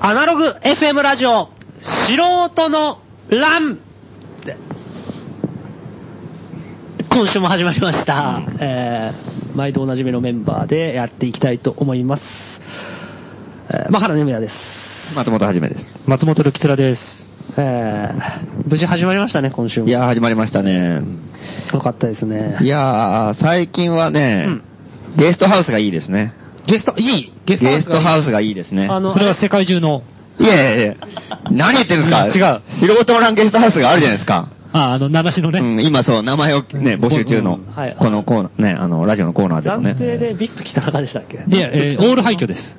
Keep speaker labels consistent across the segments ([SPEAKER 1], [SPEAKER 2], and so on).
[SPEAKER 1] アナログ FM ラジオ、素人の乱で今週も始まりました。えー、毎度おなじみのメンバーでやっていきたいと思います。えー、マハラネムヤです。
[SPEAKER 2] 松本はじめです。
[SPEAKER 3] 松本るきつらです。
[SPEAKER 1] えー、無事始まりましたね、今週も。
[SPEAKER 2] いやー、始まりましたね。
[SPEAKER 1] よかったですね。
[SPEAKER 2] いやー、最近はね、ゲストハウスがいいですね。
[SPEAKER 3] ゲスト、いいゲ
[SPEAKER 2] ゲ
[SPEAKER 3] ス
[SPEAKER 2] スト
[SPEAKER 3] トハウスがいい
[SPEAKER 2] ハウスがいいですね。
[SPEAKER 1] あの
[SPEAKER 3] それは世界中の、
[SPEAKER 2] いやいやいや、何言ってるんですか
[SPEAKER 3] 違
[SPEAKER 2] う。素人のランゲストハウスがあるじゃないですか。
[SPEAKER 3] あ、あの、名無しのね、
[SPEAKER 2] うん、今そう、名前をね、募集中の、
[SPEAKER 1] うんはい
[SPEAKER 2] このコーナー、ね、あの、ラジオのコーナーでも
[SPEAKER 1] 暫定
[SPEAKER 2] ね。
[SPEAKER 1] でビップ来た中でしたっけ
[SPEAKER 3] いや、えーオール廃墟です。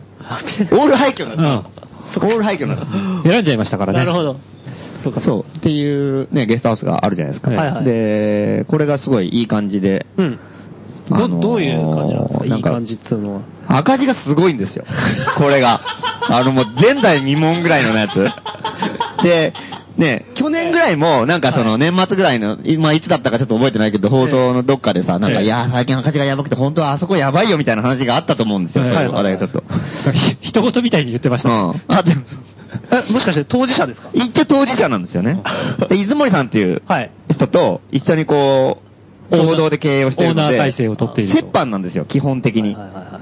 [SPEAKER 2] オール廃墟
[SPEAKER 3] う。
[SPEAKER 2] なんんだ。オール廃墟なんだ。
[SPEAKER 3] 選んじゃいましたからね。
[SPEAKER 1] なるほど。
[SPEAKER 2] そうか、そう。っていうね、ゲストハウスがあるじゃないですか。
[SPEAKER 3] はい
[SPEAKER 1] はい
[SPEAKER 2] で、これがすごいいい感じで、
[SPEAKER 1] うん。ど、
[SPEAKER 2] あのー
[SPEAKER 1] どういう感じなんですか
[SPEAKER 2] ないん
[SPEAKER 1] い
[SPEAKER 2] か
[SPEAKER 1] 感じっつうのは。
[SPEAKER 2] 赤字がすごいんですよ。これが。あの、もう前代未聞ぐらいのやつ。で、ね、去年ぐらいも、なんかその年末ぐらいの、今いつだったかちょっと覚えてないけど、放送のどっかでさ、なんか、
[SPEAKER 3] ええ
[SPEAKER 2] いやー、最近赤字がやばくて、本当はあそこやばいよみたいな話があったと思うんですよ。
[SPEAKER 3] え
[SPEAKER 2] そ
[SPEAKER 3] え
[SPEAKER 2] ういう話題がちょ っと。
[SPEAKER 3] ひ一言みたいに言ってまし
[SPEAKER 2] う
[SPEAKER 3] た。
[SPEAKER 2] ん。あ、でも、
[SPEAKER 1] え、もしかして当事者ですか
[SPEAKER 2] 一応当事者なんですよね。で、出森さんっていう
[SPEAKER 1] はい。
[SPEAKER 2] 人と一緒にこう、王道で経営をしてるので、
[SPEAKER 3] オーナー体制を取っていると
[SPEAKER 2] 折半なんですよ、基本的
[SPEAKER 1] はい
[SPEAKER 2] に。
[SPEAKER 1] はいはいはい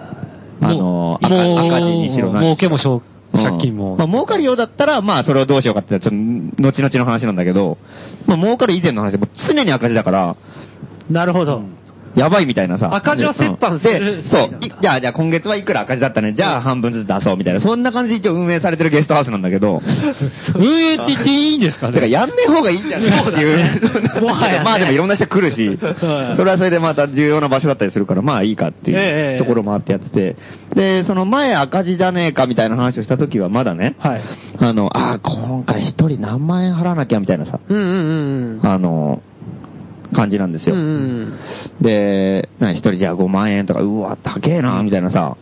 [SPEAKER 2] あのー
[SPEAKER 3] もう
[SPEAKER 2] 赤赤字にしろ
[SPEAKER 3] もう
[SPEAKER 2] 何に
[SPEAKER 3] 儲
[SPEAKER 2] しろ
[SPEAKER 3] けもしょ借金
[SPEAKER 2] う
[SPEAKER 3] も
[SPEAKER 2] ん。まあ、儲かるようだったら、まあ、それをどうしようかって、ちょっと、後々の話なんだけど、まあ、儲かる以前の話で、もう常に赤字だから、
[SPEAKER 1] なるほど。
[SPEAKER 2] やばいみたいなさ。
[SPEAKER 1] 赤字は折半する
[SPEAKER 2] で、そう。いじゃあ、じゃあ今月はいくら赤字だったね。じゃあ半分ずつ出そうみたいな。そんな感じで一応運営されてるゲストハウスなんだけど、
[SPEAKER 3] 運営って言っていいんですか
[SPEAKER 2] だから
[SPEAKER 3] ね
[SPEAKER 2] やんねえ方がいいんじゃないっていう。
[SPEAKER 1] そうだねもはやね
[SPEAKER 2] まあでもいろんな人来るし、
[SPEAKER 1] はい
[SPEAKER 2] それはそれでまた重要な場所だったりするから、まあいいかって
[SPEAKER 1] え
[SPEAKER 2] い
[SPEAKER 1] え
[SPEAKER 2] うところもあってやってて、で、その前赤字じゃねえかみたいな話をした時はまだね、
[SPEAKER 1] はい。
[SPEAKER 2] あの、ああ、今回一人何万円払わなきゃみたいなさ、
[SPEAKER 1] うんうんうん。
[SPEAKER 2] あの、感じなんですよ。
[SPEAKER 1] うんうん
[SPEAKER 2] で、な一人じゃあ5万円とか、うわ、高えな、みたいなさ。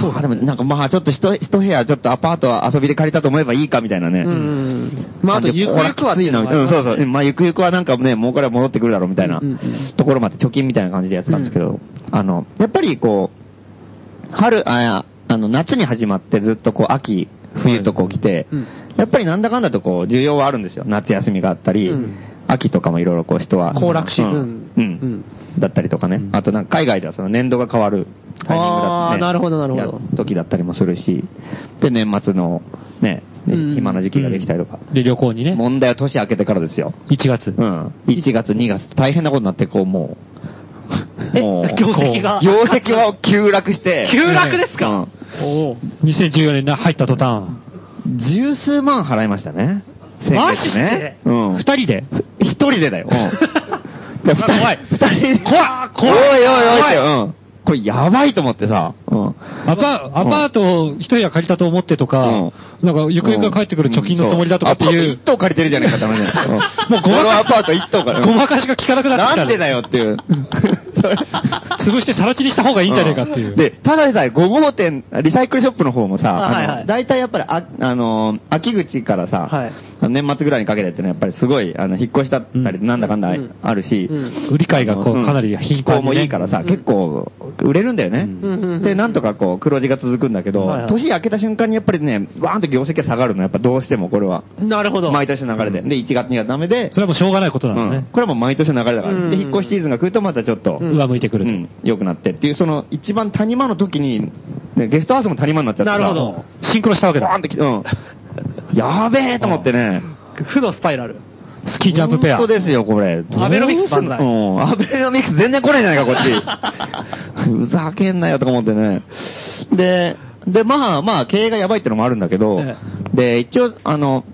[SPEAKER 1] そう
[SPEAKER 2] まあでもなんかまあちょっと一一部屋ちょっとアパートは遊びで借りたと思えばいいかみたいなね。
[SPEAKER 1] うんうん。まあ、あと、
[SPEAKER 2] 感じ
[SPEAKER 1] ゆくゆくは
[SPEAKER 2] これきついな、
[SPEAKER 1] っていの
[SPEAKER 2] うん、
[SPEAKER 1] も
[SPEAKER 2] そ
[SPEAKER 1] あ
[SPEAKER 2] うそう。
[SPEAKER 1] り
[SPEAKER 2] うんまあゆくゆくはなんかね、儲かれば戻ってくるだろうみたいな
[SPEAKER 1] うんうんうん
[SPEAKER 2] ところまで貯金みたいな感じでやってたんですけど、あの、やっぱりこう、春、あいや、あの、夏に始まってずっとこう、秋、冬とこう来て、
[SPEAKER 1] うん
[SPEAKER 2] やっぱりなんだかんだとこう、需要はあるんですよ。夏休みがあったり、
[SPEAKER 1] うん
[SPEAKER 2] 秋とかもいろいろこう人は。
[SPEAKER 1] 行楽シーズン
[SPEAKER 2] うん。
[SPEAKER 1] うん
[SPEAKER 2] うんだったりとかね。あとなんか海外ではその年度が変わるタイミングだったりね
[SPEAKER 1] あーなるほどなるほど
[SPEAKER 2] や時だったりもするし、で、年末のね、
[SPEAKER 1] うん
[SPEAKER 2] 暇な時期ができたりとか。
[SPEAKER 3] で、旅行にね、
[SPEAKER 2] 問題は年明けてからですよ。
[SPEAKER 3] 1月。
[SPEAKER 2] うん。1月、2月、大変なことになって、こう、もう。
[SPEAKER 1] え
[SPEAKER 2] もう
[SPEAKER 1] 業績が
[SPEAKER 2] こう業績は急落して。
[SPEAKER 1] 急落ですか
[SPEAKER 2] うん
[SPEAKER 3] おお。2014年な入った途端、
[SPEAKER 2] 十数万払いましたね。
[SPEAKER 1] マジで
[SPEAKER 2] 先月ね。うん。
[SPEAKER 3] 二人で、
[SPEAKER 2] 一人でだよ。うん。
[SPEAKER 3] あ怖い
[SPEAKER 2] 二人
[SPEAKER 3] 怖い
[SPEAKER 2] 怖いおいおいおいって、うん。これやばいと思ってさ。うん。
[SPEAKER 3] アパアパートを一部屋借りたと思ってとか、
[SPEAKER 2] うん
[SPEAKER 3] なんか、ゆくゆくは帰ってくる貯金のつもりだとかってい
[SPEAKER 2] うん
[SPEAKER 3] う
[SPEAKER 2] そ、アパート1棟借りてるじゃないかって話だよ。
[SPEAKER 3] もうごまかし
[SPEAKER 2] このアパート1棟から。
[SPEAKER 3] ごまかしが効かなくなってきたら
[SPEAKER 2] なんでだよっていう。 それ
[SPEAKER 3] 潰してさら地にした方がいいんじゃねえかっていう。
[SPEAKER 2] んで、ただでさえ5号店、リサイクルショップの方もさ、
[SPEAKER 1] あはいは
[SPEAKER 2] あ
[SPEAKER 1] い
[SPEAKER 2] の、大体やっぱり、あ、あの、秋口からさ、
[SPEAKER 1] はい
[SPEAKER 2] あの年末ぐらいにかけてってのはやっぱりすごい、あの、引っ越したったり、
[SPEAKER 3] うん
[SPEAKER 2] なんだかんだ
[SPEAKER 1] うん
[SPEAKER 2] あるし、
[SPEAKER 1] うん
[SPEAKER 3] 売り買いがこ
[SPEAKER 2] あ
[SPEAKER 3] う、
[SPEAKER 2] の
[SPEAKER 3] かなり頻繁
[SPEAKER 2] 気候
[SPEAKER 3] に、
[SPEAKER 2] も
[SPEAKER 3] ね。
[SPEAKER 2] いいからさ、
[SPEAKER 1] ん
[SPEAKER 2] 結構、売れるんだよね。
[SPEAKER 3] うん
[SPEAKER 1] うんうん
[SPEAKER 2] で、なんとかこう、黒字が続くんだけど、
[SPEAKER 1] はいはい
[SPEAKER 2] 年明けた瞬間にやっぱりね、わーンと業績が下がるの、やっぱどうしてもこれは。
[SPEAKER 1] なるほど。
[SPEAKER 2] 毎年の流れで。で、1月にはダメで
[SPEAKER 3] そ、れはもうしょうがないことなの
[SPEAKER 2] う
[SPEAKER 3] ね
[SPEAKER 2] ん。これはもう毎年の流れだか
[SPEAKER 1] うん
[SPEAKER 2] ら。で、引っ越しシーズンが来るとまたちょっと、
[SPEAKER 1] うん
[SPEAKER 3] 上向いてくる
[SPEAKER 2] う
[SPEAKER 3] と。
[SPEAKER 2] ん、良くなってっていう、その一番谷間の時に、ね、ゲストハウスも谷間になっちゃったから
[SPEAKER 1] なるほど
[SPEAKER 3] シンクロしたわけ
[SPEAKER 2] バーン
[SPEAKER 3] だ
[SPEAKER 2] っ。て来て、うん。やべえと思ってね。
[SPEAKER 1] 負のスパイラル。
[SPEAKER 3] スキージャンプペア。
[SPEAKER 2] 本当ですよ、これ。
[SPEAKER 1] アベノミクス
[SPEAKER 2] ど
[SPEAKER 1] す
[SPEAKER 2] うす
[SPEAKER 1] ん
[SPEAKER 2] ん
[SPEAKER 1] な
[SPEAKER 2] だ
[SPEAKER 1] よ
[SPEAKER 2] うん。アベノミクス全然来ないじゃないか、こっち。ふざけんなよとか思ってね。で、で、まあまあ、経営がやばいってのもあるんだけど
[SPEAKER 1] え、
[SPEAKER 2] で、一応、あの、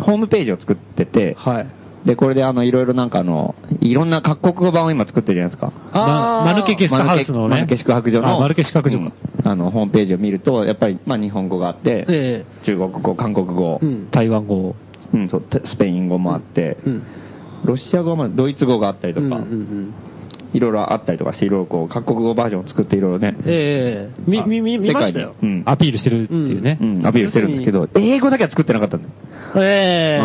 [SPEAKER 2] ホームページを作ってて、
[SPEAKER 3] はい。
[SPEAKER 2] で、これであの、いろいろなんかあの、いろんな各国語版を今作ってるじゃないですか。
[SPEAKER 3] まマヌケゲストハウスのね。
[SPEAKER 2] マヌケ宿泊所の。
[SPEAKER 3] あマヌケ宿泊所か。
[SPEAKER 2] うんあの、ホームページを見ると、やっぱり、まあ、日本語があって、
[SPEAKER 1] え
[SPEAKER 2] 中国語、韓国語、
[SPEAKER 1] え。うん。
[SPEAKER 3] 台湾語。
[SPEAKER 2] うんそうてスペイン語もあって、
[SPEAKER 1] うん。
[SPEAKER 2] ロシア語も、ドイツ語があったりとか、
[SPEAKER 1] うんうん
[SPEAKER 2] いろいろあったりとかして、いろいろこう、各国語バージョンを作って、いろいろね
[SPEAKER 1] うん。、ええ。み、み、み、見
[SPEAKER 2] 世
[SPEAKER 1] ま
[SPEAKER 2] 界
[SPEAKER 1] した
[SPEAKER 2] に、
[SPEAKER 1] よ。
[SPEAKER 2] うん、
[SPEAKER 3] アピールしてるっていうね。
[SPEAKER 2] うんアピールしてるんですけど、英語だけは作ってなかったんだよ。
[SPEAKER 1] え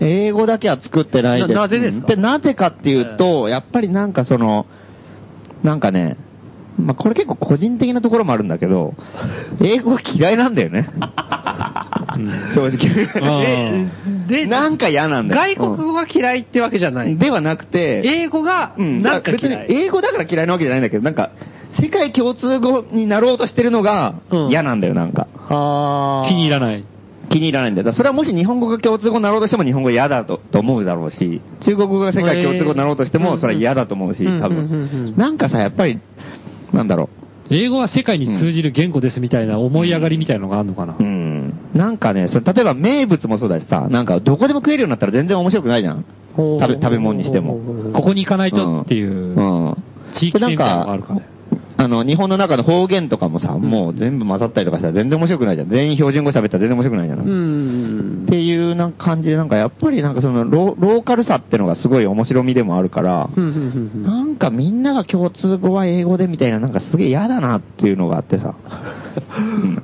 [SPEAKER 1] え。
[SPEAKER 2] うん英語だけは作ってないです。
[SPEAKER 1] ななぜですか
[SPEAKER 2] で、なぜかっていうと、やっぱりなんかその、なんかね、 まあ、これ結構個人的なところもあるんだけど、英語が嫌いなんだよね。正直。
[SPEAKER 1] で、
[SPEAKER 2] なんか嫌なんだ
[SPEAKER 1] 外
[SPEAKER 2] よ。
[SPEAKER 1] 国語が嫌いってわけじゃない。
[SPEAKER 2] うんではなくて、
[SPEAKER 1] 英語が、
[SPEAKER 2] うん、
[SPEAKER 1] なんか
[SPEAKER 2] 別に
[SPEAKER 1] 嫌い。
[SPEAKER 2] 英語だから嫌いなわけじゃないんだけど、なんか、世界共通語になろうとしてるのが
[SPEAKER 1] うん
[SPEAKER 2] 嫌なんだよ、なんか。
[SPEAKER 1] あー
[SPEAKER 3] 気に入らない。
[SPEAKER 2] 気に入らないんだよ。だからそれはもし日本語が共通語になろうとしても日本語嫌だとと思うだろうし、中国語が世界共通語になろうとして
[SPEAKER 1] えーうんう
[SPEAKER 2] も
[SPEAKER 1] ん
[SPEAKER 2] それは嫌だと思うし、多
[SPEAKER 1] うんうんうんう
[SPEAKER 2] 分
[SPEAKER 1] ん。
[SPEAKER 2] なんかさ、やっぱり、なんだろ
[SPEAKER 3] 英語は世界に通じる言語ですみたいな思い上がりみたいのがあるのかな
[SPEAKER 2] う。う。ん。なんかね、それ例えば名物もそうだしさ、なんかどこでも食えるようになったら全然面白くないじゃん。
[SPEAKER 1] ほう
[SPEAKER 2] 食べ、食べ物にしても。
[SPEAKER 3] ここに行かないとっていう
[SPEAKER 2] うんうん
[SPEAKER 3] 地域性みたいなのがあるからね
[SPEAKER 2] あの、日本の中の方言とかもさ、もう全部混ざったりとかしたら全然面白くないじゃん。全員標準語喋ったら全然面白くないじゃん。
[SPEAKER 1] うん
[SPEAKER 2] っ。ていうなんか感じで、なんかやっぱりなんかそのロローカルさってのがすごい面白みでもあるから、
[SPEAKER 1] うんうんうんうん
[SPEAKER 2] なんかみんなが共通語は英語でみたいな、なんかすげえ嫌だなっていうのがあってさ。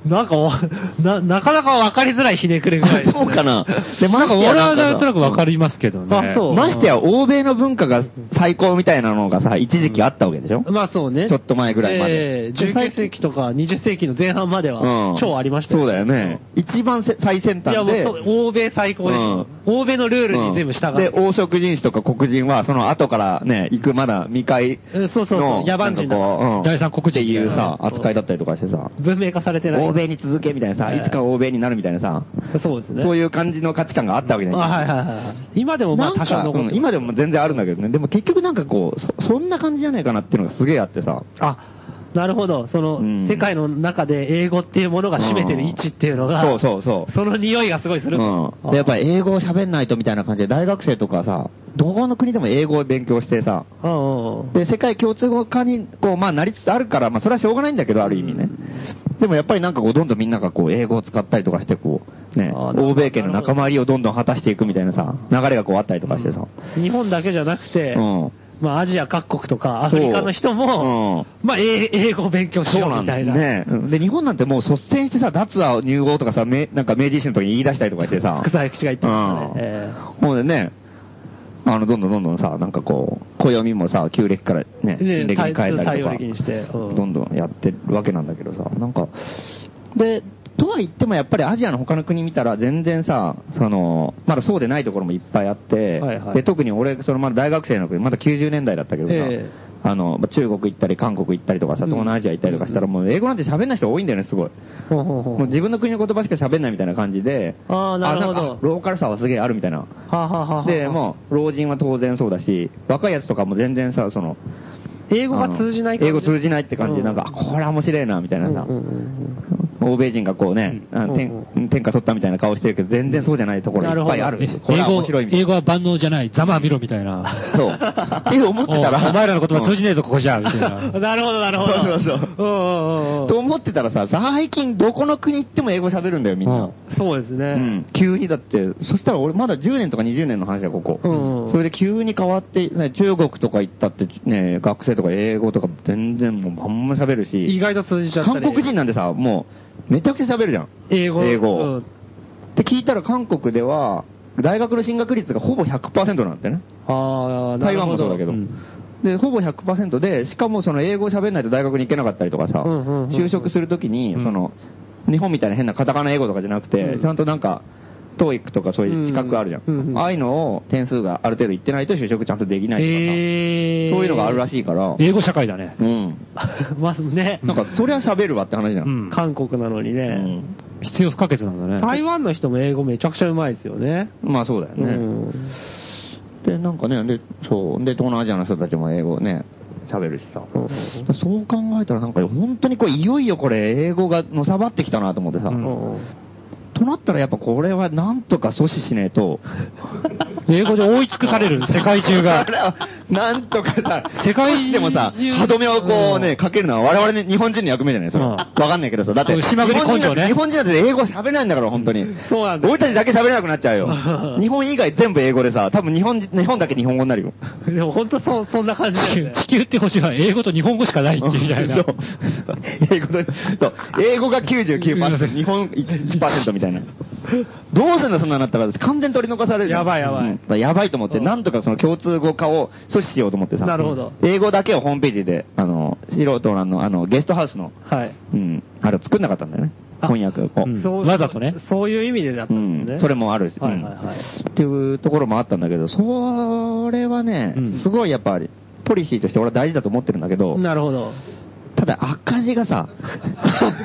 [SPEAKER 1] なんかわ、な、なかなかわかりづらいひねくれぐらいですね、
[SPEAKER 2] な。で、
[SPEAKER 3] な
[SPEAKER 2] ま
[SPEAKER 3] ん
[SPEAKER 2] して
[SPEAKER 3] か
[SPEAKER 2] や
[SPEAKER 3] 俺
[SPEAKER 2] な
[SPEAKER 3] は
[SPEAKER 2] んかさ
[SPEAKER 3] なんとなくわかりますけどね。
[SPEAKER 1] あそう
[SPEAKER 2] ましてや欧米の文化が最高みたいなのがさ、一時期あったわけでしょ、
[SPEAKER 1] まあそうね。
[SPEAKER 2] ちょっと前ぐらいまで
[SPEAKER 1] ええ19世紀とか20世紀の前半までは、超ありました
[SPEAKER 2] そうだよね。。一番せ最先
[SPEAKER 1] いや
[SPEAKER 2] 端
[SPEAKER 1] もう
[SPEAKER 2] で。
[SPEAKER 1] そう、欧米最高でしょ。欧米のルールに全部従
[SPEAKER 2] で、
[SPEAKER 1] って。
[SPEAKER 2] 黄色人種とか黒人は、その後からね、行くまだ未開
[SPEAKER 1] う
[SPEAKER 2] の、
[SPEAKER 1] んそうそうそう野蛮人だから
[SPEAKER 2] なんかこううん
[SPEAKER 3] 第三国人
[SPEAKER 2] っていうさ、
[SPEAKER 1] うん
[SPEAKER 2] 扱いだったりとかしてさ、
[SPEAKER 1] 文明化されてない。
[SPEAKER 2] 欧米に続けみたいなさ、
[SPEAKER 1] ええ
[SPEAKER 2] いつか欧米になるみたいなさ、
[SPEAKER 1] そうですね。
[SPEAKER 2] そう
[SPEAKER 1] いう。
[SPEAKER 2] いう感じの価値観があったわけじゃ
[SPEAKER 1] あはい
[SPEAKER 2] ない
[SPEAKER 1] はいはい。今でもま
[SPEAKER 2] な
[SPEAKER 1] あ
[SPEAKER 2] んか
[SPEAKER 1] 多少残っ
[SPEAKER 2] うん
[SPEAKER 1] てま
[SPEAKER 2] 今でも全然あるんだけどね。でも結局なんかこう、そそんな感じじゃないかなっていうのがすげえあってさ。
[SPEAKER 1] すあ、なるほど。その、
[SPEAKER 2] うん
[SPEAKER 1] 世界の中で英語っていうものが占めてる位置っていうのが、
[SPEAKER 2] そうそうそう。
[SPEAKER 1] その匂いがすごいする。
[SPEAKER 2] うん。で、やっぱり英語を喋んないとみたいな感じで、大学生とかさ、どこの国でも英語を勉強してさ、
[SPEAKER 1] うんうん
[SPEAKER 2] で、世界共通語化に、こう、まあ、なりつつあるから、まあ、それはしょうがないんだけど、ある意味ね。でもやっぱりなんかこう、どんどんみんながこう、英語を使ったりとかして、こう、ね、
[SPEAKER 1] あーなるほど
[SPEAKER 2] 欧米圏の仲間入りをどんどん果たしていくみたいなさ、流れがこうあったりとかしてさ。
[SPEAKER 1] うん。日本だけじゃなくて、
[SPEAKER 2] うん。
[SPEAKER 1] まあアジア各国とかアフリカの人も、まあ英英語を勉強し
[SPEAKER 2] そう
[SPEAKER 1] よう
[SPEAKER 2] な
[SPEAKER 1] み
[SPEAKER 2] ん
[SPEAKER 1] た
[SPEAKER 2] だ
[SPEAKER 1] い
[SPEAKER 2] よ
[SPEAKER 1] な。
[SPEAKER 2] ね。うんで、日本なんてもう率先してさ、脱は入合とかさ、めなんか明治維新の時に言い出したりとかしてさ。
[SPEAKER 1] 福沢諭吉が言ってましたねえ
[SPEAKER 2] うん。ほんでね、あの、どんどんどんどんさ、なんかこう、暦もさ、旧暦からね、
[SPEAKER 1] ね
[SPEAKER 2] 新暦に変えたりとか。
[SPEAKER 1] 太陽暦にしてうん
[SPEAKER 2] どんどんやってるわけなんだけどさ、なんか、で、とは言ってもやっぱりアジアの他の国見たら全然さ、その、まだそうでないところもいっぱいあって、
[SPEAKER 1] はいはい
[SPEAKER 2] で、特に俺、そのまだ大学生の時、まだ90年代だったけどさ、
[SPEAKER 1] ええ
[SPEAKER 2] あの、まあ中国行ったり韓国行ったりとかさ、東南アジア行ったりとかしたらもう英語なんて喋んない人多いんだよね、すごい。
[SPEAKER 1] ほうほうほう
[SPEAKER 2] もう自分の国の言葉しか喋んないみたいな感じで、
[SPEAKER 1] あーなるほど
[SPEAKER 2] あんかあローカルさはすげえあるみたいな。
[SPEAKER 1] はあはあはあはあ
[SPEAKER 2] で、もう、老人は当然そうだし、若いやつとかも全然さ、その、
[SPEAKER 1] 英語が通じない
[SPEAKER 2] あの英語通じないって感じで、なんか、あ
[SPEAKER 1] う
[SPEAKER 2] これは面白いな、みたいな
[SPEAKER 1] う
[SPEAKER 2] さ。
[SPEAKER 1] んうんうん
[SPEAKER 2] 欧米人がこうね、あ
[SPEAKER 1] うん
[SPEAKER 2] 天天下取ったみたいな顔してるけど、全然そうじゃないところいっぱいある。これは面白いみたい
[SPEAKER 3] 英
[SPEAKER 2] な。
[SPEAKER 3] 語は万能じゃない。ざま見ろみたいな。
[SPEAKER 2] そう。 って思ってたら。
[SPEAKER 3] おお前らの言葉通じねえぞ、ここじゃ。み たい
[SPEAKER 1] うん
[SPEAKER 3] な。
[SPEAKER 1] なるほど、なるほど。
[SPEAKER 2] そうそうそう
[SPEAKER 1] うんうんうんうん
[SPEAKER 2] と思ってたらさ、最近どこの国行っても英語喋るんだよ、みんな。
[SPEAKER 3] うん
[SPEAKER 1] そうですね。
[SPEAKER 2] うん、急にだって、そしたら俺まだ10年とか20年の話だよ、ここ。
[SPEAKER 1] うんうん
[SPEAKER 2] それで急に変わって、ね、中国とか行ったって、ね、学生とか英語とか全然もうバンバン喋る
[SPEAKER 1] 意
[SPEAKER 2] し、
[SPEAKER 1] 外と通じちゃった
[SPEAKER 2] 韓
[SPEAKER 1] り
[SPEAKER 2] 国人なんてさ、もう、めちゃくちゃ喋るじゃん。
[SPEAKER 1] 英語。
[SPEAKER 2] 英語
[SPEAKER 1] うん
[SPEAKER 2] って聞いたら韓国では、大学の進学率がほぼ100%なんてね。
[SPEAKER 1] ああ、な
[SPEAKER 2] 台
[SPEAKER 1] る
[SPEAKER 2] 湾
[SPEAKER 1] ほ
[SPEAKER 2] も
[SPEAKER 1] ど
[SPEAKER 2] そうだけど。
[SPEAKER 3] うん
[SPEAKER 2] で、ほぼ100%で、しかもその英語喋んないと大学に行けなかったりとかさ、
[SPEAKER 1] うんうんうんうん
[SPEAKER 2] 就職するときに、
[SPEAKER 3] うん
[SPEAKER 2] その、日本みたいな変なカタカナ英語とかじゃなくて、
[SPEAKER 1] うん
[SPEAKER 2] ちゃんとなんか、トーイックとかそういう資格あるじゃん。
[SPEAKER 1] うんうんうん
[SPEAKER 2] ああいうのを点数がある程度いってないと就職ちゃんとできないとかさ、
[SPEAKER 1] えー。
[SPEAKER 2] そういうのがあるら
[SPEAKER 1] しい。
[SPEAKER 2] しいから、
[SPEAKER 3] 英語社会だね。
[SPEAKER 2] うん。
[SPEAKER 1] まあね。
[SPEAKER 2] なんか、そりゃ喋るわって話じゃん。
[SPEAKER 3] うん
[SPEAKER 1] 韓国なのに
[SPEAKER 2] う
[SPEAKER 1] ね。
[SPEAKER 2] ん
[SPEAKER 3] 必要不可欠なんだね。
[SPEAKER 1] 台湾の人も英語めちゃくちゃうまいですよね。
[SPEAKER 2] まあそうだよ
[SPEAKER 1] う
[SPEAKER 2] ね。
[SPEAKER 1] ん
[SPEAKER 2] で、なんかね、で、そう、で、東南アジアの人たちも英語ね、喋るしさ。
[SPEAKER 1] うん
[SPEAKER 2] そう考えたらなんか本当にこれいよいよこれ英語がのさばってきたなと思ってさ、
[SPEAKER 1] うんうん
[SPEAKER 2] となったらやっぱこれはなんとか阻止しねえと、
[SPEAKER 3] 英語で覆い尽くされる、 世界中
[SPEAKER 2] だ
[SPEAKER 3] が
[SPEAKER 2] か。ら なんとかさ、
[SPEAKER 3] 世界中
[SPEAKER 2] 少しでもさ、歯止めをこうね、かけるのは我々ね、日本人の役目じゃないそれ。
[SPEAKER 3] うん
[SPEAKER 2] わかんないけどさ、だって、
[SPEAKER 3] うん島国根性ね
[SPEAKER 2] 日本人だって英語喋れないんだから、本当に。
[SPEAKER 1] そうなんだよ
[SPEAKER 2] 俺たちだけ喋れなくなっちゃう
[SPEAKER 1] う
[SPEAKER 2] よ。
[SPEAKER 1] ん
[SPEAKER 2] 日本以外全部英語でさ、多分日本人、日本だけ日本語になるよ。
[SPEAKER 1] でも本当そう、そんな感じだ よね。
[SPEAKER 3] 地球って星は英語と日本語しかないっていうみたいな。
[SPEAKER 2] そう英語でそう英語が99%、日本1%みたいな。どうすんのそんなになったら完全取り残されるじゃん。
[SPEAKER 1] やばいやばい
[SPEAKER 2] うんだからやばいと思って、
[SPEAKER 1] うん
[SPEAKER 2] なんとかその共通語化を阻止しようと思ってさ。
[SPEAKER 1] なるほど
[SPEAKER 2] 英語だけをホームページで、あの、素人のあの、あのゲストハウスの、
[SPEAKER 1] はい。
[SPEAKER 2] うん、あれを作んなかったんだよね。翻訳を。
[SPEAKER 3] うん
[SPEAKER 1] そう
[SPEAKER 3] わざとね
[SPEAKER 1] そういう意味でだった
[SPEAKER 2] う
[SPEAKER 1] で
[SPEAKER 2] ん
[SPEAKER 1] す
[SPEAKER 2] ん
[SPEAKER 1] ね。
[SPEAKER 2] それもあるし、
[SPEAKER 1] はいはいはい
[SPEAKER 2] うんっていうところもあったんだけど、それはね
[SPEAKER 3] うん、
[SPEAKER 2] すごいやっぱり、ポリシーとして俺は大事だと思ってるんだけど、
[SPEAKER 1] なるほど。
[SPEAKER 2] ただ赤字がさ、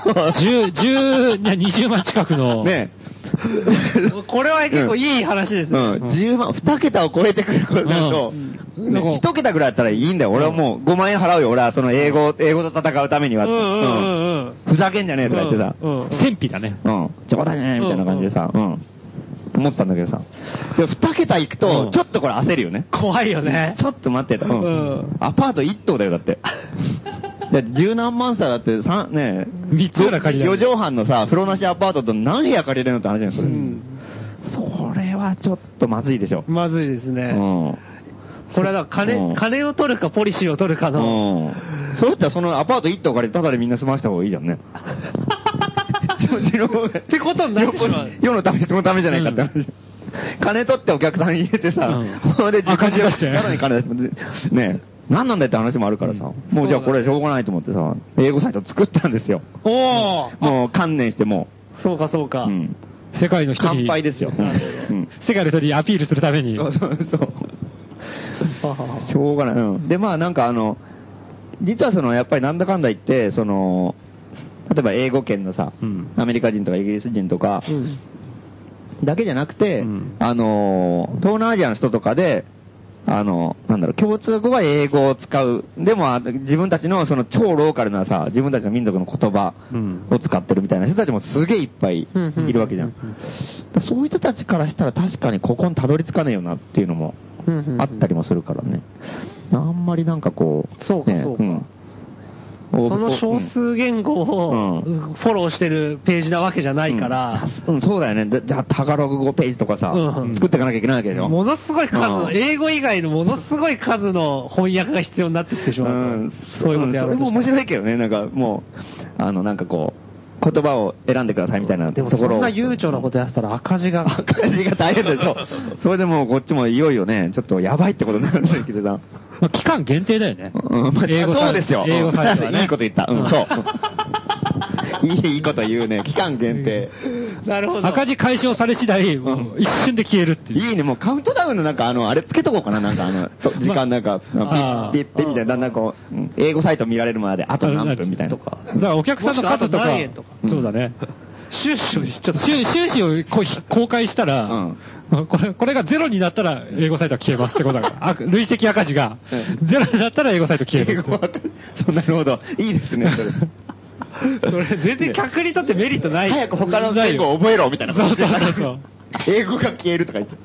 [SPEAKER 3] 10、10、いや20万近くの。
[SPEAKER 2] ね
[SPEAKER 1] これは結構いい話です
[SPEAKER 2] う
[SPEAKER 1] ね。
[SPEAKER 2] ん、10万、2桁を超えてくることになると、
[SPEAKER 3] うんなんか
[SPEAKER 2] 1桁ぐらいだったらいいんだよ。俺はもう5万円払うよ。俺はその英語、英語と戦うためには。
[SPEAKER 1] うんうん
[SPEAKER 2] うん
[SPEAKER 1] うんうん。
[SPEAKER 2] ふざけんじゃねえとか言ってさ、
[SPEAKER 1] うんうん
[SPEAKER 3] 戦費だね。
[SPEAKER 2] うん、冗談じゃないみたいな感じでさ、うん、思ってたんだけどさ、で2桁行くと
[SPEAKER 3] うん、
[SPEAKER 2] ちょっとこれ焦るよね。
[SPEAKER 1] 怖いよね
[SPEAKER 2] ち。ょっと待ってと、うん
[SPEAKER 1] うん
[SPEAKER 2] アパート1棟だよ、だ って。だって十何万さ、だって、さね
[SPEAKER 3] 三つぐらい借りられ
[SPEAKER 2] 4
[SPEAKER 3] る
[SPEAKER 2] 畳半のさ、風呂なしアパートと何部屋借りれるのって話じゃない、それ。
[SPEAKER 1] うん
[SPEAKER 2] それはちょっとまずいでしょ。
[SPEAKER 1] まずいです
[SPEAKER 2] う
[SPEAKER 1] ね。
[SPEAKER 2] ん。
[SPEAKER 1] これはだから
[SPEAKER 2] う
[SPEAKER 1] 金、
[SPEAKER 2] ん
[SPEAKER 1] 金を取るかポリシーを取るか
[SPEAKER 2] う
[SPEAKER 1] の。
[SPEAKER 2] ん。そうしたらそのアパート1棟借りて、ただでみんな住ました方がいいじゃん ね。
[SPEAKER 1] ってことになってしまう。
[SPEAKER 2] 世のため、そのためじゃないかって話。金取ってお客さんに入れてさ、
[SPEAKER 3] うん
[SPEAKER 2] それで
[SPEAKER 3] 赤字出して
[SPEAKER 2] さらに金出して、ねえ、何なんだよって話もあるからさ、もうじゃあこれしょうがないと思ってさ、英語サイト作ったんですよ。
[SPEAKER 1] おお
[SPEAKER 2] もう観念しても
[SPEAKER 1] そうかそう
[SPEAKER 2] う、
[SPEAKER 1] か
[SPEAKER 2] う。ん
[SPEAKER 3] 世界の人に。
[SPEAKER 2] 乾杯ですよ。う
[SPEAKER 1] なるほ
[SPEAKER 2] ん
[SPEAKER 3] 世界の人にアピールするために。
[SPEAKER 2] そうそうそう。
[SPEAKER 1] ははは
[SPEAKER 2] しょうがない。うん。で、まあなんかあの、実はその、やっぱりなんだかんだ言って、その、例えば英語圏のさ、
[SPEAKER 3] うん
[SPEAKER 2] アメリカ人とかイギリス人とか、
[SPEAKER 1] うん
[SPEAKER 2] だけじゃなくて、
[SPEAKER 3] うん
[SPEAKER 2] あのー、東南アジアの人とかで、あのー、なんだろう、共通語は英語を使う。でも、あ自分たちのその超ローカルなさ、自分たちの民族の言葉
[SPEAKER 3] うん
[SPEAKER 2] を使ってるみたいな人たちもすげえいっぱい
[SPEAKER 1] うんうん
[SPEAKER 2] いるわけじゃん。だからそういう人たちからしたら確かにここにたどり着かねえよなっていうのも
[SPEAKER 1] うんうんうん
[SPEAKER 2] あったりもするからね。あんまりなんかこう、
[SPEAKER 1] そうか
[SPEAKER 2] ね
[SPEAKER 1] そうか
[SPEAKER 2] ん
[SPEAKER 1] その少
[SPEAKER 2] うん
[SPEAKER 1] 数言語を
[SPEAKER 2] う
[SPEAKER 1] フォローしてるページなわけじゃないから、
[SPEAKER 2] うん、そうだよね。だじゃあ、タガログ語ページとかさ、
[SPEAKER 1] うん
[SPEAKER 2] 作っていかなきゃいけないわけでしょ。
[SPEAKER 1] ものすごい数
[SPEAKER 2] う
[SPEAKER 1] の、
[SPEAKER 2] ん
[SPEAKER 1] 英語以外のものすごい数の翻訳が必要になってきてしまう。そういうことやろう
[SPEAKER 2] それも
[SPEAKER 1] と
[SPEAKER 2] 面
[SPEAKER 1] したら
[SPEAKER 2] 白いけどね、なんかもう、あの、なんかこう、言葉を選んでくださいみたいな
[SPEAKER 1] で
[SPEAKER 2] と
[SPEAKER 1] も
[SPEAKER 2] こ
[SPEAKER 1] そ
[SPEAKER 2] ろを。
[SPEAKER 1] んな悠長なことやってたら赤字が。
[SPEAKER 2] 赤字が大変だよ、そう。それでもうこっちもいよいよね、ちょっとやばいってことになるんだけどさ。
[SPEAKER 3] まあ、期間限定だよね。
[SPEAKER 2] うん、まあ
[SPEAKER 3] 英語
[SPEAKER 2] そ
[SPEAKER 3] サイ
[SPEAKER 2] う
[SPEAKER 3] ト
[SPEAKER 2] ですよ。
[SPEAKER 3] 英語サイトはね
[SPEAKER 2] いいこと言った。うん、そう。いい、いいこと言うね。期間限定。
[SPEAKER 1] なるほど。
[SPEAKER 3] 赤字解消され次第、もう一瞬で消えるっていう。
[SPEAKER 2] いいね、もうカウントダウンのなんか、あの、あれつけとこうかな、なんかあの、と時間なんか、
[SPEAKER 3] まあ
[SPEAKER 2] ピッピッピッみたいな、だんだんこう、うん英語サイト見られるまであと何分みたいな。
[SPEAKER 3] とか。だからお客さんの数と
[SPEAKER 1] もしくはあと
[SPEAKER 3] か
[SPEAKER 1] 何円とか、
[SPEAKER 3] そう だね。
[SPEAKER 1] 収支をしちゃった。
[SPEAKER 3] 収収支をこう公開したら、これ、これがゼロになったら英語サイトは消えますってことだ から、あ累積赤字が
[SPEAKER 2] う
[SPEAKER 3] ゼロになったら英語サイト消え
[SPEAKER 2] 英
[SPEAKER 3] る
[SPEAKER 2] 語。わかるそうなるほど。いいですね、 それ。
[SPEAKER 1] それ全然客にとってメリットない。
[SPEAKER 2] 早く他の言語を覚えろ、みたいな。
[SPEAKER 3] そうそうそうそう。
[SPEAKER 2] 英語が消えるとか言って。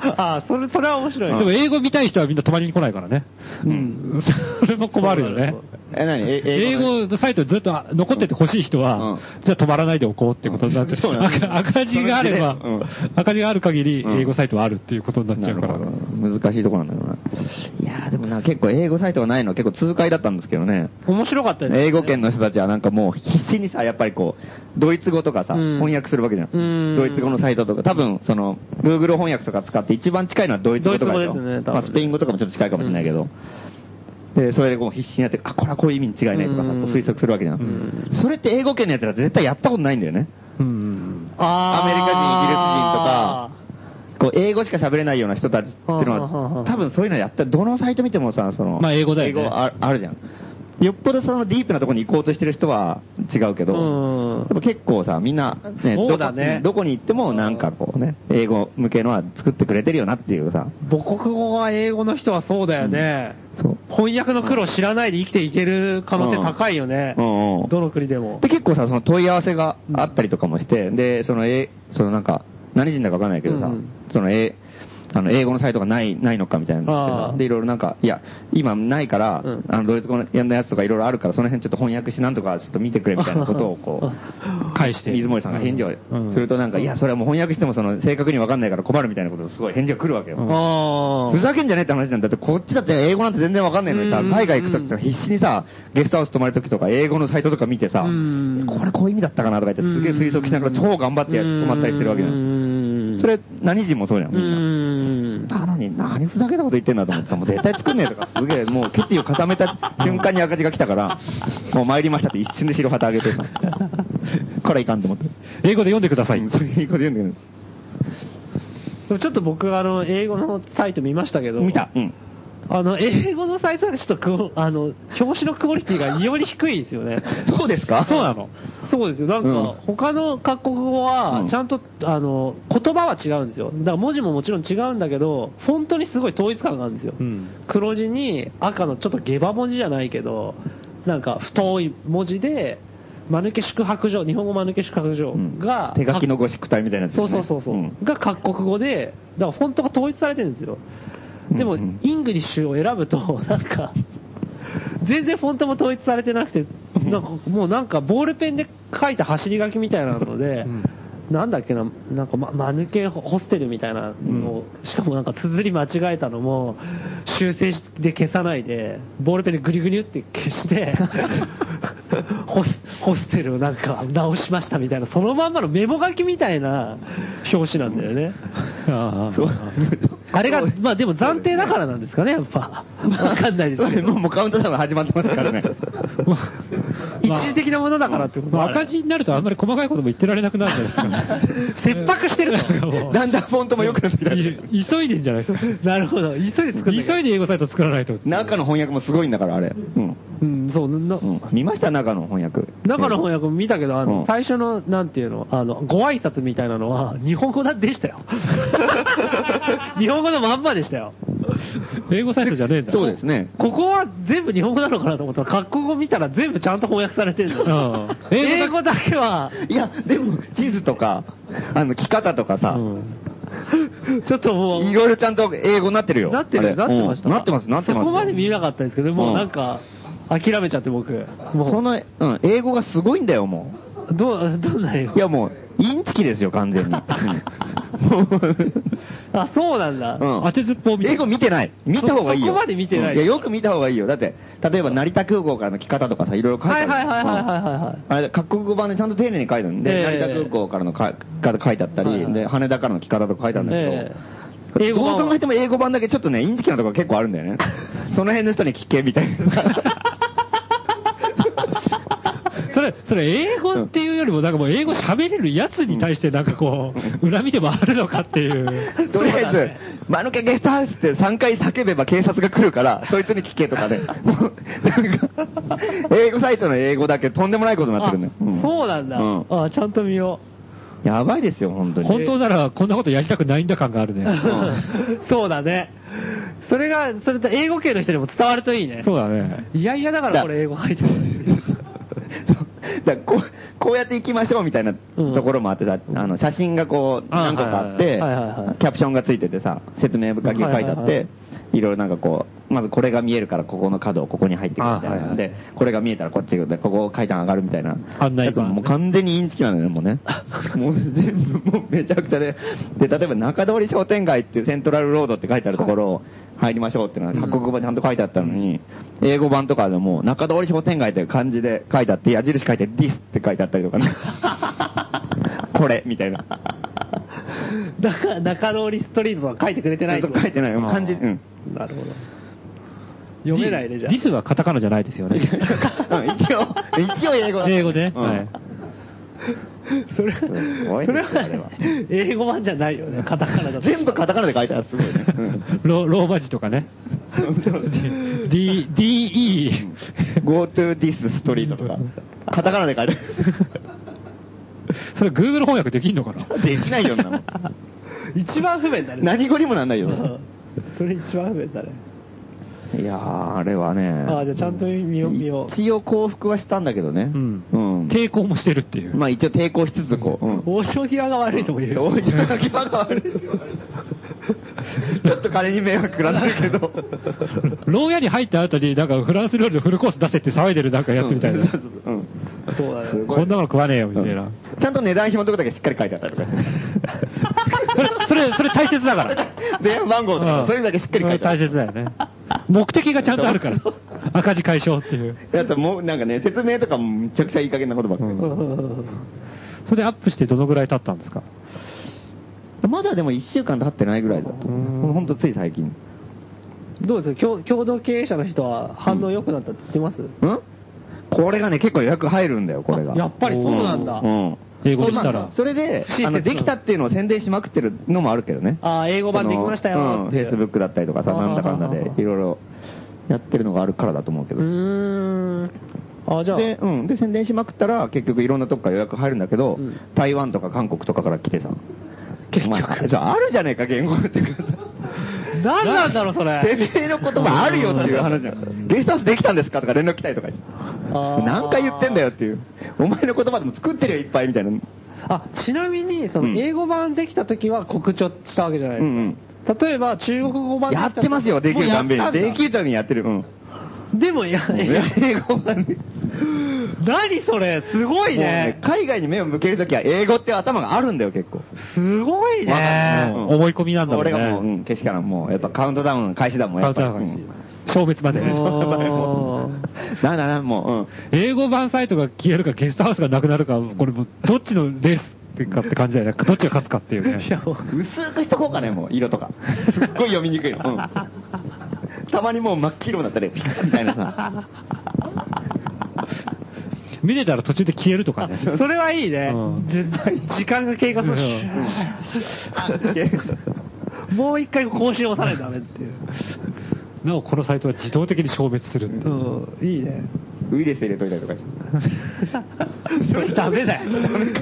[SPEAKER 1] ああ、それ、それは面白い。
[SPEAKER 3] でも英語見たい人はみんな泊まりに来ないからね。
[SPEAKER 1] うん。
[SPEAKER 3] それも困るよね。
[SPEAKER 2] え、何え
[SPEAKER 3] 英
[SPEAKER 2] の
[SPEAKER 3] 語のサイトずっと残ってて欲しい人
[SPEAKER 2] うん
[SPEAKER 3] は、じゃあ止まらないでおこうってことになって、
[SPEAKER 2] そうなんです
[SPEAKER 3] 赤赤字があれば
[SPEAKER 2] そのうちね、
[SPEAKER 3] 赤字がある限り
[SPEAKER 2] うん
[SPEAKER 3] 英語サイトはあるっていうことになっち
[SPEAKER 2] な
[SPEAKER 3] ゃう
[SPEAKER 2] る
[SPEAKER 3] か
[SPEAKER 2] ほ
[SPEAKER 3] ら
[SPEAKER 2] ど。。難しいところなんだろうな。いやーでもな、結構英語サイトがないのは結構痛快だったんですけどね。
[SPEAKER 1] 面白かったですね。
[SPEAKER 2] 英語圏の人たちはなんかもう必死にさ、やっぱりこう、ドイツ語とかさ、
[SPEAKER 1] うん
[SPEAKER 2] 翻訳するわけじゃん。
[SPEAKER 1] うん
[SPEAKER 2] ドイツ語のサイトとか、多分その、Google 翻訳とか使って一番近いのはドイツ語とかでしょ。
[SPEAKER 1] ドイツ語ですね多分
[SPEAKER 2] まあスペイン語とかもちょっと近いかもしれないけど。で、それでこう必死にやって、あ、これはこういう意味に違いないとかさ、
[SPEAKER 1] うん
[SPEAKER 2] 推測するわけじゃん。
[SPEAKER 1] うん
[SPEAKER 2] それって英語圏のやつら絶対やったことないんだよね。
[SPEAKER 3] うん。
[SPEAKER 1] あー
[SPEAKER 2] アメリカ人、イギリス人とか、こう、英語しか喋れないような人たちっていうの
[SPEAKER 1] はあはあは
[SPEAKER 2] は、
[SPEAKER 1] あ
[SPEAKER 2] 多分そういうのやったら、どのサイト見てもさ、その、
[SPEAKER 3] まあ英語だよね
[SPEAKER 2] 英語ああるじゃん。よっぽどそのディープなところに行こうとしてる人は違うけど、
[SPEAKER 1] うん
[SPEAKER 2] でも結構さ、みんな、ね、
[SPEAKER 1] そうだね
[SPEAKER 2] どこどこに行ってもなんかこうね、英語向けのは作ってくれてるよなっていうさ、
[SPEAKER 1] 母国語は英語の人はそうだよね。
[SPEAKER 2] そう。
[SPEAKER 1] 翻訳の苦労知らないで生きていける可能性高いよね。
[SPEAKER 2] うんうん
[SPEAKER 1] どの国でも
[SPEAKER 2] で、。結構さ、その問い合わせがあったりとかもして、で、その、え、そのなんか、何人だかわかんないけどさ、
[SPEAKER 1] うんうん
[SPEAKER 2] その、え、あの、英語のサイトがない、ないのかみたいなのって
[SPEAKER 1] あ
[SPEAKER 2] さ
[SPEAKER 1] ー
[SPEAKER 2] で、いろいろなんか、いや、今ないから、
[SPEAKER 1] うん
[SPEAKER 2] あの、ドイツ語のやつとかいろいろあるから、その辺ちょっと翻訳してなんとかちょっと見てくれみたいなこと をこ
[SPEAKER 3] 返し
[SPEAKER 2] う、
[SPEAKER 3] て。
[SPEAKER 2] 水森さんが返事を
[SPEAKER 3] うん
[SPEAKER 2] するとなんか、いや、それはもう翻訳してもその、正確にわかんないから困るみたいなことすごい返事が来るわけよ。
[SPEAKER 3] うん
[SPEAKER 1] あ
[SPEAKER 2] ふざけんじゃねえって話なんだって、こっちだって英語なんて全然わかんないのにさ、
[SPEAKER 1] うん
[SPEAKER 2] 海外行くときとか必死にさ、ゲストハウス泊まるときとか、英語のサイトとか見てさ、
[SPEAKER 1] うん
[SPEAKER 2] これこういう意味だったかなとか言って、すげえ推測しながら超頑張ってや泊まったりしてるわけじゃん。
[SPEAKER 1] ん
[SPEAKER 2] それ、何人もそうじゃん、
[SPEAKER 1] う
[SPEAKER 2] みんな。
[SPEAKER 1] ん。
[SPEAKER 2] なのに、何ふざけたこと言ってんだと思ってた。もう絶対作んねえとか、すげえ、もう決意 を 固めた瞬間に赤字が来たから、もう参りましたって一瞬で白旗あげてさ。からいかんと思って。
[SPEAKER 3] 英語で読んでください。
[SPEAKER 2] うんそれ英語で言うんだ
[SPEAKER 1] でもちょっと僕はあの、英語のサイト見ましたけ
[SPEAKER 2] け
[SPEAKER 1] ど。
[SPEAKER 2] ど。見た。うん。
[SPEAKER 1] あの、英語のサイトはちょっとクオ、あの、表紙のクオリティが異様に低いですよね。
[SPEAKER 2] そうですか
[SPEAKER 3] そうなの
[SPEAKER 1] そうですよ。なんか、
[SPEAKER 2] うん
[SPEAKER 1] 他の各国語
[SPEAKER 2] う
[SPEAKER 1] は
[SPEAKER 2] ん、
[SPEAKER 1] ちゃんと、あの、言葉は違うんですよ。だから文字ももちろん違うんだけど、フォントにすごい統一感があるんですよ。
[SPEAKER 3] うん
[SPEAKER 1] 黒字に赤のちょっと下馬文字じゃないけど、なんか太い文字で、間抜け宿泊所、日本語間抜け宿泊所
[SPEAKER 2] うん
[SPEAKER 1] が、
[SPEAKER 2] 手書きのゴシック体みたいなやつ
[SPEAKER 1] そ
[SPEAKER 2] で
[SPEAKER 1] う
[SPEAKER 2] す
[SPEAKER 1] そ
[SPEAKER 2] ね。
[SPEAKER 1] うそうそう、
[SPEAKER 2] ん
[SPEAKER 1] が各国語で、だからフォントが統一されてるんですよ。でも、
[SPEAKER 2] うんうん
[SPEAKER 1] イングリッシュを選ぶと、 なんか、全然フォントも統一されてなくて、なんかもうなんかボールペンで書いた走り書きみたいなので、
[SPEAKER 3] うん
[SPEAKER 1] なんだっけな、なんか、ま、間抜けホステルみたいなのを、しかもなんか綴り間違えたのも、修正で消さないで、ボールペンでグリグリって消 して、ホスホステルをなんか直しましたみたいな、そのまんまのメモ書きみたいな表紙なんだよね。
[SPEAKER 3] あ
[SPEAKER 2] そう
[SPEAKER 1] あれが、まあでも暫定だからなんですかね、やっぱ。わかんないです
[SPEAKER 2] そ
[SPEAKER 1] け
[SPEAKER 2] れ
[SPEAKER 1] ど。
[SPEAKER 2] もうもうカウントダウン始まってますか らね。
[SPEAKER 1] 一時的なものだからってこと
[SPEAKER 3] あ、赤
[SPEAKER 1] 字
[SPEAKER 3] 字になるとあんまり細かいことも言ってられなくなるじゃないですか。
[SPEAKER 1] 切迫してる
[SPEAKER 3] なんか
[SPEAKER 1] と。
[SPEAKER 3] もう
[SPEAKER 2] だんだんフォントも良くなってきた。
[SPEAKER 3] い急いでんじゃないですか。
[SPEAKER 1] なるほど。急いで作る。
[SPEAKER 3] 急いで英語サイト作らないと。
[SPEAKER 2] 中の翻訳もすごいんだから、あれ。うん。
[SPEAKER 1] うん、そう。な
[SPEAKER 2] うん見ました中の翻訳。
[SPEAKER 1] 中の翻訳見たけど、あ
[SPEAKER 2] うん
[SPEAKER 1] の、最初の、なんていうの、あの、ご挨拶みたいなのは、日本語だで したよ。日本語のまんまでしたよ。
[SPEAKER 3] 英語サイトじゃねえんだ。
[SPEAKER 2] そうですね。
[SPEAKER 1] ここは全部日本語なのかなと思ったら、各国語見たら全部ちゃんと翻訳されてるの
[SPEAKER 3] うん。
[SPEAKER 1] 英語だけは、
[SPEAKER 2] いや、でも、地図とか、あの、着方とかさ、
[SPEAKER 3] うん
[SPEAKER 1] ちょっともう
[SPEAKER 2] い、ろいろちゃんと英語になってるよ。
[SPEAKER 1] なって
[SPEAKER 2] あれ
[SPEAKER 1] る、なってました。
[SPEAKER 2] うんなってます、なってます。
[SPEAKER 1] そこまで見えなかったんですけど、もうなんか、諦めちゃって僕。
[SPEAKER 2] そ
[SPEAKER 1] も
[SPEAKER 2] の、うん、英語がすごいんだよ、も
[SPEAKER 1] う、どう、どんな英
[SPEAKER 2] う。い
[SPEAKER 1] 語
[SPEAKER 2] や、もう、インチキですよ、完全に。
[SPEAKER 1] あ、そうなんだ。
[SPEAKER 2] うん
[SPEAKER 3] 当てずっぽうみたい
[SPEAKER 2] 英語見てない。見た方がいい
[SPEAKER 1] そ
[SPEAKER 2] よ。
[SPEAKER 1] そこまで見てない
[SPEAKER 2] うんいや、よく見た方がいいよ。だって、例えば成田空港からの来方とかさ、いろいろ書いてあ
[SPEAKER 1] はい
[SPEAKER 2] る。
[SPEAKER 1] はいはいはいはい
[SPEAKER 2] うん
[SPEAKER 1] はい。
[SPEAKER 2] あれ、各国語版でちゃんと丁寧に書いてあるんで、
[SPEAKER 1] ええ
[SPEAKER 2] 成田空港からのかか書いてあったり、
[SPEAKER 1] はいはい
[SPEAKER 2] で、羽田からの来方とか書いてあるんだけど、
[SPEAKER 1] ええ英語版は
[SPEAKER 2] どう考えても英語版だけちょっとね、インチキなところ結構あるんだ よね。その辺の人に聞け、みたいな。
[SPEAKER 3] な。それ、それ英語っていうよりも、なんかもう英語喋れるやつに対してなんかこう、恨みでもあるのかっていう。
[SPEAKER 2] とりあえず、間抜けゲストハウスって3回叫べば警察が来るから、そいつに聞けとかね。 もうなんか、英語サイトの英語だけとんでもないことになってるんだよ。
[SPEAKER 1] あそうなんだ。
[SPEAKER 2] うん
[SPEAKER 1] あ、ちゃんと見よ
[SPEAKER 2] やばい ですよ、本当に。
[SPEAKER 3] 本当ならこんなことやりたくないんだ感がある
[SPEAKER 1] う。
[SPEAKER 3] ね。
[SPEAKER 1] そうだね。それが、それと英語系の人にも伝わるといいね。
[SPEAKER 3] そうだね。
[SPEAKER 1] いやいやだからこれ英語書いてる。
[SPEAKER 2] だからこうこうやって行きましょうみたいなところもあってさ、あの写真がこう
[SPEAKER 3] あ
[SPEAKER 2] 何個かあっ
[SPEAKER 1] はいはいはいはいは
[SPEAKER 2] て
[SPEAKER 1] い、
[SPEAKER 2] キャプションがついててさ、説明書きが書いてあ
[SPEAKER 1] はいは
[SPEAKER 2] っ
[SPEAKER 1] いは
[SPEAKER 2] て、いろいろなんかこう、まずこれが見えるからここの角をここに入ってくるみたい
[SPEAKER 3] あはい
[SPEAKER 2] な
[SPEAKER 3] はい
[SPEAKER 2] で、これが見えたらこっち行くで、ここ階段上がるみたいな。
[SPEAKER 3] 案内板
[SPEAKER 2] やつももう完全にインチキなんだよね、も うね。もう全部もうめちゃくちゃで、で、例えば中通り商店街っていうセントラルロードって書いてあるところを入りましょうっていうのは各国語でちゃんと書いてあったのに、英語版とかでも中通り商店街って漢字で書いてあって、矢印書いて this って書いてあったりとか ね。これ、みたいな。
[SPEAKER 1] だから中通りストリートは書いてくれてないってこと
[SPEAKER 2] 書いてない。もう漢字、 うん。
[SPEAKER 1] なるほど。読めないね、じゃあ
[SPEAKER 3] デ。ィスはカタカナじゃないですよね。
[SPEAKER 2] う ん一応、一応英語だ
[SPEAKER 3] 英語ね。
[SPEAKER 2] うん
[SPEAKER 3] はい。
[SPEAKER 1] それ、
[SPEAKER 2] すごい
[SPEAKER 1] そ
[SPEAKER 2] です
[SPEAKER 1] れ
[SPEAKER 2] よあれ
[SPEAKER 1] は
[SPEAKER 2] は
[SPEAKER 1] 英語版じゃないよね、カタカナだと。
[SPEAKER 2] 全部カタカナで書いてある。すごいね。
[SPEAKER 3] ロローマ字とかね。D、DE。
[SPEAKER 2] Go to this street とか。カタカナで書いてあ
[SPEAKER 3] それ Google 翻訳できんのかな
[SPEAKER 2] る。できないよ、そんなの。
[SPEAKER 1] 一番不便だね。
[SPEAKER 2] 何語にもなんないよ
[SPEAKER 1] う。んそれ一番不便だね。
[SPEAKER 2] いやー、あれはね。
[SPEAKER 1] あーじゃあちゃんと見よう見よう
[SPEAKER 2] 一応降伏はしたんだけどね。
[SPEAKER 3] うん
[SPEAKER 2] うん。
[SPEAKER 3] 抵抗もしてるっていう。
[SPEAKER 2] まあ一応抵抗しつつ、こう。うん
[SPEAKER 1] 王将平が悪いとも言える。
[SPEAKER 2] 大島が際が悪い。ちょっと彼に迷惑食らってるけど。
[SPEAKER 3] 牢屋に入った後に、なんかフランス料理のフルコース出せって騒いでるなんかやつみたい
[SPEAKER 2] うん
[SPEAKER 3] な
[SPEAKER 2] そう。そうそううん
[SPEAKER 1] そうだね。
[SPEAKER 2] ごい
[SPEAKER 3] こんなもの食わねえよ、みたいな。
[SPEAKER 2] ちゃんと値段表のとこだけしっかり書いてあったりとか。
[SPEAKER 3] それ、それ、 それ大切だから。
[SPEAKER 2] 電話番号と
[SPEAKER 3] う
[SPEAKER 2] か
[SPEAKER 3] ん、
[SPEAKER 2] そういうのだけしっかり書いてあ
[SPEAKER 3] 大
[SPEAKER 2] る。
[SPEAKER 3] 切だよね。目的がちゃんとあるから
[SPEAKER 2] そう。
[SPEAKER 3] 赤字解消っていう。
[SPEAKER 2] あともうなんかね、説明とかもめちゃくちゃいい加減なことばっかり。
[SPEAKER 3] それでアップしてどのぐらい経ったんですか
[SPEAKER 2] まだでも1週間経ってないぐらいだと思う。ほんとつい最近。ん
[SPEAKER 1] どうですか共共同経営者の人は反応良くなったって言ってます、
[SPEAKER 2] これがね、結構予約入るんだよ、これが。
[SPEAKER 1] やっぱりそうなんだ
[SPEAKER 2] う。ん。
[SPEAKER 3] 英語にしたら。
[SPEAKER 2] それで、あの、できたっていうのを宣伝しまくってるのもあるけどね。
[SPEAKER 1] ああ、英語版できましたよ。
[SPEAKER 2] フェイスブックだったりとかさ、
[SPEAKER 1] あー
[SPEAKER 2] なんだかんだで、いろいろやってるのがあるからだと思うけ
[SPEAKER 1] う
[SPEAKER 2] ど。
[SPEAKER 1] ーん。あ、じゃあ。
[SPEAKER 2] で、うん。で、宣伝しまくったら、結局いろんなとこから予約入るんだけど、
[SPEAKER 1] うん
[SPEAKER 2] 台湾とか韓国とかから来てさ。
[SPEAKER 1] 結局
[SPEAKER 2] お前あれじゃああるじゃねえか、言語ってく
[SPEAKER 1] 何なんだろう、それ。
[SPEAKER 2] てめえの言葉あるよっていう話じゃん。ゲストハウスできたんですかとか連絡来たりとか言って。
[SPEAKER 1] あー
[SPEAKER 2] 何回言ってんだよっていう。お前の言葉でも作ってるよ、いっぱいみたいな。う
[SPEAKER 1] あ、ちなみに、そうの、
[SPEAKER 2] ん
[SPEAKER 1] 英語版できた時は告知をしたわけじゃない
[SPEAKER 2] んうん。
[SPEAKER 1] 例えば、中国語版でき
[SPEAKER 2] や
[SPEAKER 1] た
[SPEAKER 2] ってますよ、できるたんび
[SPEAKER 1] も
[SPEAKER 2] に。
[SPEAKER 1] うや
[SPEAKER 2] で
[SPEAKER 1] ったんだ
[SPEAKER 2] きるたびにやってる。うん。
[SPEAKER 1] でも、いや、
[SPEAKER 2] 英語版で。
[SPEAKER 1] 何それ、すごい
[SPEAKER 2] もうね
[SPEAKER 1] ね。
[SPEAKER 2] 海外に目を向けるときは英語って頭があるんだよ、結構。
[SPEAKER 1] すごい
[SPEAKER 2] わか
[SPEAKER 1] ね
[SPEAKER 2] ん。ない
[SPEAKER 3] 思い込みなんだろう
[SPEAKER 2] 俺
[SPEAKER 3] ね
[SPEAKER 2] がもう、うん、けしからんもう、やっぱカウントダウンの開始だもん、
[SPEAKER 3] カ
[SPEAKER 2] や
[SPEAKER 3] ウ
[SPEAKER 2] っぱ
[SPEAKER 3] ント
[SPEAKER 2] り。
[SPEAKER 3] ダウン
[SPEAKER 2] うん
[SPEAKER 3] 消滅まで。
[SPEAKER 1] おー
[SPEAKER 2] なんだな、も
[SPEAKER 3] 英語版サイトが消えるか、ゲストハウスがなくなるか、これもう、どっちのレースかって感じだよね。どっちが勝つかっていうね。
[SPEAKER 1] いやもう
[SPEAKER 2] う、うん。薄くしとこうかね、もう、色とか。すっごい読みにくいの。うん。たまにもう真っ黄色になったり、ピカッみたいなさ。
[SPEAKER 3] 見てたら途中で消えるとかね。
[SPEAKER 1] それはいいね
[SPEAKER 3] うん。
[SPEAKER 1] じ時間が経過する
[SPEAKER 3] う
[SPEAKER 1] もう一回更新をさないとダメっていう。
[SPEAKER 3] なお、このサイトは自動的に消滅するっていう
[SPEAKER 1] うん、いいね。
[SPEAKER 2] ウイルス入れといたりとかして。
[SPEAKER 1] それダメだよ。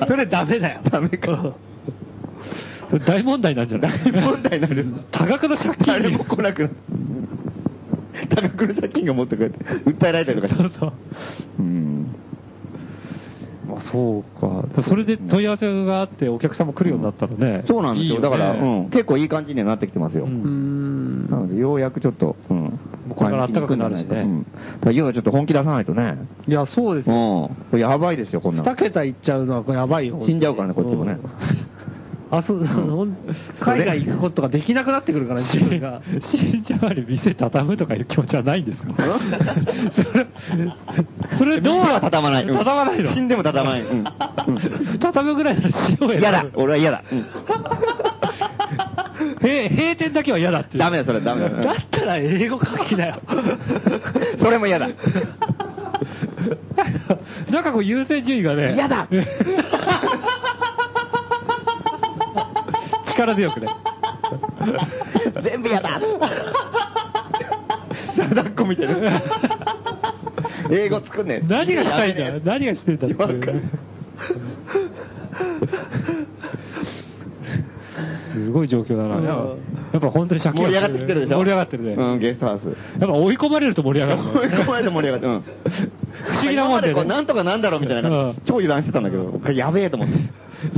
[SPEAKER 1] それダメだよ。
[SPEAKER 2] ダメか。
[SPEAKER 3] それ大問題なんじゃない
[SPEAKER 2] 大問題になる。
[SPEAKER 3] 多額の借金
[SPEAKER 2] 誰
[SPEAKER 3] に
[SPEAKER 2] も来なくなる。高倉借金が持ってくれて、訴えられたりとかして。
[SPEAKER 3] そうそう
[SPEAKER 2] うん。
[SPEAKER 3] まあそうか。それで問い合わせがあってお客さんも来るようになったらね。
[SPEAKER 2] そうなんですよ。
[SPEAKER 3] いいね
[SPEAKER 2] だから、うん、結構いい感じにはなってきてますよ。
[SPEAKER 3] うん
[SPEAKER 1] ん
[SPEAKER 2] なので、ようやくちょっと、うん。
[SPEAKER 3] うこれから暖かくなるしね
[SPEAKER 2] うんだからいよいよちょっと本気出さないとね。
[SPEAKER 1] いや、そうです
[SPEAKER 2] うん。
[SPEAKER 1] よ。
[SPEAKER 2] これやばいですよ、こんな
[SPEAKER 1] 2
[SPEAKER 2] の。
[SPEAKER 1] 桁いっちゃうのはこれやばいよ。
[SPEAKER 2] 死んじゃうからね、こっちもね。
[SPEAKER 1] あ、そう、あの海外行くことができなくなってくるから、自分が。
[SPEAKER 3] 信者割り店畳むとかいう気持ちはないんです かそれ、それどう
[SPEAKER 2] は畳まない。うん
[SPEAKER 3] 畳まないの
[SPEAKER 2] 死んでも畳まない。 うん
[SPEAKER 3] 畳むぐらいならしよう
[SPEAKER 2] うん。
[SPEAKER 3] や。
[SPEAKER 2] 嫌だ、俺は嫌だ。うん
[SPEAKER 3] へ閉店だけは嫌だっていう。
[SPEAKER 2] ダメだ、それはダメだ。
[SPEAKER 1] だったら英語書きなよ。
[SPEAKER 2] うんそれも嫌だ。
[SPEAKER 3] なんかこう優先順位がね。
[SPEAKER 2] 嫌だ
[SPEAKER 3] 力強くね。
[SPEAKER 2] 全部嫌だ。だっこみたいな。英語作んねえ。
[SPEAKER 3] 何がしたいんだ何がしてんだっていう
[SPEAKER 2] わかる
[SPEAKER 3] すごい状況だ
[SPEAKER 1] うん
[SPEAKER 3] な。やっぱやっぱ本当に借金
[SPEAKER 2] 盛
[SPEAKER 3] が
[SPEAKER 2] り上がってきてるでしょ
[SPEAKER 3] 盛り上がってるね。
[SPEAKER 2] うん、ゲストハウス。
[SPEAKER 3] やっぱ追い込まれると盛 り上が
[SPEAKER 2] 追い
[SPEAKER 3] るね。
[SPEAKER 2] 込まれて盛り上がって、うん。
[SPEAKER 3] 不思議なもんでね
[SPEAKER 2] 今まこうなんとかなんだろうみたいな
[SPEAKER 3] う
[SPEAKER 2] 感
[SPEAKER 3] ん
[SPEAKER 2] じ、超油断してたんだけど、これやべえと思って。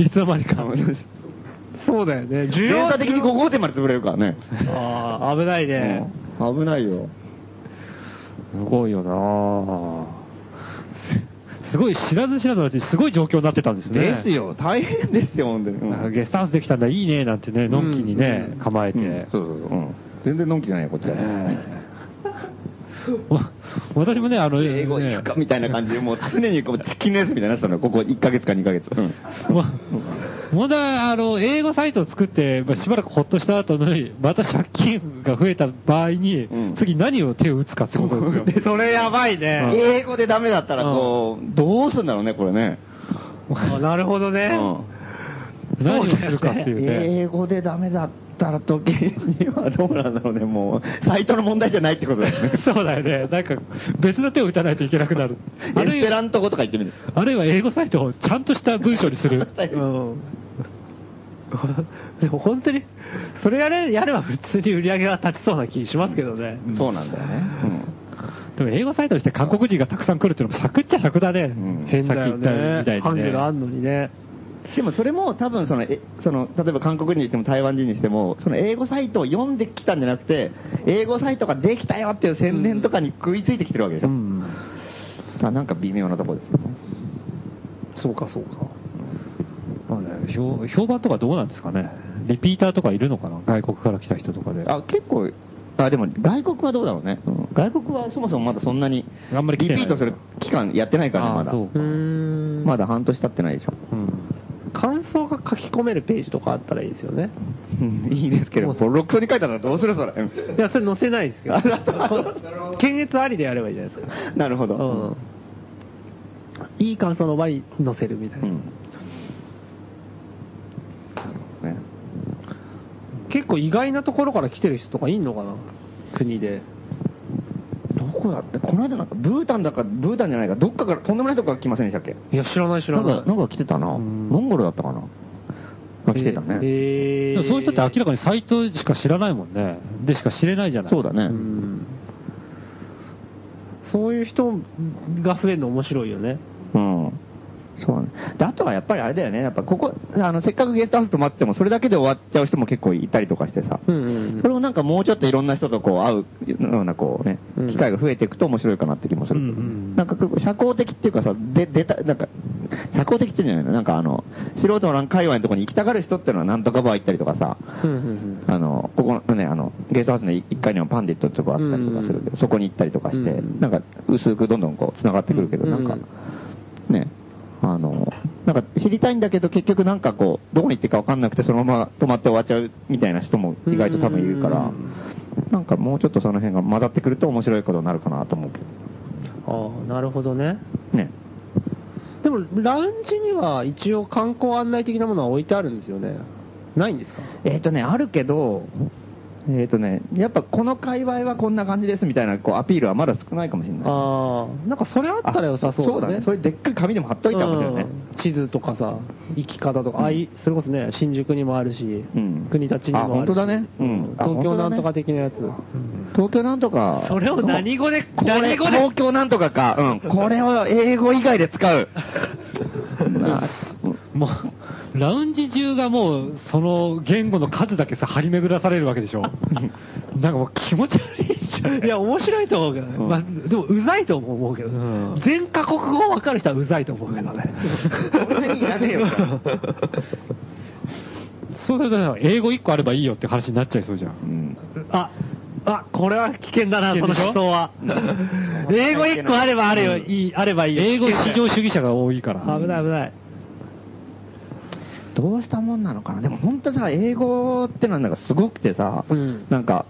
[SPEAKER 3] いつの間 にか。
[SPEAKER 1] そうだよね。需
[SPEAKER 2] 全
[SPEAKER 1] 要
[SPEAKER 2] 体的に5号店まで潰れるからね。
[SPEAKER 1] ああ、危ないね。
[SPEAKER 2] うん危ないよ。
[SPEAKER 3] すごいよなすすごい、知らず知らずのうちにすごい状況になってたんですね。
[SPEAKER 2] ですよ、大変ですよ、本当に。うん
[SPEAKER 3] なんかゲストハウスできたんだ、いいね、なんてね、のんきにね、
[SPEAKER 1] うん
[SPEAKER 3] 構えて。
[SPEAKER 2] うんそうそうそう。うん全然のんきじゃないよ、こっちは。
[SPEAKER 3] わ私もね、あの、
[SPEAKER 2] 英語
[SPEAKER 3] ね
[SPEAKER 2] 行くかみたいな感じで、もう常にこうチキンレースみたいになってたのよここ1ヶ月か2ヶ月。うん
[SPEAKER 3] ま問題は、あの、英語サイトを作って、まあしばらくほっとした後に、また借金が増えた場合に、
[SPEAKER 2] うん
[SPEAKER 3] 次何を手を打つかってことですよ。
[SPEAKER 1] それやばいね。
[SPEAKER 2] 英語でダメだったら、こう、どうすんだろうね、これね。
[SPEAKER 1] あなるほどね。
[SPEAKER 3] 何をするかって
[SPEAKER 2] うん
[SPEAKER 3] いうね。
[SPEAKER 2] 英語でダメだったら時にはどうなんだろうね、もう、サイトの問題じゃないってことだよ ね。
[SPEAKER 3] そうだよね。なんか、別の手を打たないといけなくなる。あ
[SPEAKER 2] エ
[SPEAKER 3] る
[SPEAKER 2] ス
[SPEAKER 3] い
[SPEAKER 2] ペ
[SPEAKER 3] は、
[SPEAKER 2] ラント語とか言ってみる。
[SPEAKER 3] あるいは英語サイトをちゃんとした文章にす
[SPEAKER 1] う
[SPEAKER 3] る。
[SPEAKER 1] ん。 でも本当に、それやれやれば普通に売り上げが立ちそうな気しますけどね。
[SPEAKER 2] そうなんだよね。
[SPEAKER 3] でも英語サイトにして韓国人がたくさん来るっていうのも100っちゃ100だね。
[SPEAKER 2] ん
[SPEAKER 1] 変だよ
[SPEAKER 3] さっき言った
[SPEAKER 1] ね。
[SPEAKER 3] みた
[SPEAKER 1] ハ
[SPEAKER 3] い
[SPEAKER 1] ン
[SPEAKER 3] に
[SPEAKER 1] グ
[SPEAKER 3] ね。
[SPEAKER 1] ルあんのにね。
[SPEAKER 2] うんでもそれも多分その、えその、例えば韓国人にしても台湾人にしても、その英語サイトを読んできたんじゃなくて、英語サイトができたよっていう宣伝とかに食いついてきてるわけでしょ。だからなんか微妙なとこですよね。
[SPEAKER 1] そうか、そうか。
[SPEAKER 3] まあね評評判とかどうなんですかね。リピーターとかいるのかな外国から来た人とかで。
[SPEAKER 2] あ結構あでも外国はどうだろうね、うん外国はそもそもまだそんなに
[SPEAKER 3] あんまり
[SPEAKER 2] リ
[SPEAKER 3] 来て
[SPEAKER 2] ピ
[SPEAKER 3] ない
[SPEAKER 2] ートする期間やってないからね
[SPEAKER 3] あ
[SPEAKER 2] まだ
[SPEAKER 3] そう
[SPEAKER 1] うーん。
[SPEAKER 2] まだ半年経ってないでしょ
[SPEAKER 3] うん
[SPEAKER 1] 感想が書き込めるページとかあったらいいですよね。
[SPEAKER 2] いいですけどボロクソに書いたらどうするそれうん
[SPEAKER 1] いや、それ載せないですけど
[SPEAKER 2] あなるほど。
[SPEAKER 1] 検閲ありでやればいいじゃないですか。
[SPEAKER 2] なるほど、
[SPEAKER 1] うん。いい感想の場に載せるみたいな。
[SPEAKER 2] うん。ね
[SPEAKER 1] 結構意外なところから来てる人とかいんのかな国で。
[SPEAKER 2] どこだって、この間なんか、ブータンだか、ブータンじゃないか、どっかから、とんでもないとこから来ませんでしたっけ
[SPEAKER 1] いや、知らない知
[SPEAKER 2] な
[SPEAKER 1] ら
[SPEAKER 2] ん
[SPEAKER 1] ない
[SPEAKER 2] か、。なんか来てたな。モ
[SPEAKER 1] ん
[SPEAKER 2] ンゴルだったかな。あ来てたね。
[SPEAKER 1] え
[SPEAKER 3] でもそういう人って明
[SPEAKER 1] か
[SPEAKER 3] らかにサイトしか知らないもんね。でしか知れないじゃない。
[SPEAKER 2] そうだね。
[SPEAKER 1] そういう人が増えるの面白いよね。
[SPEAKER 2] うん。そうね。で、あとはやっぱりあれだよね。やっぱここ、あの、せっかくゲストハウス泊まっても、それだけで終わっちゃう人も結構いたりとかしてさ。
[SPEAKER 1] うんうんうん
[SPEAKER 2] それをなんかもうちょっといろんな人とこう会うようなこうね
[SPEAKER 1] うん、
[SPEAKER 2] 機会が増えていくと面白いかなって気もする。
[SPEAKER 3] うんうん
[SPEAKER 2] なんか結構社交的っていうかさ、で、出た、なんか、社交的っていうんじゃないのなんかあの、素人の界隈のところに行きたがる人っていうのはなんとかバー行ったりとかさ、
[SPEAKER 1] うんうん
[SPEAKER 2] あの、ここのね、あの、ゲストハウスの1階にもパンディットってとこあったりとかするけど、
[SPEAKER 1] うん
[SPEAKER 2] そこに行ったりとかして、
[SPEAKER 1] うん
[SPEAKER 2] なんか薄くどんどんこう繋がってくるけど、
[SPEAKER 1] うん
[SPEAKER 2] なんか、ね、あの、なんか知りたいんだけど結局なんかこう、どこに行っていいかわかんなくてそのまま止まって終わっちゃうみたいな人も意外と多分いるか
[SPEAKER 1] う
[SPEAKER 2] ら
[SPEAKER 1] ん、
[SPEAKER 2] なんかもうちょっとその辺が混ざってくると面白いことになるかなと思うけど、
[SPEAKER 1] うん。ああ、なるほどね。
[SPEAKER 2] ね。
[SPEAKER 1] でも、ラウンジには一応観光案内的なものは置いてあるんですよね。ないんですか
[SPEAKER 2] えっ、とね、あるけど、えっ、とね、やっぱこの界隈はこんな感じですみたいなこうアピールはまだ少ないかもしれない。
[SPEAKER 1] ああ、なんかそれあったら良さそうだね。
[SPEAKER 2] そうだね。それでっかい紙でも貼っといたもんだよね。
[SPEAKER 1] うん地図とかさ、行き方とか、あいそれこそね、新宿にもあるし、
[SPEAKER 2] うん
[SPEAKER 1] 国立にもあるし
[SPEAKER 2] あ本当だねうんあ
[SPEAKER 1] 東京なんと
[SPEAKER 2] 本当だ
[SPEAKER 1] か
[SPEAKER 2] ね
[SPEAKER 1] 的なやつ。
[SPEAKER 2] 東京なんとか。
[SPEAKER 1] それを何語で、
[SPEAKER 2] これ、
[SPEAKER 1] 何語で
[SPEAKER 2] 東京なんとかか。うん。これを英語以外で 使う。な
[SPEAKER 3] もう、ラウンジ中がもう、その言語の数だけさ、張り巡らされるわけでしょ。なんかもう気持ち悪いじゃん。
[SPEAKER 1] いや、面白いと思うけどね。
[SPEAKER 2] うん
[SPEAKER 1] まあ、でも、うざいとも思うけど、
[SPEAKER 3] ん
[SPEAKER 1] 全カ国語わかる人はうざいと思うけどね。
[SPEAKER 2] そんなにいらねえよ。
[SPEAKER 3] そうするとさ、英語一個あればいいよって話になっちゃいそうじゃ。
[SPEAKER 2] うんん
[SPEAKER 1] あ、あ、これは危険だな、
[SPEAKER 3] 危
[SPEAKER 1] その
[SPEAKER 3] 険でしょ
[SPEAKER 1] 思想は。英語一個あればあれよ、いい、あればいいよ。
[SPEAKER 3] 英語至上主義者が多いから。
[SPEAKER 1] 危ない危ない。
[SPEAKER 2] どうしたもんなのかな。でも本当さ、英語ってのはなんかすごくてさ、
[SPEAKER 1] うん
[SPEAKER 2] なんか、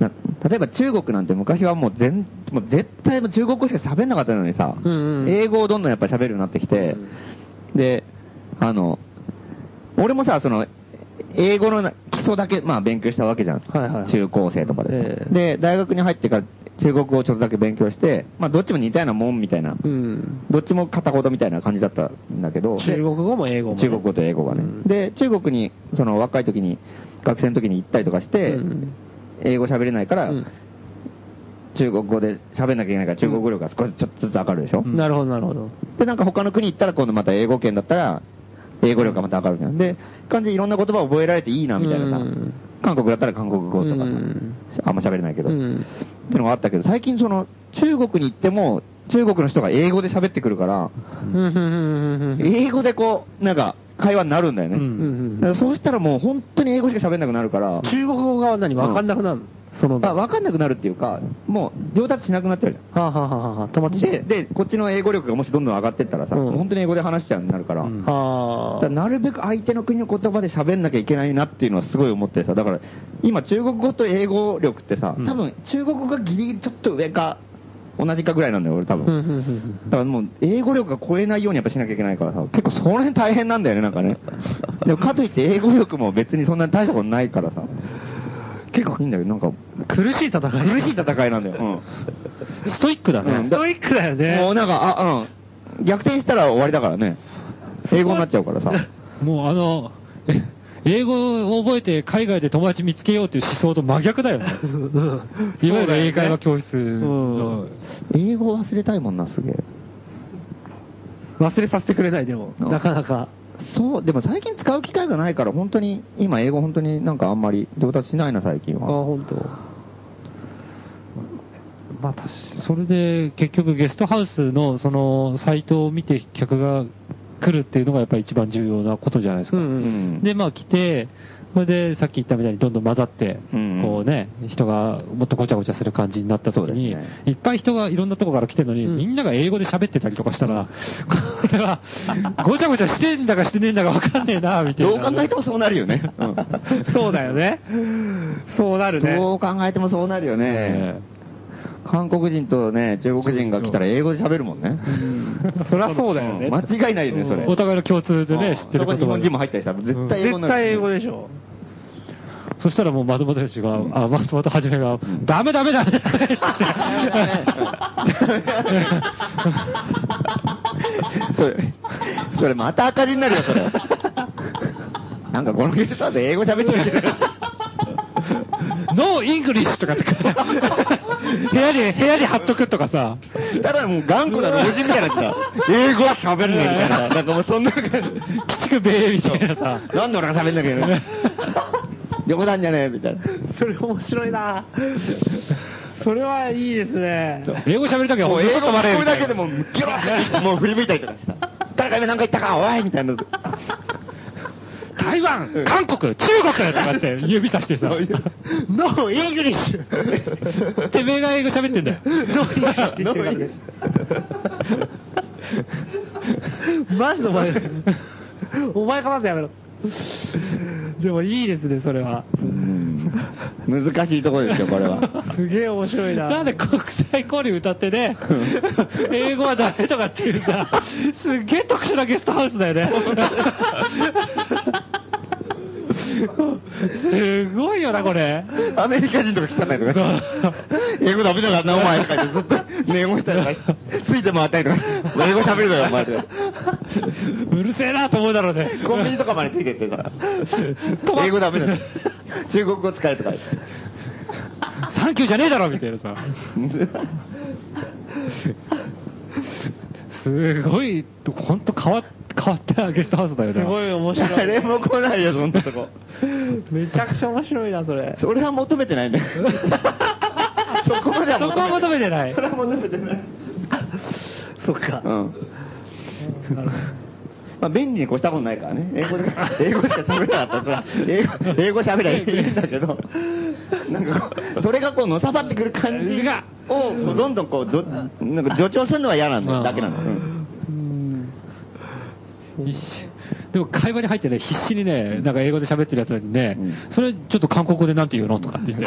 [SPEAKER 2] な例えば中国なんて昔はもう全、もう絶対もう中国語しか喋んなかったのにさ、
[SPEAKER 1] うんうん
[SPEAKER 2] 英語をどんどんやっぱり喋るようになってきて、で、あの、俺もさ、その、英語のな基礎だけ、まあ勉強したわけじゃん。
[SPEAKER 1] はいはい
[SPEAKER 2] 中高生とかで、
[SPEAKER 1] ええ
[SPEAKER 2] で、大学に入ってから中国語をちょっとだけ勉強して、まあどっちも似たようなもんみたいな、
[SPEAKER 1] うん。
[SPEAKER 2] どっちも片言みたいな感じだったんだけど、
[SPEAKER 1] 中国語も英語もね、
[SPEAKER 2] 中国語と英語がね。
[SPEAKER 1] うん
[SPEAKER 2] で、中国に、その若い時に、学生の時に行ったりとかして、
[SPEAKER 1] うん
[SPEAKER 2] 英語喋れないから、
[SPEAKER 1] うん
[SPEAKER 2] 中国語で喋んなきゃいけないから、中国語力が少しちょっとずつ上がるでしょ、
[SPEAKER 1] なるほど、なるほど。
[SPEAKER 2] で、なんか他の国行ったら、今度また英語圏だったら、英語力がまた上がるじゃん。で、感じいろんな言葉を覚えられていいな、みたいなさ、
[SPEAKER 1] うん
[SPEAKER 2] 韓国だったら韓国語とかさ、
[SPEAKER 1] うん
[SPEAKER 2] あんま喋れないけど、
[SPEAKER 1] う
[SPEAKER 2] っ
[SPEAKER 1] ん
[SPEAKER 2] ていうのがあったけど、最近その、中国に行っても、中国の人が英語で喋ってくるから、
[SPEAKER 1] うんうんうんうん
[SPEAKER 2] 英語でこう、なんか、会話になるんだよね。
[SPEAKER 3] う
[SPEAKER 1] うんうん
[SPEAKER 2] だからそうしたらもう本当に英語しか喋んなくなるから、
[SPEAKER 1] 中国語が何分かんなくなるの、その
[SPEAKER 2] あ分かんなくなるっていうか、もう上達しなくなっちゃうじゃん。
[SPEAKER 1] はあ、はあはあはあ、止まってしまう
[SPEAKER 2] で、で、こっちの英語力がもしどんどん上がってったらさ、
[SPEAKER 1] うん
[SPEAKER 2] もう本当に英語で話しちゃうようになるから、
[SPEAKER 3] うん
[SPEAKER 1] あ
[SPEAKER 2] だ
[SPEAKER 1] あ
[SPEAKER 2] からなるべく相手の国の言葉で喋んなきゃいけないなっていうのはすごい思ってさ、だから今中国語と英語力ってさ、
[SPEAKER 3] うん
[SPEAKER 2] 多分中国語がギリギリちょっと上か、同じかぐらいなんだよ、俺多
[SPEAKER 1] うんうん
[SPEAKER 2] 分。
[SPEAKER 1] うん
[SPEAKER 2] だからもう英語力が超えないようにやっぱしなきゃいけないからさ、結構その辺大変なんだよね、なんかね。でもかといって英語力も別にそんなに大したことないからさ、結構いいんだけど、なんか
[SPEAKER 1] 苦しい戦い。
[SPEAKER 2] 苦しい戦いなんだよ。
[SPEAKER 3] ストイックだ
[SPEAKER 2] う
[SPEAKER 3] ね
[SPEAKER 2] ん。
[SPEAKER 1] ストイックだよ
[SPEAKER 2] うん、も
[SPEAKER 1] ね
[SPEAKER 2] う。なんか、あ、うん。逆転したら終わりだからね。英語になっちゃうからさ。
[SPEAKER 3] もうあの、え英語を覚えて海外で友達見つけようっていう思想と真逆だ よね。いわゆる英会話教室の、
[SPEAKER 1] うん
[SPEAKER 2] 英語忘れたいもんな、すげえ。
[SPEAKER 1] 忘れさせてくれない、でも、
[SPEAKER 2] うん
[SPEAKER 1] なかなか。
[SPEAKER 2] そう、でも最近使う機会がないから、本当に、今英語本当になんかあんまり上達しないな、最近
[SPEAKER 1] ああ、
[SPEAKER 2] は。
[SPEAKER 1] 本当。
[SPEAKER 3] まあ、確かそれで結局ゲストハウスのそのサイトを見て客が来るっていうのがやっぱり一番重要なことじゃないですか。
[SPEAKER 1] うん
[SPEAKER 2] う
[SPEAKER 1] うん
[SPEAKER 2] ん。
[SPEAKER 3] で、まあ来て、それでさっき言ったみたいにどんどん混ざって、
[SPEAKER 2] うんうん
[SPEAKER 3] こうね、人がもっとごちゃごちゃする感じになった時に、
[SPEAKER 2] そうですね
[SPEAKER 3] いっぱい人がいろんなとこから来てるのに、
[SPEAKER 1] うん
[SPEAKER 3] みんなが英語で喋ってたりとかしたら、これは、ごちゃごちゃしてんだかしてねえんだかわかんねえな、みたいな。
[SPEAKER 2] どう考えてもそうなるよね。
[SPEAKER 1] そうだよね。そうなるね。
[SPEAKER 2] どう考えてもそうなるよね。
[SPEAKER 3] ええ
[SPEAKER 2] 韓国人とね、中国人が来たら英語で喋るもんね。
[SPEAKER 1] そりゃそうだよね。
[SPEAKER 2] うん間違いないよね、それ。
[SPEAKER 3] お互いの共通でね、知って
[SPEAKER 2] そ
[SPEAKER 3] る
[SPEAKER 2] こ
[SPEAKER 3] 言
[SPEAKER 2] に日本
[SPEAKER 3] 葉で
[SPEAKER 2] 人も入ったりしたら絶対英語
[SPEAKER 1] 絶
[SPEAKER 2] にな
[SPEAKER 1] 対英
[SPEAKER 2] る。
[SPEAKER 1] 語でしょ。
[SPEAKER 3] そしたらもう松本氏が、あ、松本はじめが、ダメダメダメダメ
[SPEAKER 2] それ、それまた赤字になるよ、それ。なんかこのゲストで英語喋ってるけど。
[SPEAKER 3] ノーイングリッシュとかって 書いてある部屋に、部屋に貼っとくとかさ。
[SPEAKER 2] ただもう頑固な老人みたいなやつだ。英語は喋るね、みたいな。なんかもうそんな感じ。
[SPEAKER 3] 鬼畜米みたいなさ。
[SPEAKER 2] なんで俺が喋んなきゃいけないの横なんじゃねえ、みたいな。
[SPEAKER 1] それ面白いな。 それはいいですね。
[SPEAKER 3] 英語喋るときは
[SPEAKER 2] もう英語
[SPEAKER 3] 止まれ
[SPEAKER 2] 聞こえ
[SPEAKER 3] るみた
[SPEAKER 2] だ
[SPEAKER 3] い
[SPEAKER 2] け
[SPEAKER 3] な
[SPEAKER 2] でもう、ギョロッもう振り向いたりとかした。誰か今なんか言ったか、おいみたいな。
[SPEAKER 3] 台湾、韓国、中国とかって指さ してさ。
[SPEAKER 2] ノー、イングリッ シュ
[SPEAKER 3] てめえが英語喋ってんだよ。
[SPEAKER 1] どういう話してるからです。マジでお前、お前がまずやめろ。でもいいですね、それは。
[SPEAKER 2] 難しいところですよ、これは。
[SPEAKER 1] すげえ面白いな。
[SPEAKER 3] なんで国際交流歌っ てね、英語はダメとかっていうさ、すっげえ特殊なゲストハウスだよね。すごいよな、これ。
[SPEAKER 2] アメリカ人とか汚いとか。英語ダメだからな、お前とか言ってずっと念をしたりとか、ついて回ったりとか、英語喋るだよ、お前とか。
[SPEAKER 3] うるせえなと思うだろうね。
[SPEAKER 2] コンビニとかまでついてってさ。英語ダメだ よ。中国語使えとか。
[SPEAKER 3] サンキューじゃねえだろ、みたいなさ。すごい、ほんと変わっ変わったゲストハウスだよね。
[SPEAKER 1] すごい面白い。
[SPEAKER 2] 誰も来ないよ、そんなとこ。
[SPEAKER 1] めちゃくちゃ面白いな、それ。
[SPEAKER 2] それは求めてないんだよ。 そこまでは
[SPEAKER 3] そこは求め
[SPEAKER 2] ない。
[SPEAKER 3] てない
[SPEAKER 2] そ。れは求めてない。
[SPEAKER 1] そっか
[SPEAKER 2] う。ん。まあ、便利に越したことないからね。英 語で、英語しか喋れなかったら、それは英語、英語喋りゃいいんだけど、なんかこう、それがこう、のさばってくる感じが、を、こうどんどんこう、ど、なんか助長するのは嫌なんだ
[SPEAKER 3] う
[SPEAKER 2] よ、
[SPEAKER 3] ん
[SPEAKER 2] だけなの。うん
[SPEAKER 3] 必死でも会話に入ってね、必死にね、なんか英語で喋ってるやつらにね、
[SPEAKER 2] うん
[SPEAKER 3] それちょっと韓国語でなんて言うのとかっ て言って、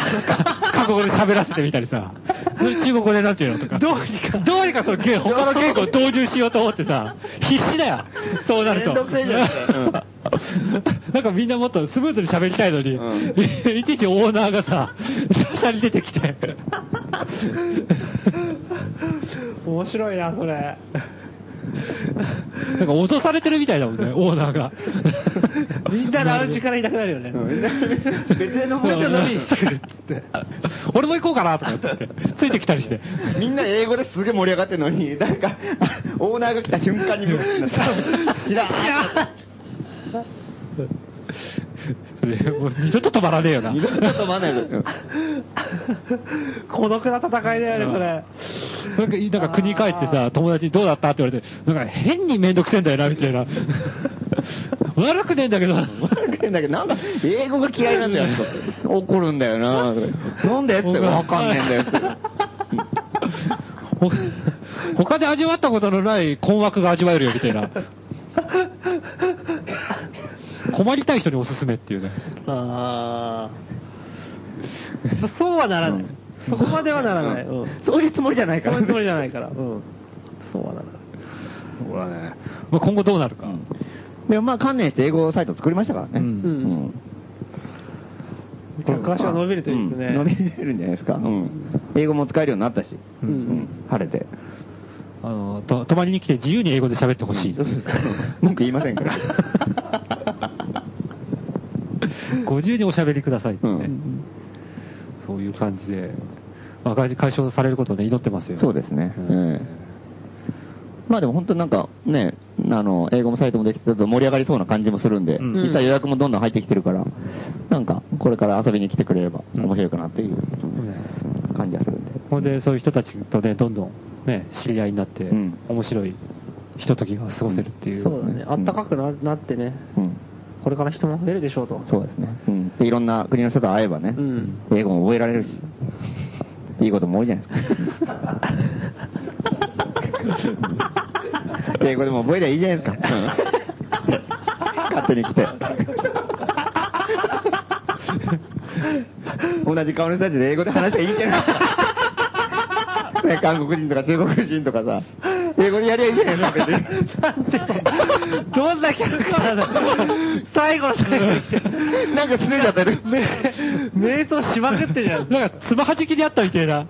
[SPEAKER 3] 韓国語で喋らせてみたりさ、それ中国語でなんて言うのとか。どうにか。どうにかその言語他の言語を導入しようと思ってさ、必死だよ。そうなると。
[SPEAKER 2] めんどくせえじゃんそれうん
[SPEAKER 3] なんかみんなもっとスムーズに喋りたいのに、いちいちオーナーがさ、ささに出てきて。
[SPEAKER 1] 面白いな、それ。
[SPEAKER 3] なんか脅されてるみたいだもんね、オーナー が。
[SPEAKER 1] みんなラウンジからいなくなるよね。
[SPEAKER 2] 別の
[SPEAKER 3] 俺
[SPEAKER 2] 方じゃない。
[SPEAKER 3] 俺も行こうかなとか言って、ついてきたりして。
[SPEAKER 2] みんな英語ですげえ盛り上がってるのに、誰か、オーナーが来た瞬間に無口に なった。知らん。
[SPEAKER 3] もう二度と止まらねえよな
[SPEAKER 2] 二。度とちょっと待 んないで。
[SPEAKER 1] 孤独な戦いだよね、それ。
[SPEAKER 3] なんか、なんか国帰ってさ、友達にどうだったって言われて、なんか変にめんどくせえんだよな、みたいな。悪くねえんだけど、
[SPEAKER 2] だけど、なんか、英語が嫌いなんだよ、怒るんだよな。なんでって、わかんねえんだよって。
[SPEAKER 3] ほ他で味わったことのない困惑が味わえるよ、みたいな。困りたい人におすすめっていうね。
[SPEAKER 1] ああ。そうはならない。そこまではならない。うん。
[SPEAKER 2] そういうつもりじゃないか
[SPEAKER 1] そう
[SPEAKER 2] ら。
[SPEAKER 1] いうつもりじゃないから。うん。そうはならない。
[SPEAKER 2] 俺はね。
[SPEAKER 3] まあ、今後どうなるか。
[SPEAKER 2] でもまあ、観念して英語サイト作りましたからね。
[SPEAKER 3] うん
[SPEAKER 1] 昔は伸びるといいです
[SPEAKER 2] うん伸び
[SPEAKER 1] ね。
[SPEAKER 2] るんじゃないですか。うん英語も使えるようになったし。
[SPEAKER 1] う。
[SPEAKER 2] うんん晴れて。
[SPEAKER 3] あの、と泊まりに来て自由に英語で喋ってほしい。
[SPEAKER 2] 文句言いませんから。
[SPEAKER 3] ご自由におしゃべりくださいってね、
[SPEAKER 2] うん
[SPEAKER 3] そういう感じで、まあ、解解消されることを、ね、祈ってますよ。
[SPEAKER 2] そうですね。
[SPEAKER 3] ん
[SPEAKER 2] ええまあでも本当なんかね、あの、英語もサイトもできて、ちょっと盛り上がりそうな感じもするんで、
[SPEAKER 3] うん
[SPEAKER 2] 実際予約もどんどん入ってきてるから、なんか、これから遊びに来てくれれば
[SPEAKER 3] うん
[SPEAKER 2] 面白いかなっていう
[SPEAKER 3] うん
[SPEAKER 2] 感じはするんで。
[SPEAKER 3] ほんで、そういう人たちとね、どんどん、ね、知り合いになって、
[SPEAKER 2] うん
[SPEAKER 3] 面白いひとときが過ごせるっていう。
[SPEAKER 1] そうだね。あったかくななってね。
[SPEAKER 2] うん。
[SPEAKER 1] これから人も増えるでしょうと。
[SPEAKER 2] そうですね。うん。で、いろんな国の人と会えばね、
[SPEAKER 1] うん。
[SPEAKER 2] 英語も覚えられるし、いいことも多いじゃないです か。英語でも覚えりゃいいじゃないですか。勝手に来て。同じ顔の人たちで英語で話していいんじゃないね、韓国人とか中国人とかさ、英語でやりゃいいじゃないですか、別に
[SPEAKER 1] どんなキャラクターだ最後の最後に来て、
[SPEAKER 2] なんかすねちゃったり。
[SPEAKER 1] 瞑想しまくってるじゃん。
[SPEAKER 3] なんか、つまはじきであったみたい な。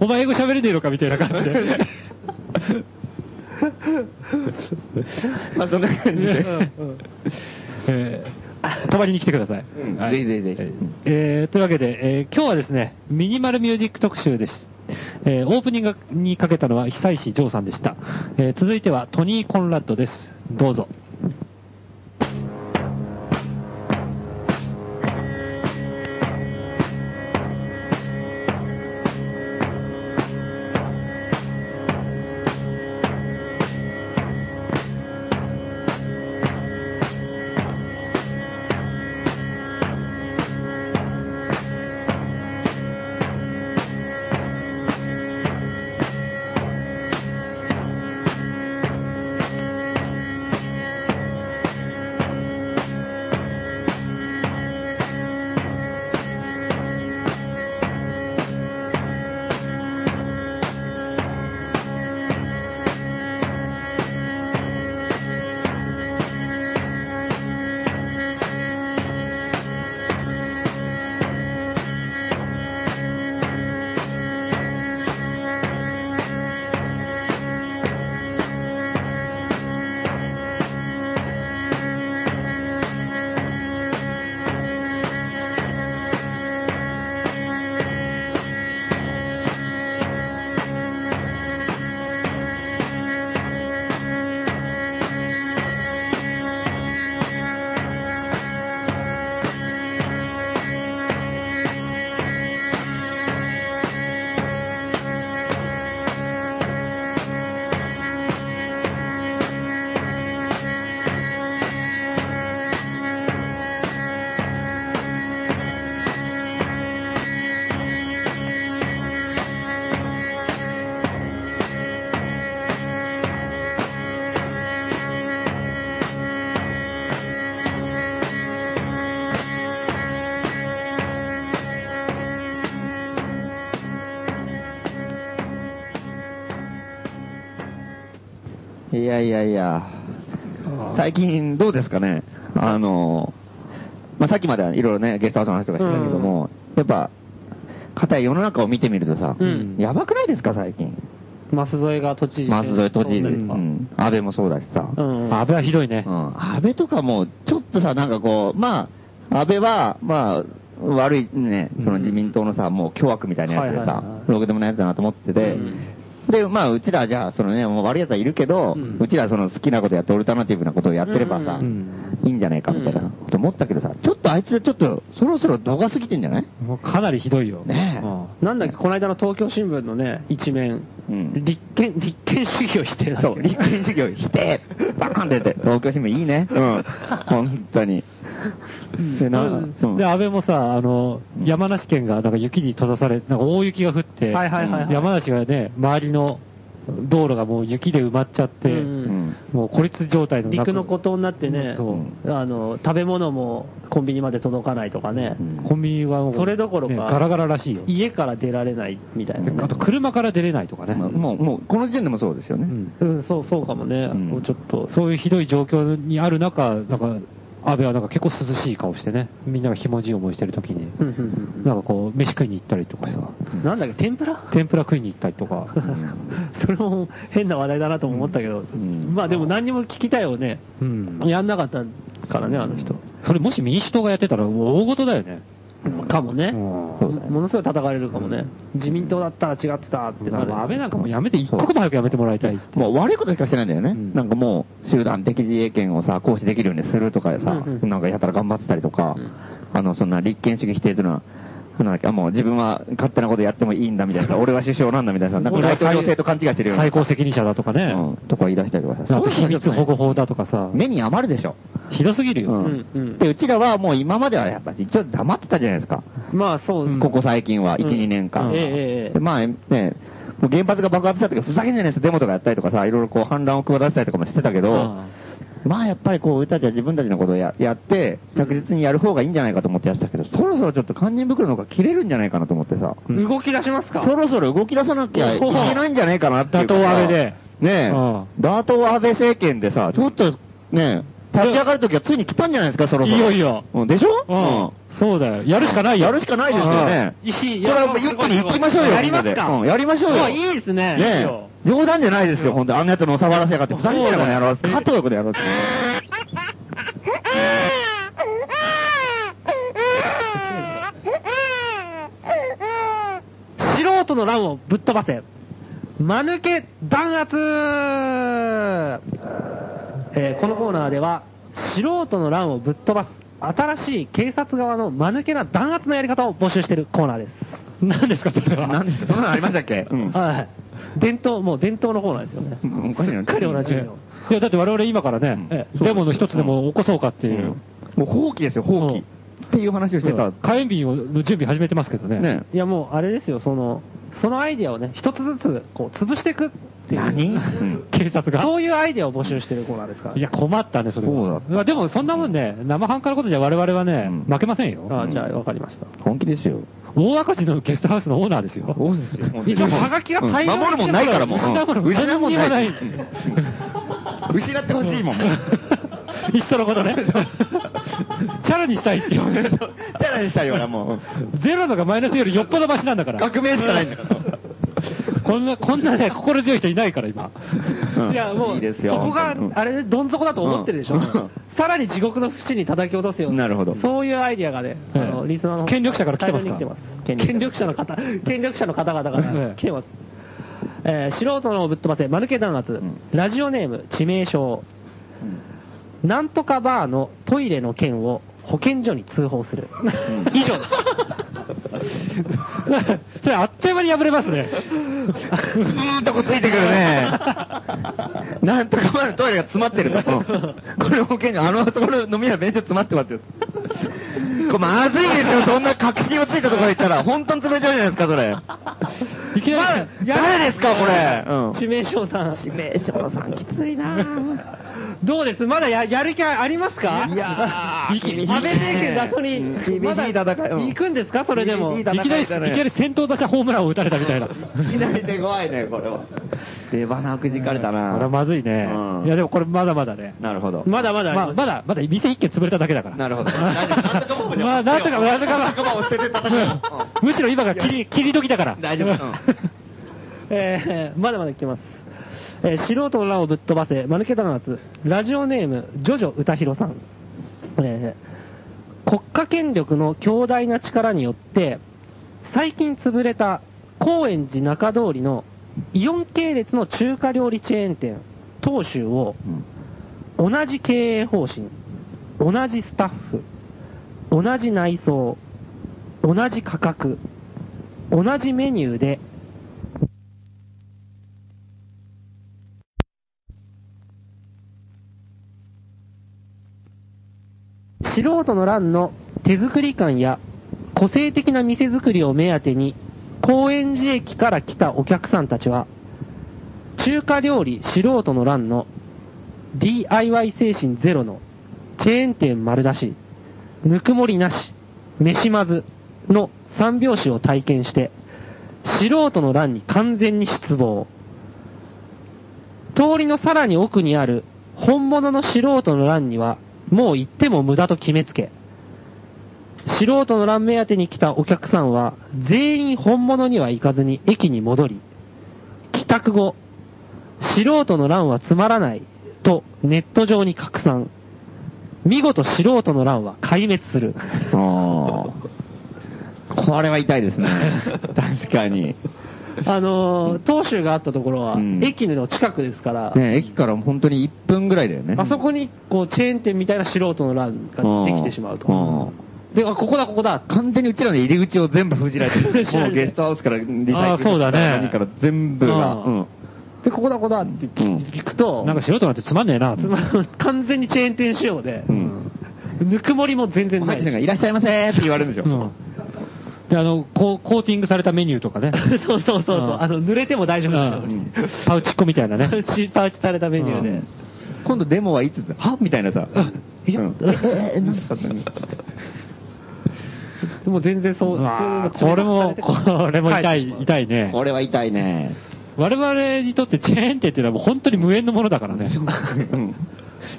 [SPEAKER 3] お前英語喋れねえのかみたいな感じで。
[SPEAKER 2] まあ、そんな感じで。
[SPEAKER 3] えー泊まりに来てください。
[SPEAKER 2] うん
[SPEAKER 3] はい
[SPEAKER 2] ぜひぜひぜひ
[SPEAKER 3] はいえーというわけで、えー今日はですね、ミニマルミュージック特集です。えーオープニングにかけたのは久石譲さんでした。えー続いてはトニー・コンラッドです。どうぞ。
[SPEAKER 2] いやいやいや、最近どうですかね、あの、まあ、さっきまではいろいろね、ゲストハウスの話とかしてたけども、やっぱ、かたや世の中を見てみるとさ、
[SPEAKER 1] うん
[SPEAKER 2] やばくないですか、最近。
[SPEAKER 1] マス添えが都知事。
[SPEAKER 2] マス添え都知事、う
[SPEAKER 1] うん
[SPEAKER 2] ん、安倍もそうだしさ、
[SPEAKER 1] う
[SPEAKER 2] うん
[SPEAKER 1] ん。
[SPEAKER 3] あ、危はひどいね。
[SPEAKER 2] 安倍とかも、ちょっとさ、なんかこう、まあ、安倍は、まあ、悪いね、その自民党のさ、もう凶悪みたいなやつで
[SPEAKER 1] はいはいは
[SPEAKER 2] さ
[SPEAKER 1] い、
[SPEAKER 2] ろくでもないやつだなと思ってて、で、まあ、うちらじゃあ、そのね、もう悪い奴はいるけど、
[SPEAKER 1] う
[SPEAKER 2] うんちらその好きなことやって、オルタナティブなことをやってればさ、
[SPEAKER 3] うん
[SPEAKER 2] いいんじゃないかみたいなこと思ったけどさ、ちょっとあいつ、ちょっと、そろそろ度が過ぎてんじゃない
[SPEAKER 3] もうかなりひどいよ。
[SPEAKER 2] ねえ
[SPEAKER 3] うん
[SPEAKER 1] なんだっけ、この間の東京新聞のね、一面、
[SPEAKER 2] うん
[SPEAKER 1] 立憲、立憲主義を否定だっけ
[SPEAKER 2] そう、立憲事業否定バーンって出て、東京新聞いいね。うん。本当に。で、な、うん
[SPEAKER 3] で、安倍もさ、あの、
[SPEAKER 2] うん
[SPEAKER 3] 山梨県がなんか雪に閉ざされ、なんか大雪が降って、
[SPEAKER 1] はいはいはいはい
[SPEAKER 3] 山梨がね、周りの道路がもう雪で埋まっちゃって、
[SPEAKER 1] うん
[SPEAKER 2] うん
[SPEAKER 3] もう孤立状態の中
[SPEAKER 1] 陸の孤島になってね、
[SPEAKER 3] そう
[SPEAKER 1] あの、食べ物もコンビニまで届かないとかね、
[SPEAKER 2] うん
[SPEAKER 3] コンビニはもう
[SPEAKER 1] それどころか
[SPEAKER 3] ねガラガラらしいよ。
[SPEAKER 1] 家から出られないみたいなね
[SPEAKER 3] あと車から出れないとかね。
[SPEAKER 2] まあもう、もう、この時点でもそうですよね。
[SPEAKER 3] うん
[SPEAKER 1] うん、そう、そうかもね、
[SPEAKER 2] うん
[SPEAKER 1] もうちょっと、
[SPEAKER 3] そういうひどい状況にある中、なんか、安倍はなんか結構涼しい顔してね、みんながひもじい思いしてる時に、
[SPEAKER 1] うんうんうん
[SPEAKER 3] なんかこう、飯食いに行ったりとかさ、
[SPEAKER 1] なんだっけ、天ぷら
[SPEAKER 3] 天ぷら食いに行ったりとか、
[SPEAKER 1] それも変な話題だなとも思ったけど、
[SPEAKER 2] ん
[SPEAKER 1] まあでも何にも聞きたいをね、
[SPEAKER 3] うん
[SPEAKER 1] やんなかったからね、あの人。
[SPEAKER 3] それもし民主党がやってたら、もう大事だよね。
[SPEAKER 1] かもね、
[SPEAKER 3] うん
[SPEAKER 2] そうだね
[SPEAKER 1] ものすごい叩かれるかもね、自民党だったら違ってたってな
[SPEAKER 3] だか
[SPEAKER 1] る。
[SPEAKER 3] ら安倍なんかもうやめて、一刻も早くやめてもらいたい。
[SPEAKER 2] もう悪いことしかしてないんだよね。
[SPEAKER 3] ん
[SPEAKER 2] なんかもう、集団的自衛権をさ、行使できるようにするとかさ、
[SPEAKER 1] うんうん
[SPEAKER 2] なんかやたら頑張ってたりとか、
[SPEAKER 1] うん
[SPEAKER 2] あの、そんな立憲主義否定というのは、なんだっけ、あもう自分は勝手なことやってもいいんだみたいな、俺は首相なんだみたいな、なんか
[SPEAKER 3] 俺は
[SPEAKER 2] 大統領制と勘違いしてるような
[SPEAKER 3] 最高責任者だとかね、
[SPEAKER 2] うん、とか言い出したりとか
[SPEAKER 3] あと秘密保護
[SPEAKER 2] 法。
[SPEAKER 3] 法だとかさ、
[SPEAKER 2] 目に余るでしょ。
[SPEAKER 3] ひどすぎる
[SPEAKER 2] う
[SPEAKER 3] よ。
[SPEAKER 1] んうん
[SPEAKER 2] ん。で、うちらはもう今まではやっぱ一応黙ってたじゃないですか。
[SPEAKER 1] まあそう、
[SPEAKER 2] ここ最近は、
[SPEAKER 1] うん
[SPEAKER 2] 1、2年間。
[SPEAKER 1] ええええ
[SPEAKER 2] でまあ、ね、もう原発が爆発した時はふざけんじゃないですデモとかやったりとかさ、いろいろこう反乱を企てたりとかもしてたけど、
[SPEAKER 3] うん
[SPEAKER 2] まあやっぱりこう、俺たちは自分たちのことをややって、着実にやる方がいいんじゃないかと思ってやってたけど、そろそろちょっと堪忍袋の方が切れるんじゃないかなと思ってさ、
[SPEAKER 1] 動き出しますか
[SPEAKER 2] そろそろ動き出さなきゃいけないんじゃないかなっていうか
[SPEAKER 3] 打
[SPEAKER 2] さ。
[SPEAKER 3] 倒安倍で
[SPEAKER 2] ねえ、
[SPEAKER 3] う
[SPEAKER 2] 打倒安倍政権でさ、ちょっとねえ、立ち上がるときはついに来たんじゃないですか、そろそろ。
[SPEAKER 3] いよいよ
[SPEAKER 2] うんでしょ
[SPEAKER 3] うん。そうだよ。やるしかないよ。
[SPEAKER 2] やるしかないですよね。
[SPEAKER 1] うん石井
[SPEAKER 2] これはもうゆっくり行きましょうよ。
[SPEAKER 1] やりますか
[SPEAKER 2] みんなでうんやりましょうよ。
[SPEAKER 1] いいですねいい
[SPEAKER 2] ね
[SPEAKER 1] よ
[SPEAKER 2] え。冗談じゃないですよ、ほんと。あんなやつのおさばらせやがって。ふざけてるこの野郎。加藤この野郎って。
[SPEAKER 1] 素人の乱をぶっ飛ばせ。間抜け弾圧、えーこのコーナーでは、素人の乱をぶっ飛ばす、新しい警察側の間抜けな弾圧のやり方を募集しているコーナーです。
[SPEAKER 3] 何ですか、それは。
[SPEAKER 2] なんで、そんなのありましたっけうん。
[SPEAKER 1] はい。伝統、もう伝統のコーナーですよね。
[SPEAKER 2] うんおかしいな。
[SPEAKER 1] すっかり同じよう
[SPEAKER 3] いや、だって我々今から
[SPEAKER 2] うん
[SPEAKER 3] ね、
[SPEAKER 2] そう
[SPEAKER 3] デモの一つでも起こそうかっていう。
[SPEAKER 2] もう放棄ですよ、放
[SPEAKER 3] う
[SPEAKER 2] 棄
[SPEAKER 3] ん。
[SPEAKER 2] っていう話をしてた。
[SPEAKER 3] 火炎瓶をの準備始めてますけどね。
[SPEAKER 2] ね
[SPEAKER 1] いやもうあれですよ、その、そのアイディアをね、一つずつこう潰していくっていう。
[SPEAKER 2] 何うん
[SPEAKER 3] 警察が。
[SPEAKER 1] そういうアイディアを募集してるコーナーですから。
[SPEAKER 3] いや、困ったね、それは
[SPEAKER 2] そうだった
[SPEAKER 3] まあでも、そんなもんね、生半可なことじゃ我々はね、
[SPEAKER 2] うん
[SPEAKER 3] 負けませんよ。
[SPEAKER 1] あじゃあ分かりました。
[SPEAKER 2] 本気ですよ。
[SPEAKER 3] 大赤字のゲストハウスのオーナーですよ。
[SPEAKER 2] そうですよ。
[SPEAKER 3] 一応ハガキが大量
[SPEAKER 2] うん
[SPEAKER 3] に
[SPEAKER 2] 守るもんないからもう。
[SPEAKER 3] 失うもの
[SPEAKER 2] うん失うもんな
[SPEAKER 3] 何
[SPEAKER 2] い
[SPEAKER 3] にもない。
[SPEAKER 2] うん失ってほしいもん、もう。
[SPEAKER 3] いっそのことね。 チャラにしたいってい
[SPEAKER 2] チ
[SPEAKER 3] う。
[SPEAKER 2] ャラにしたいよな、もう。
[SPEAKER 3] ゼロのがマイナスよりよっぽどマシなんだから。
[SPEAKER 2] 革命しかないんだから。
[SPEAKER 3] こんな、こんなね、心強い人いないから、今。
[SPEAKER 2] うん
[SPEAKER 1] いや、もう、
[SPEAKER 2] いいです
[SPEAKER 1] そ
[SPEAKER 2] よ
[SPEAKER 1] こが
[SPEAKER 2] う、ん
[SPEAKER 1] あれでどん底だと思ってるでしょ、
[SPEAKER 2] うん
[SPEAKER 1] さらに地獄の淵に叩き落とすよう
[SPEAKER 2] なるほど
[SPEAKER 1] そういうアイディアがね、あの
[SPEAKER 3] ええ
[SPEAKER 1] リスナーの
[SPEAKER 3] 権力者から来てますか
[SPEAKER 1] 大量に権力者の方、権力者の方々か
[SPEAKER 3] え
[SPEAKER 1] ら
[SPEAKER 3] え
[SPEAKER 1] 来てます。えー素人のぶっ飛ばせ、マルケ弾圧、
[SPEAKER 2] ん
[SPEAKER 1] ラジオネーム、致命傷、
[SPEAKER 2] うん
[SPEAKER 1] なんとかバーのトイレの件を保健所に通報する。以 上です。
[SPEAKER 3] それあっという間に破れますね。
[SPEAKER 2] うーんとこついてくるね。 なんとかまだトイレが詰まってると。これ保険にあのところ飲み屋弁所詰まってますよ。これまずいですよ、そんな確信をついたところ行ったら。本当に潰れちゃうじゃないですか、それ。
[SPEAKER 3] いきなり。
[SPEAKER 2] 誰ですか、これ。
[SPEAKER 1] 致命傷さん。
[SPEAKER 2] 名称さんきついな
[SPEAKER 1] どうですまだややる気ありますか
[SPEAKER 2] いやー厳しいね
[SPEAKER 1] 安倍政権だとに、
[SPEAKER 2] 厳しい
[SPEAKER 1] まだ
[SPEAKER 2] 戦いうん
[SPEAKER 1] 行くんですかそれでも。
[SPEAKER 2] 厳
[SPEAKER 1] い
[SPEAKER 2] しい戦
[SPEAKER 3] いきなり、いき
[SPEAKER 2] だ
[SPEAKER 3] な
[SPEAKER 2] ね
[SPEAKER 3] り先頭打者ホームランを打たれたみたいな。
[SPEAKER 2] いきなり手強いね、これは。出花くじかれた
[SPEAKER 3] これは
[SPEAKER 2] な
[SPEAKER 3] まずいね
[SPEAKER 2] う。ん
[SPEAKER 3] いや、でもこれまだまだね。
[SPEAKER 2] なるほど。
[SPEAKER 1] まだまだあり
[SPEAKER 3] まあ
[SPEAKER 1] ます、
[SPEAKER 3] まだ、まだ店一軒潰れただけだから。
[SPEAKER 2] なるほど。
[SPEAKER 3] まあ、なんとか、なんとか、
[SPEAKER 2] なんとかを捨てて戦う。
[SPEAKER 3] むしろ今が切り、切り時だから。
[SPEAKER 2] 大丈夫うん
[SPEAKER 1] えーま だまだ行きます。えー素人の乱をぶっ飛ばせ、間抜けたの夏、ラジオネーム、ジョジョ歌広さん。えー国家権力の強大な力によって、最近潰れた高円寺中通りのイオン系列の中華料理チェーン店、東州を、
[SPEAKER 2] うん
[SPEAKER 1] 同じ経営方針、同じスタッフ、同じ内装、同じ価格、同じメニューで、素人の欄の手作り感や個性的な店作りを目当てに、高円寺駅から来たお客さんたちは、中華料理素人の欄の DIY 精神ゼロのチェーン店丸出し、ぬくもりなし、飯まずの三拍子を体験して、素人の欄に完全に失望。通りのさらに奥にある本物の素人の欄には、もう行っても無駄と決めつけ、素人の欄目当てに来たお客さんは、全員本物には行かずに駅に戻り、帰宅後、素人の乱はつまらないとネット上に拡散。見事素人の乱は壊滅する。
[SPEAKER 2] ああ。これは痛いですね。 確かに。
[SPEAKER 1] あのー、東州があったところは、
[SPEAKER 2] うん
[SPEAKER 1] 駅の近くですから、
[SPEAKER 2] ね駅から本当に1分ぐらいだよね。
[SPEAKER 1] あそこにこうチェーン店みたいな素人の乱ができてしまうと。
[SPEAKER 2] んん
[SPEAKER 1] で、あここだ、ここだ。
[SPEAKER 2] 完全にうちらの入り口を全部封じられて
[SPEAKER 1] 封
[SPEAKER 2] る。
[SPEAKER 1] じら
[SPEAKER 2] も
[SPEAKER 1] れてる
[SPEAKER 2] うゲストハウスからリサイクル
[SPEAKER 3] あーそうだね
[SPEAKER 2] から何から全部が。
[SPEAKER 1] う
[SPEAKER 2] うんん
[SPEAKER 1] で、ここだ、ここだって聞聞くと、
[SPEAKER 3] なんか素人なんてつまんねえな。
[SPEAKER 1] つま 完全にチェーン店仕様で、
[SPEAKER 2] うん
[SPEAKER 1] ぬくもりも全然な
[SPEAKER 2] 入っ
[SPEAKER 1] い
[SPEAKER 2] てき。たのがいらっしゃいませーって言われるんでし
[SPEAKER 3] う
[SPEAKER 2] ょ。
[SPEAKER 3] ん。で、あの、コーコーティングされたメニューとかね。
[SPEAKER 1] そうそうそうそう
[SPEAKER 3] うん
[SPEAKER 1] あの、濡れても大丈
[SPEAKER 3] う
[SPEAKER 1] 夫ですよ。
[SPEAKER 3] んパウチっ子みたいなね。
[SPEAKER 1] パウチ、パウチされたメニューで。
[SPEAKER 3] うん
[SPEAKER 2] 今度デモはいつはみたいなさ。
[SPEAKER 1] いや
[SPEAKER 2] うんえ、え、え、なんすかって
[SPEAKER 1] でも全然そう、
[SPEAKER 3] うわー
[SPEAKER 1] そうい
[SPEAKER 3] こ
[SPEAKER 1] う
[SPEAKER 3] れ
[SPEAKER 1] の
[SPEAKER 3] も、
[SPEAKER 1] が連れて
[SPEAKER 3] これも痛い、痛いね。
[SPEAKER 2] これは痛いね。
[SPEAKER 3] 我々にとってチェーン店っていうのはもう本当に無縁のものだからね。
[SPEAKER 2] うん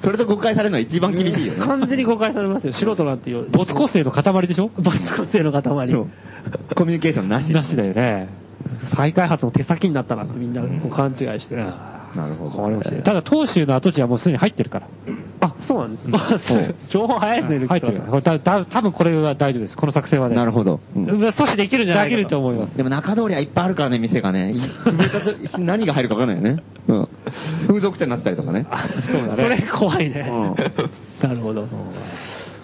[SPEAKER 2] それと誤解されるのは一番厳しいよね。
[SPEAKER 1] 完全に誤解されますよ。素人なんていう。
[SPEAKER 3] 没個性の塊でしょ
[SPEAKER 1] 没個性の塊。
[SPEAKER 2] そうコミュニケーションなし。
[SPEAKER 3] なしだよね。
[SPEAKER 1] 再開発の手先になったなみんなこう勘違いして。
[SPEAKER 2] なるほど。
[SPEAKER 3] わかりましたただ、東州の跡地はもうすでに入ってるから。
[SPEAKER 1] あ、そうなんですね
[SPEAKER 2] うん。
[SPEAKER 1] 情報早いですね、ルキ
[SPEAKER 3] 入っ
[SPEAKER 1] さ
[SPEAKER 3] てるから。これだだ多分これは大丈夫です。この作戦はね。
[SPEAKER 2] なるほど。うん
[SPEAKER 1] ん。阻止できるんじゃない
[SPEAKER 3] で
[SPEAKER 1] か
[SPEAKER 3] きると思います。
[SPEAKER 2] でも中通りはいっぱいあるからね、店 がね。潰れたと何が入るかわかんないよね。うん。風俗店になってたりとかね。
[SPEAKER 1] そうだね。それ怖いね
[SPEAKER 2] うん。
[SPEAKER 1] なるほど。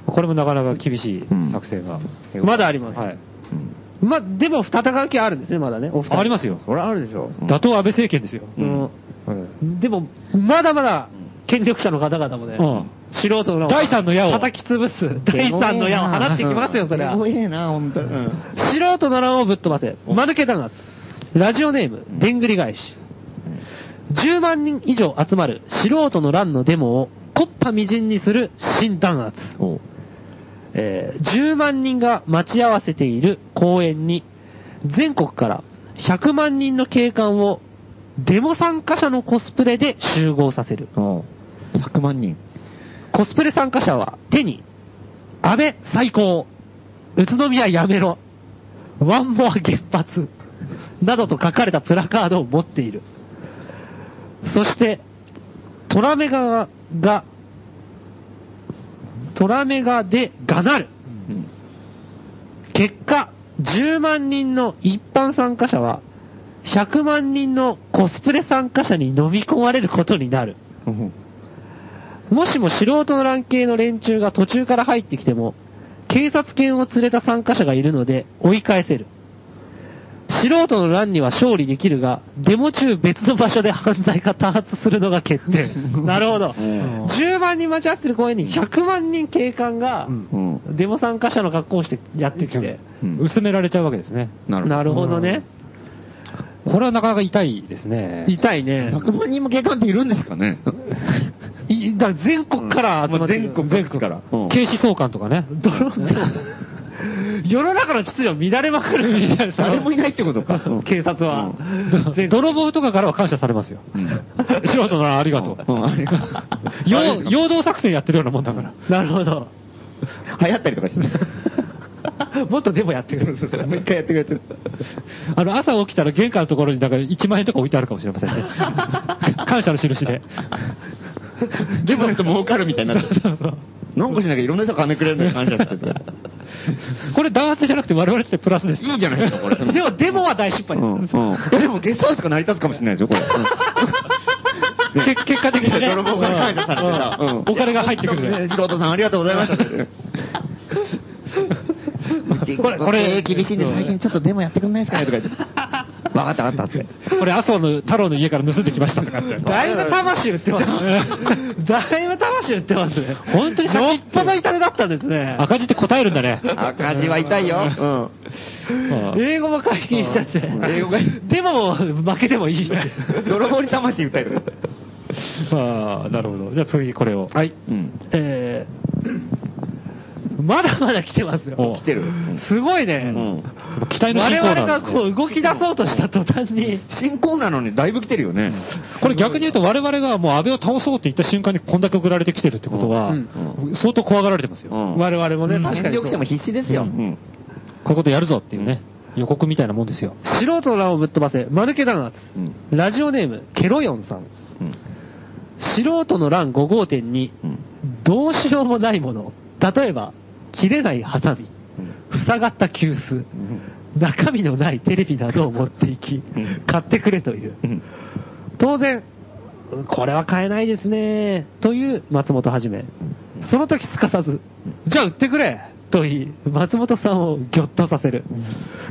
[SPEAKER 3] これもなかなか厳しい作戦が。
[SPEAKER 2] うん
[SPEAKER 1] まだあります。
[SPEAKER 3] はい。
[SPEAKER 2] うん
[SPEAKER 1] まあ、でも戦う気はあるんですね、まだね、お二人。
[SPEAKER 3] ありますよ。
[SPEAKER 2] それはあるでしょ。
[SPEAKER 3] 打倒安倍政権ですよ。
[SPEAKER 1] うん
[SPEAKER 3] うん
[SPEAKER 1] でも、まだまだ、権力者の方々もね、
[SPEAKER 3] うん
[SPEAKER 1] 素人の
[SPEAKER 3] 第三の矢を
[SPEAKER 1] 叩き潰す、第三の矢を放ってきますよ、それは。
[SPEAKER 2] すごいな、本当に。
[SPEAKER 1] 素人の乱をぶっ飛ばせ。間抜け弾圧。ラジオネーム、でんぐり返し。10万人以上集まる素人の乱のデモを、コッパみじんにする新弾圧。
[SPEAKER 2] おう
[SPEAKER 1] えー10万人が待ち合わせている公園に、全国から100万人の警官をデモ参加者のコスプレで集合させる。
[SPEAKER 2] おう100万人。
[SPEAKER 1] コスプレ参加者は手に、安倍最高、宇都宮やめろ、ワンモア原発、などと書かれたプラカードを持っている。そして、トラメガが、トラメガでがなる。
[SPEAKER 2] うん
[SPEAKER 1] 結果、10万人の一般参加者は、100万人のコスプレ参加者に飲み込まれることになる。
[SPEAKER 2] うん
[SPEAKER 1] もしも素人の乱系の連中が途中から入ってきても、警察犬を連れた参加者がいるので追い返せる。素人の乱には勝利できるが、デモ中別の場所で犯罪が多発するのが決定。なるほど。
[SPEAKER 2] うん
[SPEAKER 1] 10万人待ち合わせてる公園に100万人警官が、
[SPEAKER 2] うん
[SPEAKER 1] デモ参加者の格好をしてやってきて。
[SPEAKER 2] うん
[SPEAKER 3] 薄められちゃうわけですね。
[SPEAKER 2] なるほど。
[SPEAKER 1] なるほどね。
[SPEAKER 3] これはなかなか痛いですね。
[SPEAKER 1] 痛いね。
[SPEAKER 2] 100万人も警官っているんですかね
[SPEAKER 1] いだから全国 から集まってくる、
[SPEAKER 2] もう全国全国からうん
[SPEAKER 3] 警視総監とかね。
[SPEAKER 1] ドローン 世の中の秩序乱れまくるみたいな。
[SPEAKER 2] 誰もいないってことか。
[SPEAKER 1] 警察は。全国
[SPEAKER 3] 泥棒とかからは感謝されますよ。
[SPEAKER 2] うんうん
[SPEAKER 3] 素人ならありがとう。
[SPEAKER 2] うんあれが
[SPEAKER 3] 陽陽動作戦やってるようなもんだから。
[SPEAKER 1] なるほど。
[SPEAKER 2] 流行ったりとかして。
[SPEAKER 1] もっとデモやってく
[SPEAKER 2] そう
[SPEAKER 1] る。
[SPEAKER 2] そうそうもう一回やってくれてる。
[SPEAKER 3] あの、朝起きたら玄関のところになんか1万円とか置いてあるかもしれませんね。感謝の印で。
[SPEAKER 2] でもの人儲かるみたいになってる。なんかしなきゃいろんな人金くれるのに感謝してて。
[SPEAKER 3] これ弾圧じゃなくて我々ってプラスです。
[SPEAKER 2] いいじゃないですか、これ。
[SPEAKER 1] でもデモは大失敗
[SPEAKER 2] うん
[SPEAKER 1] で
[SPEAKER 2] うん
[SPEAKER 1] す。
[SPEAKER 2] でもゲストハウスが成り立つかもしれないですよ、これ。
[SPEAKER 3] け結果的にね。
[SPEAKER 2] 泥棒が感謝されてさ
[SPEAKER 3] うん
[SPEAKER 2] うん
[SPEAKER 3] お金が入ってくるね。
[SPEAKER 2] ね素人さんありがとうございました。これ、これ、厳しいんで最近ちょっとデモやってくんないですかねとか言って。わかったわかったって。
[SPEAKER 3] これ麻生の太郎の家から盗んできましたとかって。
[SPEAKER 1] だいぶ魂売ってますね。だいぶ魂売ってますね。
[SPEAKER 3] 本当に
[SPEAKER 1] よっ
[SPEAKER 3] 先
[SPEAKER 1] ぽど痛手だったんですね。
[SPEAKER 3] 赤字って答えるんだね。
[SPEAKER 2] 赤字は痛いよ。
[SPEAKER 3] うん
[SPEAKER 1] 英語も解禁しちゃって。
[SPEAKER 2] うん英語が
[SPEAKER 1] デモも負けてもいい。
[SPEAKER 2] うん。泥棒に魂歌える。
[SPEAKER 3] ああ、なるほど。じゃあ次これを。
[SPEAKER 1] はい。
[SPEAKER 2] うん。
[SPEAKER 1] えー、まだまだ来てます
[SPEAKER 3] お
[SPEAKER 1] よ
[SPEAKER 2] 来。てる。うん
[SPEAKER 1] すごいね。
[SPEAKER 2] うん
[SPEAKER 3] 期待の
[SPEAKER 1] 我
[SPEAKER 3] 新コー
[SPEAKER 1] 々
[SPEAKER 3] ナ
[SPEAKER 1] が
[SPEAKER 3] ーですね
[SPEAKER 1] こう動き出そうとした途端に、
[SPEAKER 2] 新コーナーなのにだいぶ来てるよね。
[SPEAKER 3] これ逆に言うと我々がもう安倍を倒そうって言った瞬間にこんだけ送られてきてるってことは、
[SPEAKER 1] う
[SPEAKER 3] 相当怖がられてますよ。
[SPEAKER 2] う
[SPEAKER 3] こ
[SPEAKER 2] ん
[SPEAKER 1] 我々もね、確か
[SPEAKER 2] 権
[SPEAKER 1] に
[SPEAKER 2] 力者も必死ですよ。うん
[SPEAKER 3] ういうことやるぞっていうね、予告みたいなもんですよ。
[SPEAKER 1] 素人の名をぶっ飛ばせ、マヌケ弾圧。
[SPEAKER 2] うん
[SPEAKER 1] ラジオネーム、ケロヨンさん。
[SPEAKER 2] うん
[SPEAKER 1] 素人の欄5号店に、
[SPEAKER 2] うん
[SPEAKER 1] どうしようもないもの。例えば、切れないハサミ、塞がった急須、中身のないテレビなどを持っていき
[SPEAKER 2] うん、
[SPEAKER 1] 買ってくれという。
[SPEAKER 2] うん
[SPEAKER 1] 当然、これは買えないですね、という松本はじめ。その時すかさず、じゃあ売ってくれと言い、松本さんをぎょっとさせる。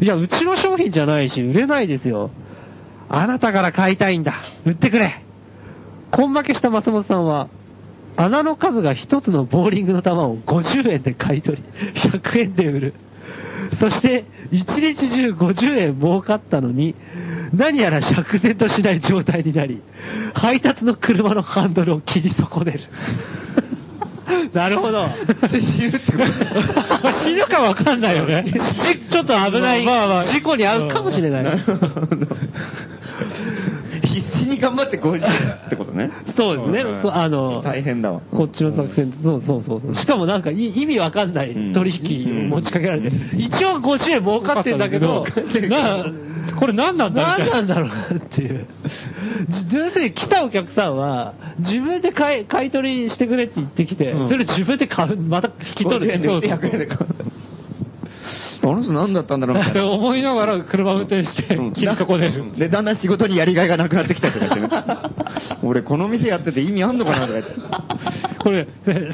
[SPEAKER 1] いや、うちの商品じゃないし、売れないですよ。あなたから買いたいんだ。売ってくれ。根負けした松本さんは、穴の数が一つのボーリングの球を50円で買い取り、100円で売る。そして、一日中50円儲かったのに、何やら釈然としない状態になり、配達の車のハンドルを切り損ねる。 なるほど。
[SPEAKER 3] 死ぬかわかんないよね。
[SPEAKER 1] ちょっと危ない、
[SPEAKER 3] まあまあまあ
[SPEAKER 1] 事故に遭うかもしれない。
[SPEAKER 2] 必死に頑張って50ってことね。
[SPEAKER 1] そうですね。
[SPEAKER 3] うん
[SPEAKER 1] あの、
[SPEAKER 2] 大変だわ。
[SPEAKER 1] こっちの作戦、そうそうそうそう。しかもなんかい意味わかんない
[SPEAKER 2] うん
[SPEAKER 1] 取引を持ちかけられて、一応50円儲かってんだけど、
[SPEAKER 3] なこれ何なんだ
[SPEAKER 1] 何
[SPEAKER 3] みた
[SPEAKER 1] ないんだろうなっていう。じ要するに来たお客さんは、自分で買い買い取りしてくれって言ってきて、
[SPEAKER 3] うん
[SPEAKER 1] それ自分で買う、また引き取
[SPEAKER 2] 50
[SPEAKER 1] る。
[SPEAKER 2] 円で
[SPEAKER 1] そ
[SPEAKER 2] 売
[SPEAKER 1] う
[SPEAKER 2] って
[SPEAKER 1] そう
[SPEAKER 2] 100円で買う。あの人何だったんだろうみたい
[SPEAKER 3] な。
[SPEAKER 2] な。
[SPEAKER 3] 思いながら車運転して
[SPEAKER 2] うん、
[SPEAKER 3] 切り損ねる。
[SPEAKER 2] で、だんだん仕事にやりがいがなくなってきたりとかしてね。俺、この店やってて意味あんのかなとか言って。
[SPEAKER 3] これ、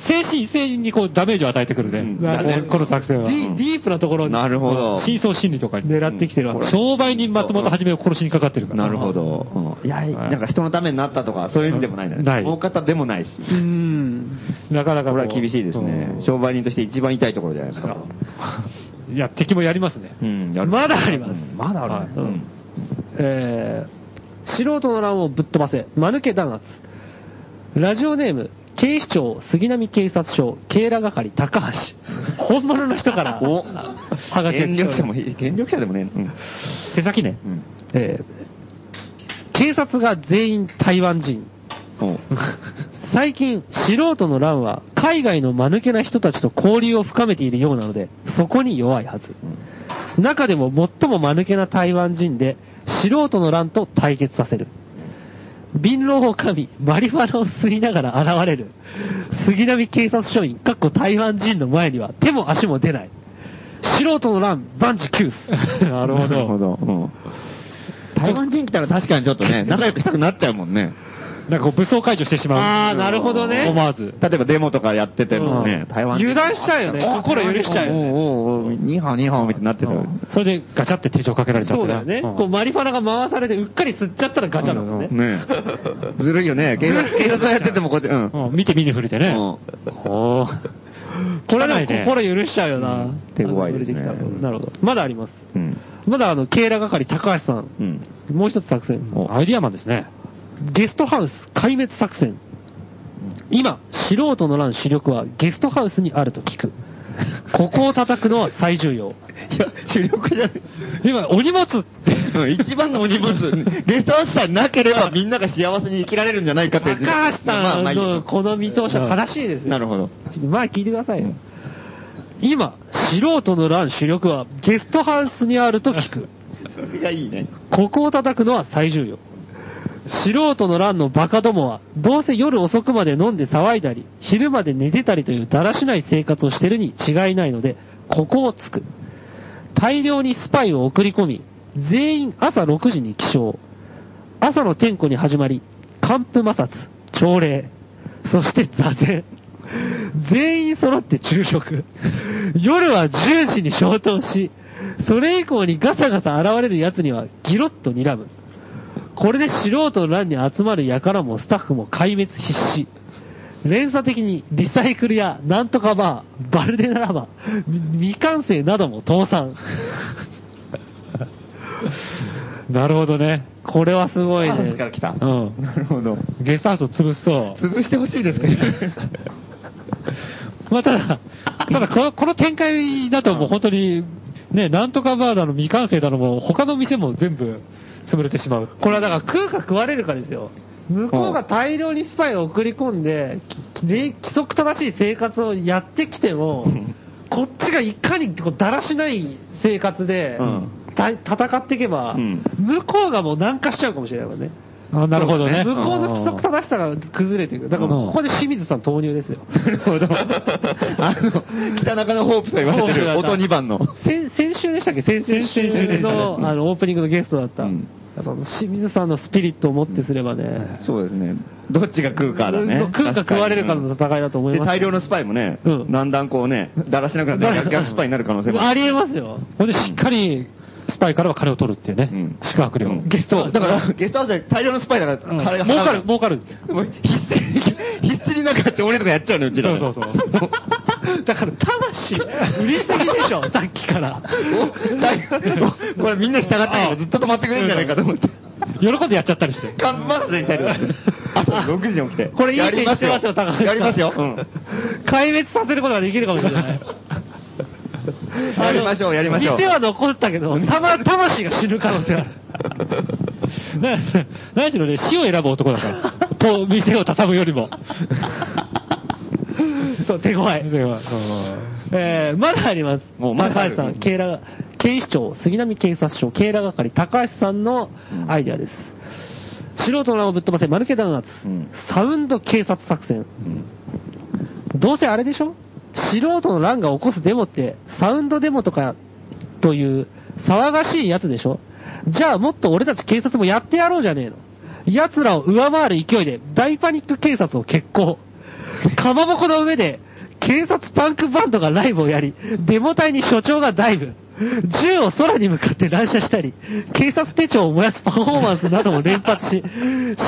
[SPEAKER 3] 精神、精神にこうダメージを与えてくるね。
[SPEAKER 2] うん
[SPEAKER 3] こ
[SPEAKER 2] だね
[SPEAKER 3] のこの作戦は
[SPEAKER 1] デ。ィディープなところに
[SPEAKER 2] なるほど。
[SPEAKER 3] 真相心理とかに。
[SPEAKER 1] 狙ってきてるわけ
[SPEAKER 2] うん
[SPEAKER 3] 商売人松本はじめを殺しにかかってるから。
[SPEAKER 2] なるほど。うんいや、なんか人のためになったとか、そういうんでもないんだね
[SPEAKER 3] ない
[SPEAKER 2] 大方でもないし。
[SPEAKER 1] うん。
[SPEAKER 3] なかなか
[SPEAKER 2] こ
[SPEAKER 3] こ
[SPEAKER 2] れは
[SPEAKER 3] う
[SPEAKER 2] 厳しいですね。商売人として一番痛いところじゃないですか。
[SPEAKER 3] うんいや、敵もやりますね。
[SPEAKER 2] うん、
[SPEAKER 1] まだあります
[SPEAKER 2] うんまだあるね。
[SPEAKER 1] は
[SPEAKER 2] う
[SPEAKER 1] い
[SPEAKER 2] ん
[SPEAKER 1] えー素人の乱をぶっ飛ばせ、間抜け弾圧。ラジオネーム、警視庁杉並警察署、警ら係高 橋。本物の人から、
[SPEAKER 2] お
[SPEAKER 1] はがきが来
[SPEAKER 2] 権
[SPEAKER 1] ており
[SPEAKER 2] 力
[SPEAKER 1] ます
[SPEAKER 2] 者も、権力者でもね。うん
[SPEAKER 3] 手先ね。
[SPEAKER 2] うん
[SPEAKER 1] えー警察が全員台湾 人。
[SPEAKER 2] おう
[SPEAKER 1] 最近、素人の乱は海外の間抜けな人たちと交流を深めているようなので、そこに弱いはず。中でも最も間抜けな台湾人で、素人の乱と対決させる。貧乏を噛み、マリファナを吸いながら現れる。杉並警察署員、かっこ台湾人の前には手も足も出ない。素人の乱、万事休す。
[SPEAKER 3] なるほ
[SPEAKER 2] なるほ
[SPEAKER 3] ど。
[SPEAKER 2] ど。うん台湾人来たら確かにちょっとね、仲良くしたくなっちゃうもんね。
[SPEAKER 3] なんかこう武装解除してしまう。
[SPEAKER 1] あーなるほどね
[SPEAKER 3] 思わず。
[SPEAKER 2] 例えばデモとかやっててもね、台湾人。
[SPEAKER 1] 油断しちゃうよね。
[SPEAKER 3] 心許しちゃうよね
[SPEAKER 2] おうおうおう、ニーハオニーハオみたいになってたよ。
[SPEAKER 3] それでガチャって手錠かけられちゃっ
[SPEAKER 1] そ
[SPEAKER 3] て
[SPEAKER 1] うだよね。こうマリファナが回されてうっかり吸っちゃったらガチャだもんね。
[SPEAKER 2] ね え。ずるいよね。警察、警察がやっててもこうやって、うん。
[SPEAKER 3] うん見て見ぬふりでね。おー
[SPEAKER 1] これ
[SPEAKER 3] 汚い
[SPEAKER 1] で
[SPEAKER 3] ね
[SPEAKER 1] も心許しちゃうよな。
[SPEAKER 2] 手強いですね
[SPEAKER 1] あのなるほど。まだあります。
[SPEAKER 2] うん。
[SPEAKER 1] まだあの、警ら係高橋さん。
[SPEAKER 2] うん。
[SPEAKER 1] もう一つ作戦。
[SPEAKER 3] おアイディアマンですね。
[SPEAKER 1] ゲストハウス壊滅作戦。今、素人の乱主力はゲストハウスにあると聞く。ここを叩くのは最重要。
[SPEAKER 2] いや、主力じゃない。
[SPEAKER 3] 今、お荷物って。
[SPEAKER 2] うん一番のお荷物、ゲストハウスさえなければみんなが幸せに生きられるんじゃないかって
[SPEAKER 1] 高
[SPEAKER 2] いう。
[SPEAKER 1] 橋さんのこの見通しは正しいですよ
[SPEAKER 2] なるほど。
[SPEAKER 1] まあ聞いてくださいよ。今、素人の乱主力はゲストハウスにあると聞く。
[SPEAKER 2] それがいいね。
[SPEAKER 1] ここを叩くのは最重要。素人の乱のバカどもは、どうせ夜遅くまで飲んで騒いだり、昼まで寝てたりというだらしない生活をしてるに違いないので、ここをつく。大量にスパイを送り込み、全員朝6時に起床。朝の点呼に始まり、還付摩擦、朝礼、そして座禅。全員揃って昼食。夜は10時に消灯し、それ以降にガサガサ現れる奴にはギロッと睨む。これで素人の乱に集まる輩もスタッフも壊滅必至。連鎖的にリサイクルやなんとかバー、バルデナラバー、み未完成なども倒産。
[SPEAKER 3] なるほどね。
[SPEAKER 1] これはすごい
[SPEAKER 2] ハウス
[SPEAKER 1] ね。
[SPEAKER 2] から来た。
[SPEAKER 3] うん。
[SPEAKER 2] なるほど。
[SPEAKER 3] ゲストハウスを潰すと。
[SPEAKER 2] 潰してほしいですね。
[SPEAKER 3] まあ、ただ、ただこの、この展開だともう本当に、ね、なんとかバーだの未完成だのも、他の店も全部潰れてしまう。
[SPEAKER 1] これはだから食うか食われるかですよ。向こうが大量にスパイを送り込んで、きで規則正しい生活をやってきても、こっちがいかにこうだらしない生活で、
[SPEAKER 2] うん
[SPEAKER 1] た戦っていけば、
[SPEAKER 2] うん
[SPEAKER 1] 向こうがもう軟化しちゃうかもしれないもんね。
[SPEAKER 3] あなるほどね。
[SPEAKER 1] 向こうの規則正しさが崩れていく。だから
[SPEAKER 3] うん
[SPEAKER 1] ここで清水さん投入ですよ。
[SPEAKER 2] な るほど。あの、北中のホープと言われてる、
[SPEAKER 1] ホープだ
[SPEAKER 2] 音2番の。
[SPEAKER 1] 先先週でしたっけ先々週
[SPEAKER 2] 先々週でしたね
[SPEAKER 1] のあのオープニングのゲストだった。
[SPEAKER 2] うん
[SPEAKER 1] やっぱ清水さんのスピリットをもってすればね、
[SPEAKER 2] そうですね。どっちが食うかだね。
[SPEAKER 1] 食うか食われるかの戦いだと思います
[SPEAKER 2] で、大量のスパイもね、
[SPEAKER 1] うん
[SPEAKER 2] だんだんこうね、だらしなくなって逆、逆スパイになる可能性も
[SPEAKER 1] あ
[SPEAKER 2] る。
[SPEAKER 1] りえますよ。
[SPEAKER 3] ほんで、しっかり、スパイからは金を取るっていうね。
[SPEAKER 2] うん
[SPEAKER 3] 宿泊料。
[SPEAKER 2] ゲスト、だから、ゲストハウスで大量のスパイだか
[SPEAKER 3] う
[SPEAKER 2] ら、
[SPEAKER 3] ん
[SPEAKER 2] 彼が払う
[SPEAKER 3] 儲かる、儲かる。
[SPEAKER 2] もう必死に、必死になんか朝礼とかやっちゃうのよ、うちら。
[SPEAKER 3] そうそうそう
[SPEAKER 1] だから魂、売りすぎで しょ、さっきから。
[SPEAKER 2] お大おこれみんな従ったけど、ずっと止まってくれるんじゃないかと思って。
[SPEAKER 3] 喜んでやっちゃったりして。
[SPEAKER 2] 看板にたりだ朝6時に起きて。
[SPEAKER 1] これいい
[SPEAKER 2] や
[SPEAKER 1] 線
[SPEAKER 2] り
[SPEAKER 1] い
[SPEAKER 2] ま
[SPEAKER 1] っ
[SPEAKER 2] す
[SPEAKER 1] て
[SPEAKER 2] よ
[SPEAKER 1] ますよ、高橋さん。
[SPEAKER 2] やりますよ。うん。
[SPEAKER 1] 壊滅させることができるかもしれない。
[SPEAKER 2] やりましょうやりましょう
[SPEAKER 1] 店は残ったけ ど、たま、魂が死ぬ可能性ある。
[SPEAKER 3] な、何しろね、死を選ぶ男だから。と、店を畳むよ りも。
[SPEAKER 1] そう、手強い。
[SPEAKER 3] 手強い
[SPEAKER 1] えー、まだあります。
[SPEAKER 2] もうまだ
[SPEAKER 1] 高
[SPEAKER 2] ある
[SPEAKER 1] 橋さん、警らが、警視庁、杉並警察署、警ら係、高橋さんのアイデアです。素人の名をぶっ飛ばせ、丸毛弾圧、
[SPEAKER 2] うん
[SPEAKER 1] サウンド警察作戦。どうせあれでしょ素人の乱が起こすデモって、サウンドデモとか、という、騒がしいやつでしょじゃあもっと俺たち警察もやってやろうじゃねえの。奴らを上回る勢いで、大パニック警察を決行。かまぼこの上で、警察パンクバンドがライブをやり、デモ隊に所長がダイブ。銃を空に向かって乱射したり、警察手帳を燃やすパフォーマンスなども連発し、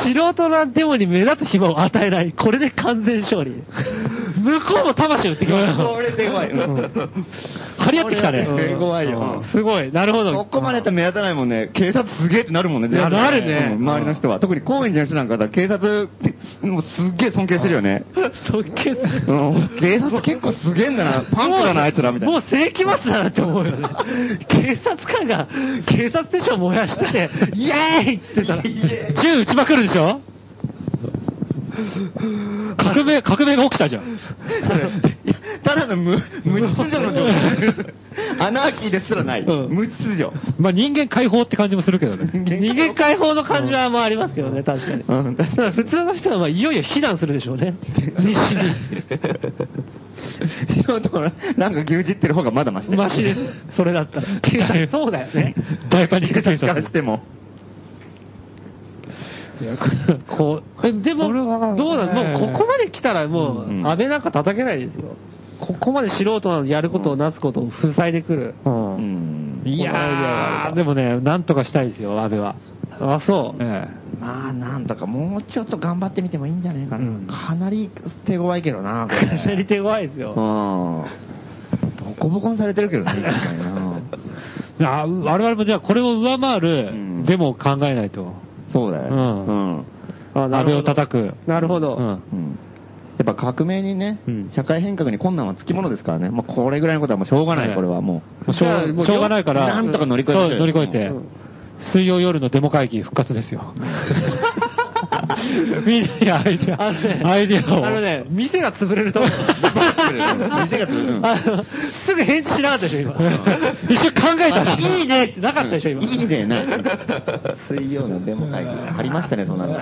[SPEAKER 1] 素人なデモに目立つ暇を与えない。これで完全勝利。向こうも魂を打ってきました。
[SPEAKER 2] これ手強い。
[SPEAKER 3] 張り合ってきた
[SPEAKER 2] これ
[SPEAKER 3] ね。
[SPEAKER 2] 手強いよ。
[SPEAKER 1] すごい、なるほど。
[SPEAKER 2] そこまでやったら目立たないもんね。警察すげえってなるもんね。
[SPEAKER 1] やなるね
[SPEAKER 2] うん周りの人は。特に高円寺の人なんかさ、警察って、もうすっげえ尊敬するよね。
[SPEAKER 1] 尊敬する。
[SPEAKER 2] うん警察結構すげえんだな。パンクだな、あいつら、みたい
[SPEAKER 1] も
[SPEAKER 2] な
[SPEAKER 1] う。世紀末だなって思うよ ね。警察官が警察手帳燃やして、イエーイって言ってたら、
[SPEAKER 3] 銃撃ちまくるでしょ革命、革命が起きたじゃん。
[SPEAKER 2] それいやただの無無秩序の状態。アナーキーですらない。
[SPEAKER 3] うん
[SPEAKER 2] 無秩序。
[SPEAKER 3] まあ人間解放って感じもするけどね。
[SPEAKER 1] 逃げ解放の感じはまあありますけどね、確かに。
[SPEAKER 2] うん
[SPEAKER 1] だから普通の人はまあいよいよ避難するでしょうね。西に。
[SPEAKER 2] 素人のなんか牛耳ってる方がまだマシだよ
[SPEAKER 1] マシです。それだったら。警察 そうだよね。
[SPEAKER 3] 大パニック
[SPEAKER 2] 警
[SPEAKER 3] 警
[SPEAKER 2] 察から
[SPEAKER 3] 察
[SPEAKER 2] し。ても。
[SPEAKER 1] こう、えでも、どうだ、もうここまで来たらも
[SPEAKER 2] うん
[SPEAKER 1] う、安倍なんか叩けないですよ。ここまで素人なのにやることをなすことを塞いでくる。
[SPEAKER 2] うん
[SPEAKER 3] いやー、でもね、なんとかしたいですよ、安倍は。
[SPEAKER 1] あ、そう。
[SPEAKER 3] え
[SPEAKER 2] まあ、なんとかもうちょっと頑張ってみてもいいんじゃないかな。
[SPEAKER 3] うん
[SPEAKER 2] かなり手強いけどな、これ。
[SPEAKER 1] やり手弱いです
[SPEAKER 2] うん
[SPEAKER 1] よ。
[SPEAKER 2] ボコボコにされてるけ どね、一回な
[SPEAKER 3] えあ我々もじゃあこれを上回
[SPEAKER 2] うん
[SPEAKER 3] るデモを考えないと。
[SPEAKER 2] そうだよ。
[SPEAKER 3] うん
[SPEAKER 2] うん
[SPEAKER 1] あ
[SPEAKER 3] 安倍を叩く。
[SPEAKER 1] なるほ
[SPEAKER 3] う
[SPEAKER 1] ど。
[SPEAKER 3] ん。
[SPEAKER 2] うんやっぱ革命にね
[SPEAKER 3] うん、
[SPEAKER 2] 社会変革に困難はつきものですからね。もうこれぐらいのことはもうしょうがな、
[SPEAKER 3] はいい
[SPEAKER 2] これはも
[SPEAKER 3] もうしょ
[SPEAKER 1] じゃあも
[SPEAKER 3] う
[SPEAKER 1] う
[SPEAKER 3] しょうがないから。
[SPEAKER 2] なんとか乗り越えて
[SPEAKER 3] そう乗り越えて
[SPEAKER 1] うん。
[SPEAKER 3] 水曜夜のデモ会議復活で すよ。みんなにアイデ
[SPEAKER 1] あのね
[SPEAKER 3] ア、アイデアを。
[SPEAKER 1] あのね、店が潰れると思 う。
[SPEAKER 2] 店が潰れるうん
[SPEAKER 1] あのすぐ返事しなかったでしょ、今。
[SPEAKER 3] 一緒に考えたら。
[SPEAKER 1] あいいねってなかったでし
[SPEAKER 2] う。
[SPEAKER 1] ょ、今。
[SPEAKER 2] いいね、ない。 水曜のデモ会議、ありましたね、そんなの。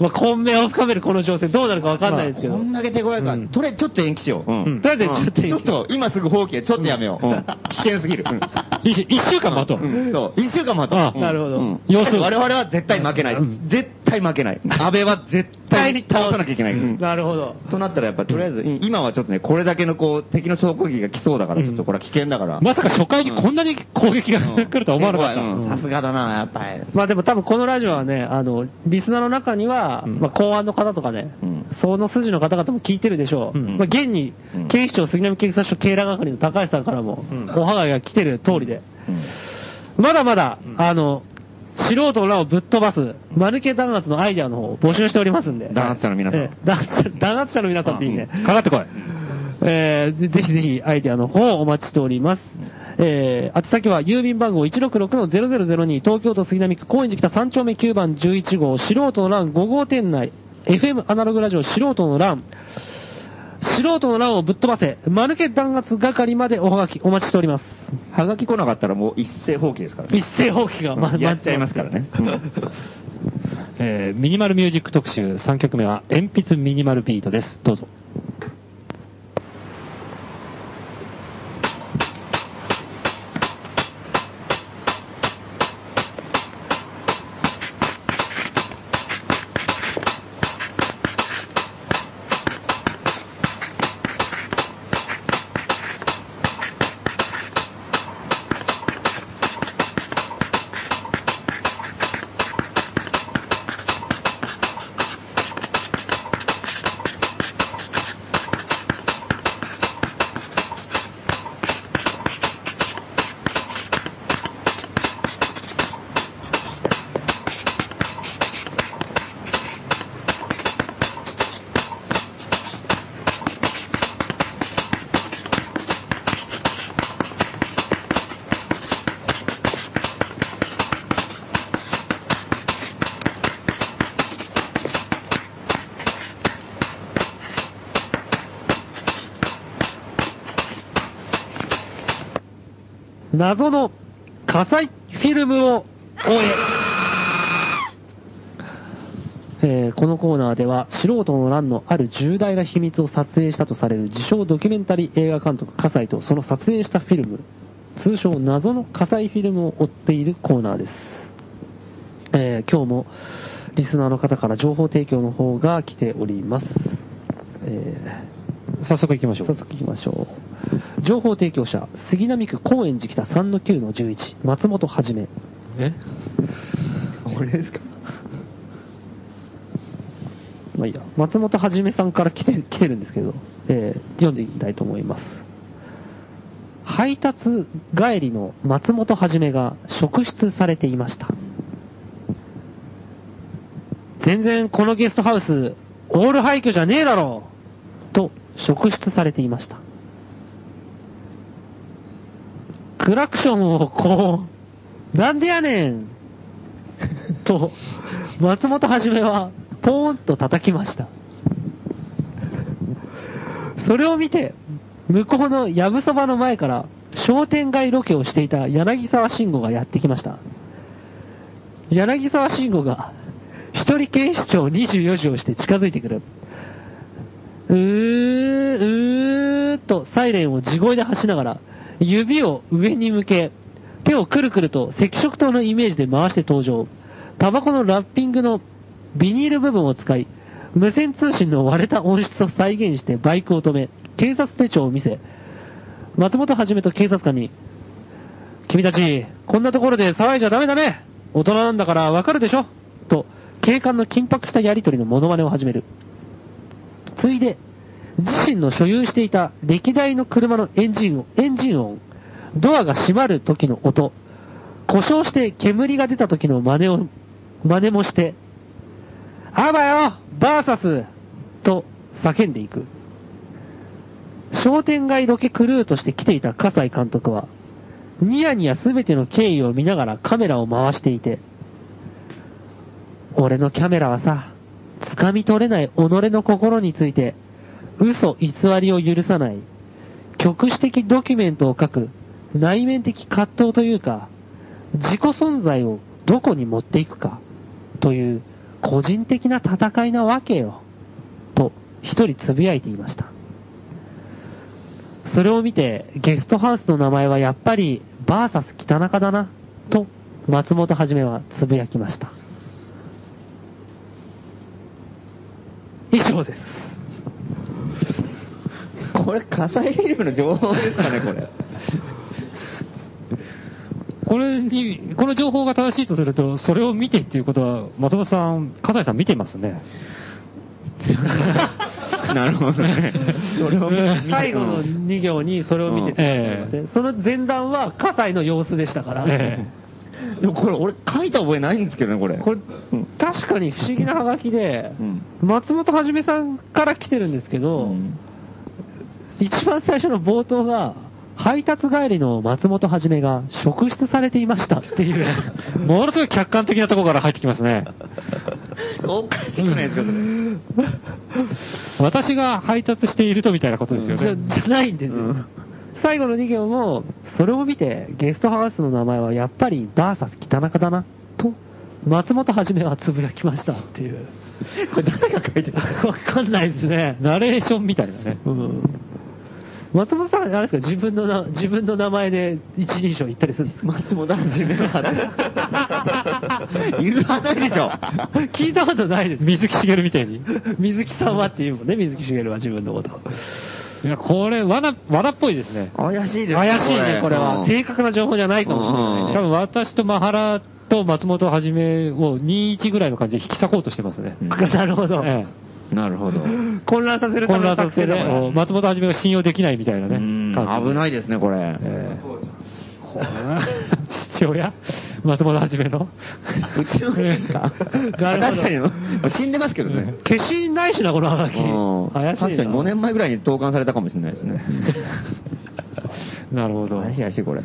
[SPEAKER 1] まあ、混迷を深めるこの情勢、どうなるかわかんないですけ
[SPEAKER 2] こ
[SPEAKER 1] ど。
[SPEAKER 2] んだけ手強いから、とりあえずちょっと延期しよう。うん
[SPEAKER 1] とりあえずちょっと
[SPEAKER 2] ち
[SPEAKER 1] 延
[SPEAKER 2] ょ
[SPEAKER 1] 期
[SPEAKER 2] っと、今すぐ放棄、ちょっとやめよう。うん危険すぎる。うん
[SPEAKER 3] 一一週間待とう。
[SPEAKER 2] うんそう。一週間待とう
[SPEAKER 3] あ
[SPEAKER 2] うん。
[SPEAKER 1] なるほど
[SPEAKER 2] うん
[SPEAKER 3] 要するに
[SPEAKER 2] 我々は絶対負けない。絶対負けない。安倍は絶対に倒さなきゃいけない。うん
[SPEAKER 1] なるほど。
[SPEAKER 2] となったらやっぱとりあえず、うん今はちょっとね、これだけのこう、敵の証拠機が来そうだから、ちょっとこれは危険だから。
[SPEAKER 3] まさか初回にこんなに攻撃が
[SPEAKER 2] うん
[SPEAKER 3] 来るとは思わなかった。
[SPEAKER 2] うんさすがだな、やっぱり。
[SPEAKER 1] まあでも多分このラジオはね、あの、リスナーの中には、
[SPEAKER 3] ん
[SPEAKER 1] まあ公安の方とかね、
[SPEAKER 2] うん
[SPEAKER 1] その筋の方々も聞いてるでしょう。
[SPEAKER 3] うん
[SPEAKER 1] まあ現に
[SPEAKER 2] うん、
[SPEAKER 1] 警視庁杉並警察署警ら係の高橋さんからも、
[SPEAKER 3] ん
[SPEAKER 1] おはがきが来てる通りで、
[SPEAKER 2] うん
[SPEAKER 1] まだまだ、あの、素人らをぶっ飛ばす、マヌケ弾圧のアイデアの方を募集しておりますんで。
[SPEAKER 2] 弾圧者の皆さん
[SPEAKER 1] ええ弾圧者弾圧者の皆さんっていいね。
[SPEAKER 3] かかってこい。
[SPEAKER 1] えーぜぜひぜひアイデアの方をお待ちしております。えー、宛先は郵便番号166-0002東京都杉並区高円寺北3丁目9番11号素人の欄5号店内 FM アナログラジオ素人の欄素人の欄をぶっ飛ばせ、マルケ弾圧係までおはがきお待ちしております。
[SPEAKER 2] はがき来なかったらもう一斉放棄ですからね。
[SPEAKER 1] 一斉放棄が、ま
[SPEAKER 2] やっちゃいますからね。うん
[SPEAKER 3] えーミニマルミュージック特集3曲目は鉛筆ミニマルビートです。どうぞ。
[SPEAKER 4] 「
[SPEAKER 1] 謎の火災フィルムを終え、えーこのコーナーでは素人の乱のある重大な秘密を撮影したとされる自称ドキュメンタリー映画監督葛西とその撮影したフィルム通称謎の火災フィルムを追っているコーナーです、えー今日もリスナーの方から情報提供の方が来ております、えー
[SPEAKER 3] 早速行きましょう
[SPEAKER 1] 早。速行きましょう。情報提供者、杉並区高円寺北3の9の11、松本はじめ。
[SPEAKER 3] え
[SPEAKER 2] 俺ですか
[SPEAKER 1] まあいいや、松本はじめさんから来て来てるんですけど、えー読んでいきたいと思います。配達帰りの松本はじめが職質されていました。全然このゲストハウス、オール廃墟じゃねえだろと、職質されていました。クラクションをこう、なんでやねん と、松本はじめは、ポーンと叩きました。それを見て、向こうのやぶそばの前から、商店街ロケをしていた柳沢慎吾がやってきました。柳沢慎吾が、一人警視庁24時をして近づいてくる。うー、うーっとサイレンを地声で発しながら、指を上に向け、手をくるくると赤色灯のイメージで回して登場。タバコのラッピングのビニール部分を使い、無線通信の割れた音質を再現してバイクを止め、警察手帳を見せ、松本はじめと警察官に、君たち、こんなところで騒いじゃダメだね大人なんだからわかるでしょと、警官の緊迫したやりとりのモノマネを始める。ついで、自身の所有していた歴代の車のエンジンをエンジン音、ドアが閉まる時の音、故障して煙が出た時の真似を、真似もして、あばよバーサスと叫んでいく。商店街ロケクルーとして来ていた葛西監督は、ニヤニヤすべての経緯を見ながらカメラを回していて、俺のキャメラはさ、掴み取れない己の心について、嘘偽りを許さない、局地的ドキュメントを書く、内面的葛藤というか、自己存在をどこに持っていくか、という個人的な戦いなわけよ、と一人つぶやいていました。それを見て、ゲストハウスの名前はやっぱり、バーサス北中だな、と松本はじめはつぶやきました。以上です。
[SPEAKER 2] これ、火災フィルムの情報ですかね、これ。
[SPEAKER 3] これに、この情報が正しいとすると、それを見てっていうことは、松本さん、笠井さん見てますね。
[SPEAKER 2] なるほどね。それを見て見て
[SPEAKER 1] 最後の2行にそれを見てただいてますねその前段は、葛西の様子でしたから、
[SPEAKER 3] え
[SPEAKER 2] でもこれ、俺書いた覚えないんですけどね、これ。
[SPEAKER 1] これ
[SPEAKER 2] うん、
[SPEAKER 1] 確かに不思議なハガキで、
[SPEAKER 2] うん
[SPEAKER 1] 松本はじめさんから来てるんですけど、
[SPEAKER 2] うん
[SPEAKER 1] 一番最初の冒頭が、配達帰りの松本はじめが職質されていましたっていう
[SPEAKER 3] え。 ものすごい客観的なところから入ってきますね。
[SPEAKER 2] おかしくないですか、これ。
[SPEAKER 3] 私が配達しているとみたいなことです
[SPEAKER 1] じ
[SPEAKER 3] よ
[SPEAKER 1] ゃ
[SPEAKER 3] ね。
[SPEAKER 1] じゃないんですよ。最後の2行も、それを見て、ゲストハウスの名前はやっぱりバーサス北中だな、と、松本はじめはつぶやきましたって いう。
[SPEAKER 2] これ誰が書いてた
[SPEAKER 1] わかんないですね。
[SPEAKER 3] ナレーションみたいなね。
[SPEAKER 1] うん。松本さん、あれですか、自分のな、自分の名前で一人称言ったりするんですか
[SPEAKER 2] 松本はじめは。言うはないでしょ。
[SPEAKER 1] 聞いたことないです。
[SPEAKER 3] 水木しげるみたいに。
[SPEAKER 1] 水木さんはっていうもんね、水木しげるは自分のこと。
[SPEAKER 3] いや、これ、罠、罠っぽいですね。
[SPEAKER 2] 怪しいです
[SPEAKER 1] 怪しいね、これは。正確な情報じゃないかもしれないね
[SPEAKER 3] 多。分私とマハラと松本はじめを21ぐらいの感じで引き裂こうとしてますね。
[SPEAKER 2] うん
[SPEAKER 1] なるほど。
[SPEAKER 3] え
[SPEAKER 2] なるほど。うん
[SPEAKER 1] 混乱させ
[SPEAKER 3] え
[SPEAKER 1] るた
[SPEAKER 3] 混
[SPEAKER 1] めの
[SPEAKER 3] 乱さ
[SPEAKER 1] 作
[SPEAKER 3] せて
[SPEAKER 1] 戦だ
[SPEAKER 3] ね、
[SPEAKER 1] から
[SPEAKER 3] お松本はじめが信用できないみたいなね。
[SPEAKER 2] 危
[SPEAKER 3] い。
[SPEAKER 2] ないですね、これ。
[SPEAKER 3] ええこれな父親松本はじめの
[SPEAKER 2] うちの国ですか確
[SPEAKER 1] なるほど
[SPEAKER 2] かに、死んでますけどね。
[SPEAKER 1] 消しないしな、このハガキ
[SPEAKER 2] うん。
[SPEAKER 1] 怪しいな。
[SPEAKER 2] 確かに5年前ぐらいに投函されたかもしれないですね。
[SPEAKER 3] なるほど。
[SPEAKER 2] 怪しい怪しい、これ。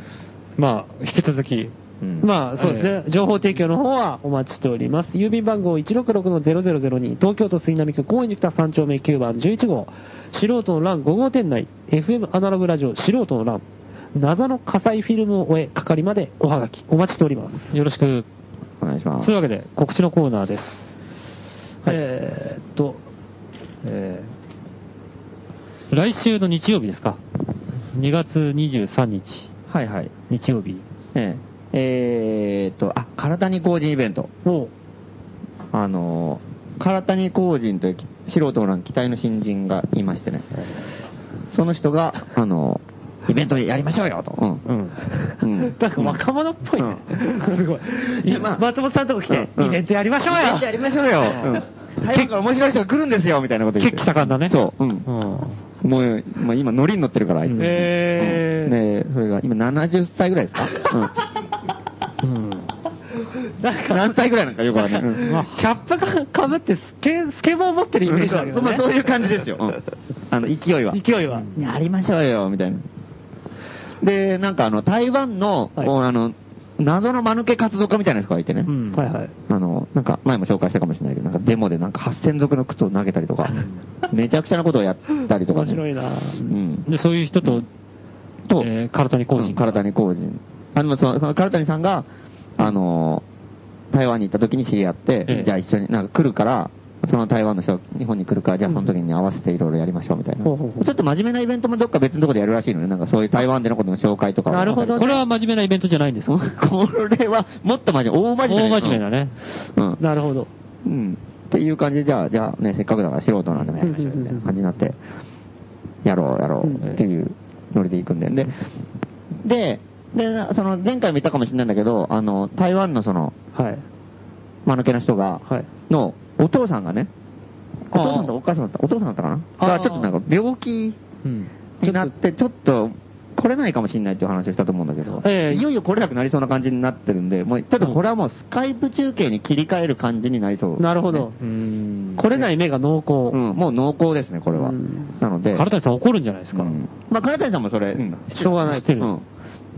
[SPEAKER 3] まあ、引き続き、
[SPEAKER 2] あ、
[SPEAKER 1] まあ、そうですね。情報提供の方はお待ちしております。郵便番号166-0002、東京都杉並区高円寺北3丁目9番11号、素人の欄5号店内、FM アナログラジオ素人の欄、謎の火災フィルムを終え、係までおはがき、お待ちしております。
[SPEAKER 3] よろしく。
[SPEAKER 2] お願いします
[SPEAKER 3] という。わけで、告知のコーナーです。
[SPEAKER 1] えーっと、え
[SPEAKER 3] 来週の日曜日ですか ?2 月23日、
[SPEAKER 2] はいはい。
[SPEAKER 3] 日曜日。
[SPEAKER 2] えええーっと、あ、体に工人イベント。
[SPEAKER 1] ー、も
[SPEAKER 2] あのー、体に工人という素人の期待の新人がいましてね。その人が、あのー、イベントやりましょうよと。うん
[SPEAKER 1] う、うん。
[SPEAKER 2] うん
[SPEAKER 1] なんか若者っぽいね。すごい。
[SPEAKER 2] いやまあ
[SPEAKER 1] 松本さんとこ来て、
[SPEAKER 2] うんうん
[SPEAKER 1] イベントやりましょう
[SPEAKER 2] イベ
[SPEAKER 1] よ
[SPEAKER 2] ントやりましょうよ。うん。早く面白い人が来るんですよ、みたいなこと言って。
[SPEAKER 3] 血気盛んだね
[SPEAKER 2] そう。う。
[SPEAKER 3] うんん。
[SPEAKER 2] もう、まあ、今、ノリに乗ってるから、あいつ。
[SPEAKER 1] へえ
[SPEAKER 2] うんねそれが、今、70歳ぐらいですか
[SPEAKER 1] なん
[SPEAKER 2] うん。
[SPEAKER 1] か、
[SPEAKER 2] 何歳ぐらいなんかよくわかんない。うん
[SPEAKER 1] まあキャップがかぶってスケ、スケボー持ってるイメージだけど、
[SPEAKER 2] ま
[SPEAKER 1] ね
[SPEAKER 2] あ、そういう感じですよ。うんあの、勢いは。
[SPEAKER 1] 勢いは。
[SPEAKER 2] やりましょうよ、みたいな。で、なんかあの、台湾の、
[SPEAKER 1] はい
[SPEAKER 2] こうあの、謎の間抜け活動家みたいな人がいてね。
[SPEAKER 3] うん
[SPEAKER 1] はいはい。
[SPEAKER 2] あの、なんか前も紹介したかもしれないけど、なんかデモでなんか8000足の靴を投げたりとか、めちゃくちゃなことをやったりとか
[SPEAKER 1] 面
[SPEAKER 2] ね、
[SPEAKER 1] 白いな
[SPEAKER 2] うん。
[SPEAKER 3] で、そういう人と、
[SPEAKER 2] と、
[SPEAKER 3] えー、体に更
[SPEAKER 2] う
[SPEAKER 3] 新。
[SPEAKER 2] ん体に工人。あの、その、その、唐谷さんが、あの、台湾に行った時に知り合って、
[SPEAKER 3] ええ
[SPEAKER 2] じゃあ一緒に、なんか来るから、その台湾の人が日本に来るから、じゃあその時に合わせていろいろやりましょうみたいな。
[SPEAKER 1] ほうほうほう
[SPEAKER 2] ちょっと真面目なイベントもどっか別のとこでやるらしいのね。なんかそういう台湾でのことの紹介とかを
[SPEAKER 1] なるほどね
[SPEAKER 3] これは真面目なイベントじゃないんですか
[SPEAKER 2] これは、もっと真面目、大
[SPEAKER 3] 大
[SPEAKER 2] 真面目。
[SPEAKER 3] 真面目だ。ね。
[SPEAKER 2] うん。
[SPEAKER 1] なるほど。
[SPEAKER 2] うん。っていう感じで、じゃあ、じゃあね、せっかくだから素人なんでもやりましょうみたいな感じになって、やろう、やろ
[SPEAKER 1] うん
[SPEAKER 2] うっていうノリで行くんだよ。で、で、で、その前回も言ったかもしれないんだけど、あの、台湾のその、
[SPEAKER 1] はい。
[SPEAKER 2] 間抜けな人が、
[SPEAKER 1] はい。
[SPEAKER 2] の、お父さんがね、お
[SPEAKER 1] ああ
[SPEAKER 2] 父さんとお母さんだった、お父さんだったか
[SPEAKER 1] ああ
[SPEAKER 2] なが、ちょっとなんか病気
[SPEAKER 3] うん。
[SPEAKER 2] になって、ちょっと、来れないかもしれないっていう話をしたと思うんだけど、
[SPEAKER 1] ええ
[SPEAKER 2] いよいよ来れなくなりそうな感じになってるんで、もう、ちょっとこれはもうスカイプ中継に切り替える感じになりそう。
[SPEAKER 1] なるほど。
[SPEAKER 3] うん。
[SPEAKER 1] 来れない目が濃厚
[SPEAKER 2] う。ん、もう濃厚ですね、これは。
[SPEAKER 1] うん
[SPEAKER 2] なので、
[SPEAKER 3] 体にさん怒るんじゃないです
[SPEAKER 2] う
[SPEAKER 3] か。
[SPEAKER 2] んまあ、唐谷さんもそれ、うん
[SPEAKER 1] しょうがない
[SPEAKER 3] 知って
[SPEAKER 2] うん
[SPEAKER 3] る。
[SPEAKER 2] も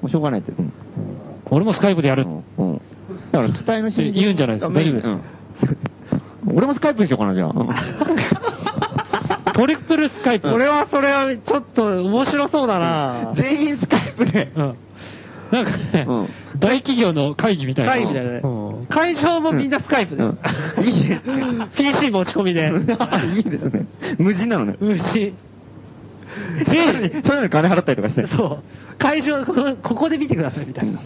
[SPEAKER 2] うしょうがないって、うん。
[SPEAKER 3] 俺もスカイプでやる。
[SPEAKER 2] うんうんだから、期待の
[SPEAKER 3] え言うんじゃないですか
[SPEAKER 2] メイン
[SPEAKER 3] 大丈夫
[SPEAKER 2] 俺もスカイプにしようかな、じゃあ。
[SPEAKER 3] トリプルスカイプ。
[SPEAKER 1] これはそれはちょっと面白そうだな
[SPEAKER 2] うん全員スカイプで。
[SPEAKER 3] うん。なんかね、
[SPEAKER 2] う
[SPEAKER 3] 大企業の会議みたいな。
[SPEAKER 1] 会議みたいなね
[SPEAKER 3] うん。
[SPEAKER 1] 会場もみんなスカイプで。
[SPEAKER 2] うんうんいいね
[SPEAKER 1] PC 持ち込みで。
[SPEAKER 2] いいですね。 無人なのね。
[SPEAKER 1] 無事。
[SPEAKER 2] それなのにそれなのに金払ったりとかして。
[SPEAKER 1] そう。会場、ここここで見てくださいみたいな。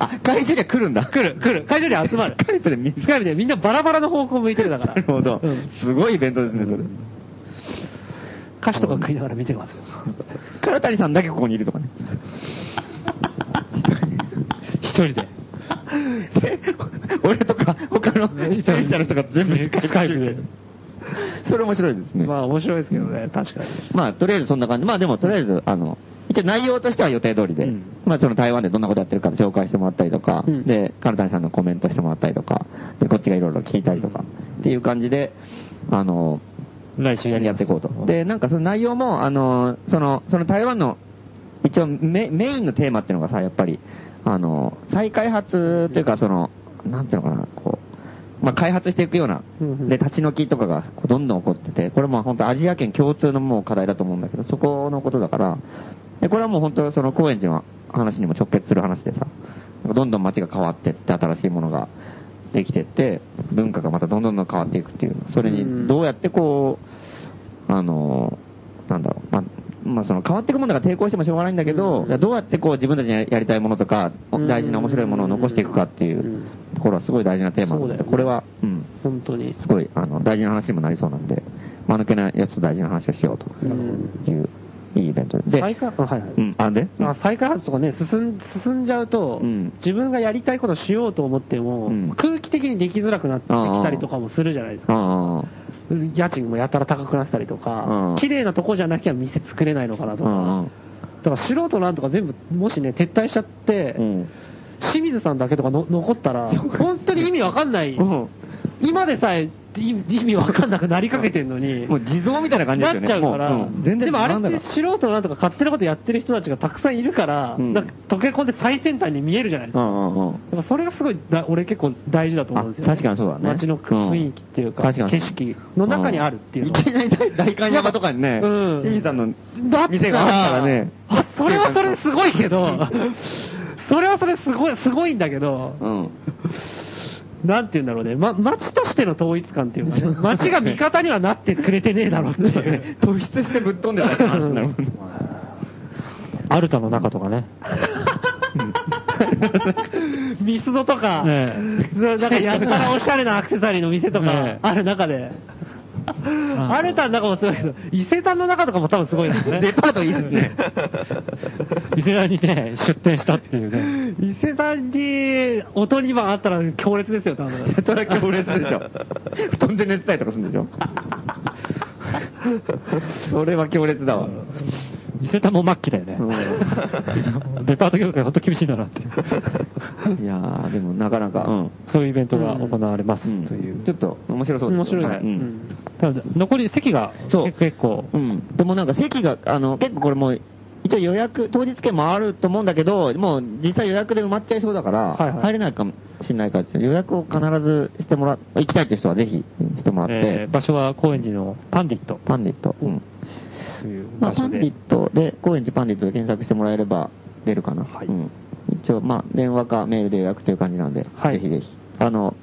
[SPEAKER 2] あ、会場には来るんだ。
[SPEAKER 1] 来る、来る。会場に集まる
[SPEAKER 2] ス。カイプで見
[SPEAKER 1] スカイプでみんなバラバラの方向向いてるだから。
[SPEAKER 2] なるほど
[SPEAKER 1] うん。
[SPEAKER 2] すごいイベントですね、それ。
[SPEAKER 1] 歌詞とか食いながら見てますよ。
[SPEAKER 2] 唐谷さんだけここにいるとかね。
[SPEAKER 3] 一人で。
[SPEAKER 2] で俺とか他の出演者の人が全部
[SPEAKER 3] スカイプで。
[SPEAKER 2] それ面白いですね。
[SPEAKER 1] ま
[SPEAKER 2] まあ、
[SPEAKER 1] あ面白いですけどね、確かに。
[SPEAKER 2] とりあえずそんな感じ。まあでもとりあえず、あの、一応内容としては予定通りで、
[SPEAKER 3] うん
[SPEAKER 2] まあその台湾でどんなことやってるか紹介してもらったりとか、
[SPEAKER 1] うん
[SPEAKER 2] で、カルタンさんのコメントしてもらったりとか、で、こっちがいろいろ聞いたりとか、っていう感じで、あの、
[SPEAKER 3] 来週やり
[SPEAKER 2] や
[SPEAKER 3] ま
[SPEAKER 2] っ
[SPEAKER 3] す
[SPEAKER 2] ていこうと。で、なんかその内容も、あの、その、その台湾の、一応メメインのテーマっていうのがさ、やっぱり、あの、再開発というか、その、なんていうのかな、こう、まあ、開発していくような
[SPEAKER 1] うんうん、
[SPEAKER 2] で、立ち退きとかがこうどんどん起こってて、これも本当アジア圏共通のもう課題だと思うんだけど、そこのことだから、で、これはもう本当その高円寺の話にも直結する話でさ、なんかどんどん街が変わってって、新しいものができてって、文化がまたどんどんどん変わっていくっていう、それにどうやってこう、あの、なんだろう、まあ、まあ、その変わっていくものだから抵抗してもしょうがないんだけど、
[SPEAKER 1] うん
[SPEAKER 2] どうやってこう自分たちにややりたいものとか、
[SPEAKER 1] うん
[SPEAKER 2] 大事な面白いものを残していくかってい
[SPEAKER 1] う
[SPEAKER 2] う
[SPEAKER 1] ん
[SPEAKER 2] ところはすごい大事なテーマなん
[SPEAKER 1] そうだ
[SPEAKER 2] で、
[SPEAKER 1] よね
[SPEAKER 2] これは、うん、
[SPEAKER 1] 本当に。
[SPEAKER 2] すごいあの大事な話にもなりそうなんで、間抜けなやつと大事な話をしようという、いいイベントで。
[SPEAKER 1] 再開、あはいはい。
[SPEAKER 2] うん、あ、で
[SPEAKER 1] まあ、再開発とかね、進ん進んじゃうと、
[SPEAKER 2] うん
[SPEAKER 1] 自分がやりたいことをしようと思っても、
[SPEAKER 2] うん
[SPEAKER 1] 空気的にできづらくなってきたりとかもするじゃないですか。
[SPEAKER 2] あ
[SPEAKER 1] 家賃もやたら高くなったりと
[SPEAKER 2] う
[SPEAKER 1] か
[SPEAKER 2] ん、
[SPEAKER 1] 綺麗なとこじゃなきゃ店作れないのかな
[SPEAKER 2] あ、
[SPEAKER 1] と
[SPEAKER 2] う
[SPEAKER 1] か、
[SPEAKER 2] ん、うん
[SPEAKER 1] だから素人なんとか全部、もしね、撤退しちゃって、
[SPEAKER 2] うん。
[SPEAKER 1] 清水さんだけとかの残ったら、本当に意味わかんない、
[SPEAKER 2] うん
[SPEAKER 1] 今でさえ意味意味わかんなくなりかけてんのに、
[SPEAKER 2] もう地蔵みたいな感じ
[SPEAKER 1] な
[SPEAKER 2] で
[SPEAKER 1] っ
[SPEAKER 2] すよね。
[SPEAKER 1] ちゃうから、
[SPEAKER 2] もうん全然
[SPEAKER 1] でもあれ
[SPEAKER 2] なんだ
[SPEAKER 1] っ
[SPEAKER 2] か
[SPEAKER 1] て素人なんとか勝手なことやってる人たちがたくさんいるから、
[SPEAKER 2] うん
[SPEAKER 1] なんか溶け込んで最先端に見えるじゃないです
[SPEAKER 2] う
[SPEAKER 1] か。
[SPEAKER 2] んうんうん。
[SPEAKER 1] やっぱそれがすごいだ、俺結構大事だと思うんですよ。
[SPEAKER 2] あ確かにそうだね
[SPEAKER 1] 街の雰囲気っていうか、
[SPEAKER 2] うん確かに
[SPEAKER 1] 景色の中にあるっていうのは
[SPEAKER 2] きなり大大観山とかにね、
[SPEAKER 1] うん
[SPEAKER 2] 清水さんの
[SPEAKER 1] だった
[SPEAKER 2] 店があったらね。
[SPEAKER 1] あ、それはそれですごいけ ど、それはそれすごい、すごいんだけど、
[SPEAKER 2] うん。
[SPEAKER 1] なんて言うんだろうね、ま、街としての統一感っていうかね、街が味方にはなってくれてねえだろうっていう。
[SPEAKER 2] 突出してぶっ飛んでたりするん だろうね
[SPEAKER 3] アルタの中とかね。
[SPEAKER 1] ミスドとか、
[SPEAKER 3] え
[SPEAKER 1] なんかやったらおしゃれなアクセサリーの店とか
[SPEAKER 3] ええ
[SPEAKER 1] ある中で、アルタの中もすごいけど、伊勢丹の中とかも多分すごいですね。
[SPEAKER 2] デパートいいで すね。
[SPEAKER 3] 伊勢丹にね、出店したっていうね。
[SPEAKER 1] 伊勢丹に音2番あったら強烈ですよ、多分。
[SPEAKER 2] それは強烈でしょ。布団で寝てたりとかするんでしょ。それは強烈だわ。
[SPEAKER 3] 伊勢丹も末期だよね。 デパート業界ほんと厳しいんだなって。
[SPEAKER 2] いやー、でもなかなか、うん。
[SPEAKER 3] そういうイベントが行われますという。
[SPEAKER 2] ちょっと面白そうです
[SPEAKER 1] 面白いね。
[SPEAKER 2] はうん
[SPEAKER 3] ただ残り席が
[SPEAKER 2] そう
[SPEAKER 3] 結構、
[SPEAKER 2] うん。でもなんか席が、あの、結構これもう、一応予約、当日券もあると思うんだけど、もう実際予約で埋まっちゃいそうだから、
[SPEAKER 1] はいはい
[SPEAKER 2] 入れないかもしれないから、予約を必ずしてもら、行きたいっていう人はぜひしてもらって、
[SPEAKER 3] えー場所は高円寺のパンディット
[SPEAKER 2] パンディット。うん。
[SPEAKER 3] という
[SPEAKER 2] まあ、
[SPEAKER 3] 場
[SPEAKER 2] パ
[SPEAKER 3] 所
[SPEAKER 2] ンデ
[SPEAKER 3] で。
[SPEAKER 2] ィットで、高円寺パンディットで検索してもらえれば出るかな。
[SPEAKER 3] はい
[SPEAKER 2] うん、一応、まあ、電話かメールで予約という感じなんで、
[SPEAKER 3] はい
[SPEAKER 2] ぜひぜひ。あの、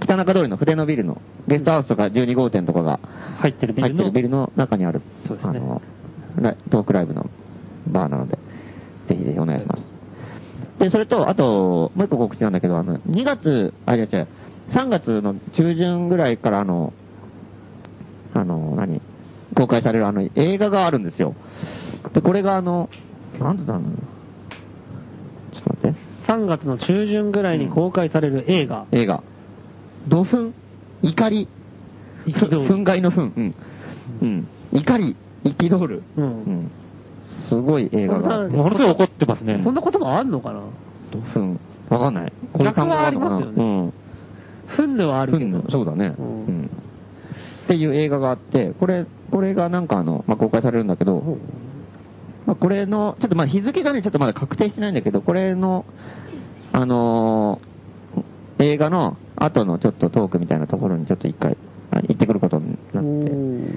[SPEAKER 2] 北中通りの筆のビルの、ゲストハウスとか12号店とかが
[SPEAKER 3] 入ってるビ
[SPEAKER 2] 入
[SPEAKER 3] ル
[SPEAKER 2] って
[SPEAKER 3] の
[SPEAKER 2] るビルの中にある、
[SPEAKER 3] そうです
[SPEAKER 2] あ
[SPEAKER 3] ね
[SPEAKER 2] の、ライトークライブのバーなので、ぜひぜひお願いします。で、それと、あと、もう一個告知なんだけど、あの、2月、あ、違う違う、3月の中旬ぐらいから、あの、あの、何公開されるあの映画があるんですよ。で、これがあの、なんだろうなちょっと待って。
[SPEAKER 1] 3月の中旬ぐらいに公開される映画、
[SPEAKER 2] 映画。土憤怒り。
[SPEAKER 1] 憤
[SPEAKER 2] 憤慨の憤。うん。うん。怒り。憤る。
[SPEAKER 1] うん
[SPEAKER 2] うん。すごい映画があって。
[SPEAKER 3] ものすごい怒ってますね。
[SPEAKER 1] そんなこともあんのかな
[SPEAKER 2] 土憤。わかんない。
[SPEAKER 1] 逆はありますよね
[SPEAKER 2] うん。
[SPEAKER 1] 憤怒はあるけ
[SPEAKER 2] 憤
[SPEAKER 1] ど
[SPEAKER 2] の、そうだね。
[SPEAKER 1] う
[SPEAKER 2] うんん。っていう映画があって、これ、これがなんかあの、まあ、公開されるんだけど、まあ、これの、ちょっとまだ日付がね、ちょっとまだ確定してないんだけど、これの、あのー映画の後のちょっとトークみたいなところにちょっと一回あ行ってくることになって、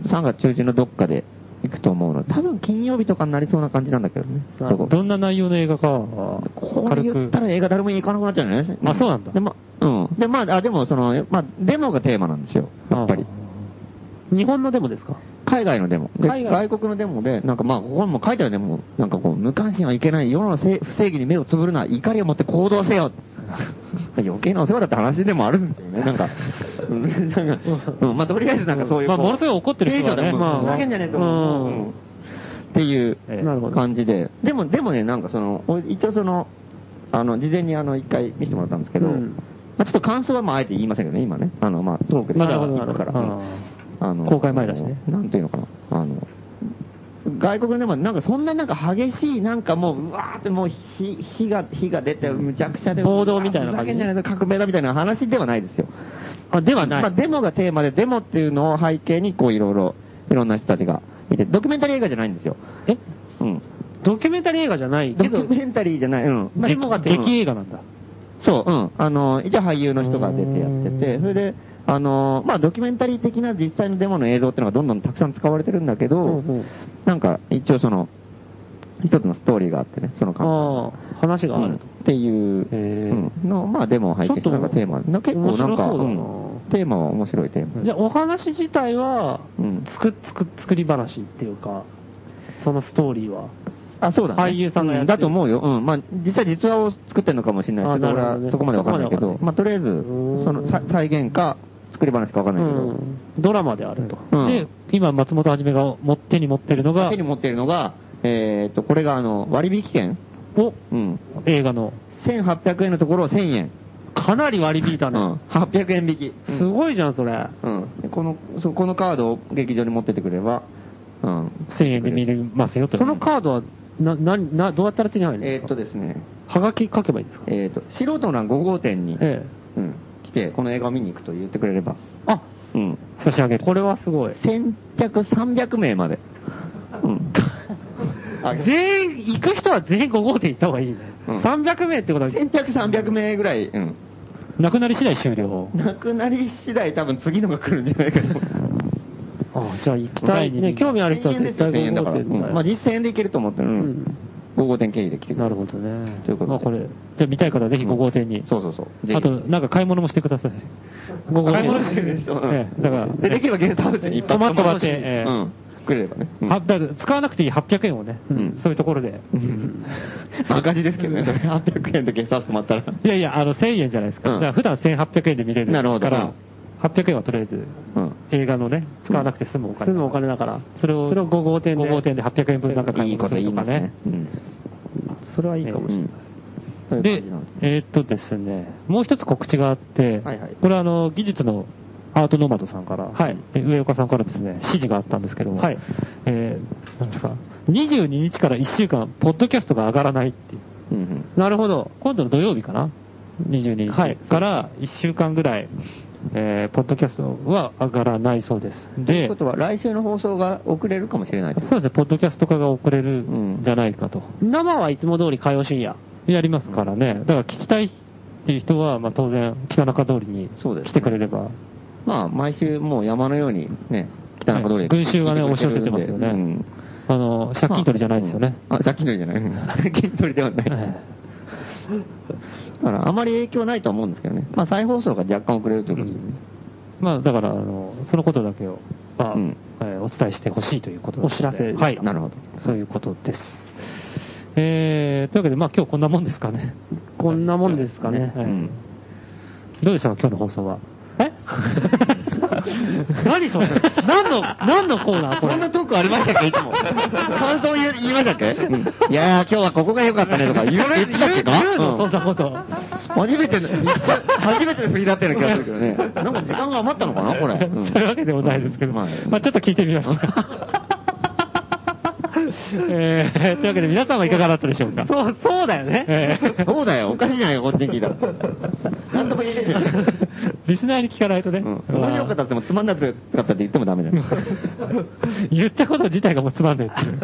[SPEAKER 2] ちょっと3月中旬のどっかで行くと思うので、多分金曜日とかになりそうな感じなんだけどね。
[SPEAKER 1] なるほ
[SPEAKER 2] どこ
[SPEAKER 3] どんな内容の映画か
[SPEAKER 2] こ、れ
[SPEAKER 3] 軽
[SPEAKER 2] 言
[SPEAKER 3] く
[SPEAKER 2] った。ら映画誰も行かなくなっちゃうよね。
[SPEAKER 3] あそうなんだ
[SPEAKER 2] で、ま、うん。で、まあ、あでも、その、まあ、デモがテーマなんですよ。やっぱり。
[SPEAKER 1] 日本のデモですか
[SPEAKER 2] 海外のデモ。で
[SPEAKER 1] 海外
[SPEAKER 2] 外国のデモで、なんかまあ、ここにも書いてあるね、もう、なんかこう、無関心はいけない、世のせ不正義に目をつぶるな、怒りを持って行動せよ。 余計なお世話だって話でもあるんですよね、なんか。うんなんかうんまあ、とりあえずなんかそういうこう。
[SPEAKER 3] まあものすごい怒ってる人はね
[SPEAKER 2] テンションでもう
[SPEAKER 3] まあ
[SPEAKER 2] ふざけんじゃねえと思う。
[SPEAKER 1] うん
[SPEAKER 2] うんっていう
[SPEAKER 3] え
[SPEAKER 1] えなるほど
[SPEAKER 2] 感じで。でも、でもね、なんかその、お一応その、あの、事前にあの、一回見せてもらったんですけど、
[SPEAKER 1] うん
[SPEAKER 2] まあ、ちょっと感想はまあ、あえて言いませんけどね、今ね。あの、まあ、トークで。
[SPEAKER 1] まだなるほど
[SPEAKER 2] から。
[SPEAKER 1] なる
[SPEAKER 3] ほど
[SPEAKER 2] うんあの
[SPEAKER 3] 公開前だしね。
[SPEAKER 2] なんていうのかな。あの、外国でもなんかそんなになんか激しい、なんかもう、うわーってもう火火が、火が出て、むちゃくちゃで、
[SPEAKER 1] 暴動みたいな
[SPEAKER 2] ふざ
[SPEAKER 1] 感じ
[SPEAKER 2] けんじゃないと革命だみたいな話ではないですよ。
[SPEAKER 1] あ、ではない。
[SPEAKER 2] まあ、デモがテーマで、デモっていうのを背景に、こう、いろいろ、いろんな人たちがいて、ドキュメンタリー映画じゃないんですよ。
[SPEAKER 1] え
[SPEAKER 2] うん。
[SPEAKER 1] ドキュメンタリー映画じゃない
[SPEAKER 2] ドキ
[SPEAKER 1] けど
[SPEAKER 2] ュ、メンタリーじゃない、うん。
[SPEAKER 1] まあ
[SPEAKER 3] 劇
[SPEAKER 1] デモがテーマ
[SPEAKER 3] 劇映画なんだ。
[SPEAKER 2] そう、うん。あの、一応俳優の人が出てやってて、それで、あの、まあ、ドキュメンタリー的な実際のデモの映像っていうのがどんどんたくさん使われてるんだけど、
[SPEAKER 1] うんうん
[SPEAKER 2] なんか、一応その、一つのストーリーがあってね、その感
[SPEAKER 1] ああ、話があると。
[SPEAKER 2] っていう、
[SPEAKER 3] へ
[SPEAKER 2] うんの、まあ、デモを背景して、なんかテーマ、な結構なんか、
[SPEAKER 1] 面白そうだな
[SPEAKER 2] うんテーマは面白いテーマ。
[SPEAKER 1] じゃあお話自体は、
[SPEAKER 2] うん
[SPEAKER 1] つくつく作り話っていうか、そのストーリーは。
[SPEAKER 2] あ、そうだ、ね。
[SPEAKER 1] 俳優さんがやってる
[SPEAKER 2] うだと思うよ。うん。まあ、実際実話を作ってるのかもしれないけど、
[SPEAKER 1] あなるほど
[SPEAKER 2] 俺
[SPEAKER 1] ね
[SPEAKER 2] はそこまでわかんないけど、
[SPEAKER 1] そこ
[SPEAKER 2] まあ、とりあえず、
[SPEAKER 1] ーん
[SPEAKER 2] その、さ再現か、作り話かわかん
[SPEAKER 1] う
[SPEAKER 2] ないけど、
[SPEAKER 1] ん。ドラマであると。
[SPEAKER 2] うん
[SPEAKER 3] で、今松本はじめが持手に持ってるのが
[SPEAKER 2] 手、に持っているのが、えーっと、これがあの、割引券
[SPEAKER 1] お、
[SPEAKER 2] うん。
[SPEAKER 3] 映画の、
[SPEAKER 2] 1800円のところを1000円。
[SPEAKER 1] かなり割り引いた
[SPEAKER 2] う
[SPEAKER 1] ね。
[SPEAKER 2] ん。800円引き。
[SPEAKER 1] すごいじゃん、それ。
[SPEAKER 2] うん。でこの、そうこのカードを劇場に持ってってくれば、うん。
[SPEAKER 3] 1000円で見れますよと。
[SPEAKER 1] そのカードは、な、な、な、どうやったら手に入るんで
[SPEAKER 2] え
[SPEAKER 1] す
[SPEAKER 2] ーっ
[SPEAKER 1] か
[SPEAKER 2] とですね、
[SPEAKER 1] はがき書けばいいんですか
[SPEAKER 2] えーっと、素人の欄5号店に、
[SPEAKER 1] え
[SPEAKER 2] うん。来て、この映画を見に行くと言ってくれれば。
[SPEAKER 1] あ、
[SPEAKER 2] うん。
[SPEAKER 1] 差し上げる。これはすごい。
[SPEAKER 2] 先着300名まで。 うん。あ
[SPEAKER 1] 全員、行く人は全員5号店行った方がいいね。
[SPEAKER 2] うん
[SPEAKER 1] 300名ってことは、
[SPEAKER 2] 先着300名ぐらい、うん。
[SPEAKER 3] なくなり次第終了。
[SPEAKER 2] なくなり次第多分次のが来るんじゃないかと思う。
[SPEAKER 1] あじゃあ行きたいね。興味ある人は
[SPEAKER 2] 1000円で
[SPEAKER 1] 絶
[SPEAKER 2] すよ、
[SPEAKER 1] 対
[SPEAKER 2] 1000円だ
[SPEAKER 1] 5
[SPEAKER 2] か
[SPEAKER 1] 号
[SPEAKER 2] ら。う
[SPEAKER 1] 店
[SPEAKER 2] んまあ実際円でいけると思ってる。う
[SPEAKER 1] うんん。
[SPEAKER 2] 5号店経由で来てくれ
[SPEAKER 1] なるほどね。
[SPEAKER 2] ということで
[SPEAKER 1] まあこれ、じゃあ見たい方はぜひ5号店に。
[SPEAKER 2] そうそうそう。ぜひ
[SPEAKER 3] あと、なんか買い物もしてください。
[SPEAKER 1] 5号
[SPEAKER 2] 買い物
[SPEAKER 1] 店
[SPEAKER 2] してるでしょ。うん
[SPEAKER 3] ええだからね
[SPEAKER 2] でできればゲストハウスにいっぱい
[SPEAKER 3] 泊まってもらってええ
[SPEAKER 2] うん。くれればね。うん
[SPEAKER 3] はだから使わなくていい800円をね、
[SPEAKER 2] うん
[SPEAKER 3] そういうところで。
[SPEAKER 2] 赤字ですけどね、それ800円でゲストハウス泊まったら。
[SPEAKER 3] いやいや、あの、1000円じゃないですか。
[SPEAKER 2] うん
[SPEAKER 3] だから普段1800円で見れる
[SPEAKER 2] なるほど
[SPEAKER 3] から、800円はとりあえず、
[SPEAKER 2] うん。
[SPEAKER 3] 映画のね、使わなくて済むお金。
[SPEAKER 1] 住むお金だから。
[SPEAKER 3] それを、
[SPEAKER 1] それを5号店で。
[SPEAKER 3] 5号店で800円分なんか買
[SPEAKER 2] い
[SPEAKER 3] い
[SPEAKER 2] いこ
[SPEAKER 3] 物す
[SPEAKER 2] と
[SPEAKER 3] る
[SPEAKER 2] 言い
[SPEAKER 3] とか
[SPEAKER 2] ますね
[SPEAKER 3] ね。。
[SPEAKER 2] うん。
[SPEAKER 1] それはいいかもしれない。
[SPEAKER 2] うん
[SPEAKER 3] で、えーっとですね、もう一つ告知があって、
[SPEAKER 2] はいはい
[SPEAKER 3] これあの、技術のアートノマドさんから、え上岡さんからですね、指示があったんですけども、
[SPEAKER 1] はい
[SPEAKER 3] えーなんですか、22日から1週間、ポッドキャストが上がらないってい
[SPEAKER 2] う
[SPEAKER 3] う。
[SPEAKER 2] んうん。
[SPEAKER 3] なるほど。今度の土曜日かな ?22 日、
[SPEAKER 1] はい
[SPEAKER 3] から1週間ぐらい、えーポッドキャストは上がらないそうです。
[SPEAKER 2] という
[SPEAKER 3] で
[SPEAKER 2] こ、とは、来週の放送が遅れるかもしれないです
[SPEAKER 3] そうですね、ポッドキャスト化が遅れるんじゃないかと。
[SPEAKER 1] 生はいつも通り火曜深夜。
[SPEAKER 3] やりますからね。だから聞きたいっていう人は、まあ当然、北中通りに
[SPEAKER 2] そうですね
[SPEAKER 3] 来てくれれば。
[SPEAKER 2] まあ、毎週もう山のようにね、北中通りで
[SPEAKER 3] 群衆がね、押し寄せてますよね。
[SPEAKER 2] うん
[SPEAKER 3] あの、借金取りじゃないですよね。
[SPEAKER 2] あ、借金取りじゃない。借金取りではない。
[SPEAKER 3] え
[SPEAKER 2] だから、あまり影響ないと思うんですけどね。まあ、再放送が若干遅れるということですね。
[SPEAKER 3] えまあだから、あの、そのことだけを、まあ、
[SPEAKER 2] うん
[SPEAKER 3] えーお伝えしてほしいということですね
[SPEAKER 1] お知らせでした
[SPEAKER 3] はい。
[SPEAKER 2] なるほど。
[SPEAKER 3] そういうことです。えー、というわけで、まあ今日こんなもんですかね。
[SPEAKER 1] こんなもんですかね。
[SPEAKER 3] はい
[SPEAKER 2] うん
[SPEAKER 3] どうでしたか、今日の放送は。
[SPEAKER 1] え何それ 何の、何のコーナーこれ。
[SPEAKER 2] そんなトークありましたっけいつも。感想言い言いましたっけ、いやー、今日はここが良かったねとか言う言ってたっけか
[SPEAKER 1] 言うの
[SPEAKER 2] う
[SPEAKER 1] そん
[SPEAKER 2] ん
[SPEAKER 1] なこと。
[SPEAKER 2] 初めての、初めての振りだったような気がするけどね。なんか時間が余ったのかなこれ。うん
[SPEAKER 3] そういうわけでもないですけど、
[SPEAKER 2] まあ
[SPEAKER 3] まあちょっと聞いてみました。えー、というわけで皆さんはいかがだったでしょうか。
[SPEAKER 1] そう、そうだよね。
[SPEAKER 3] え
[SPEAKER 2] そうだよ、おかしいじゃないよ、こっちに聞いたら。なんとも言えねえよ。
[SPEAKER 3] ー、リスナーに聞かないとね、
[SPEAKER 2] うん面白かったってもつまんなかったって言ってもダメだよ。
[SPEAKER 3] 言ったこと自体がもうつま んないっていう。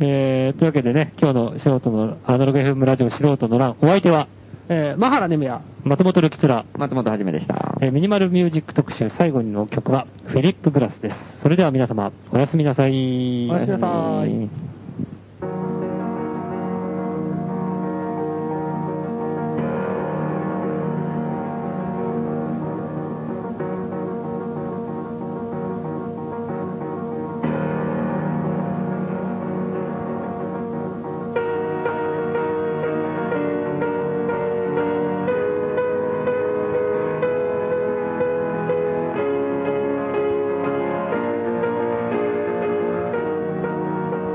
[SPEAKER 3] えー、というわけでね、今日の素人のアナログ FM ラジオ素人の欄、お相手は、
[SPEAKER 1] えー、マハラネムヤ。
[SPEAKER 3] 松本るきつら、
[SPEAKER 2] 松本はじめでした。
[SPEAKER 3] えーミニマルミュージック特集最後の曲は、フィリップ・グラスです。それでは皆様、おやすみなさい。
[SPEAKER 1] おやすみなさい。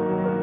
[SPEAKER 4] 「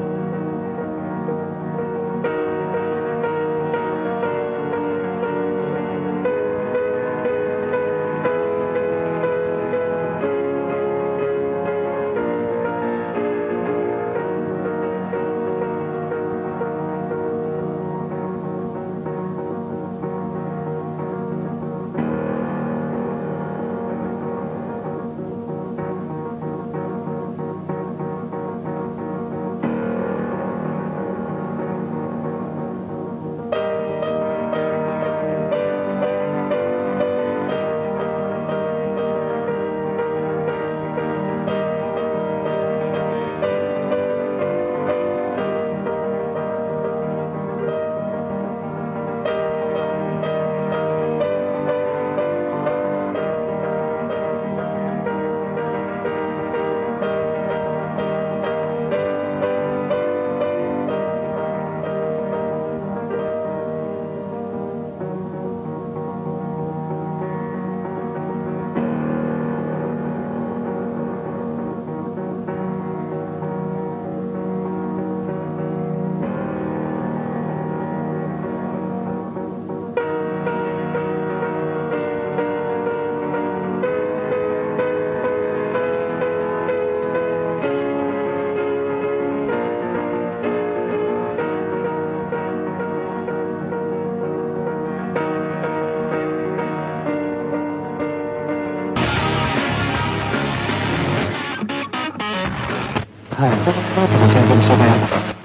[SPEAKER 3] 戦国相談役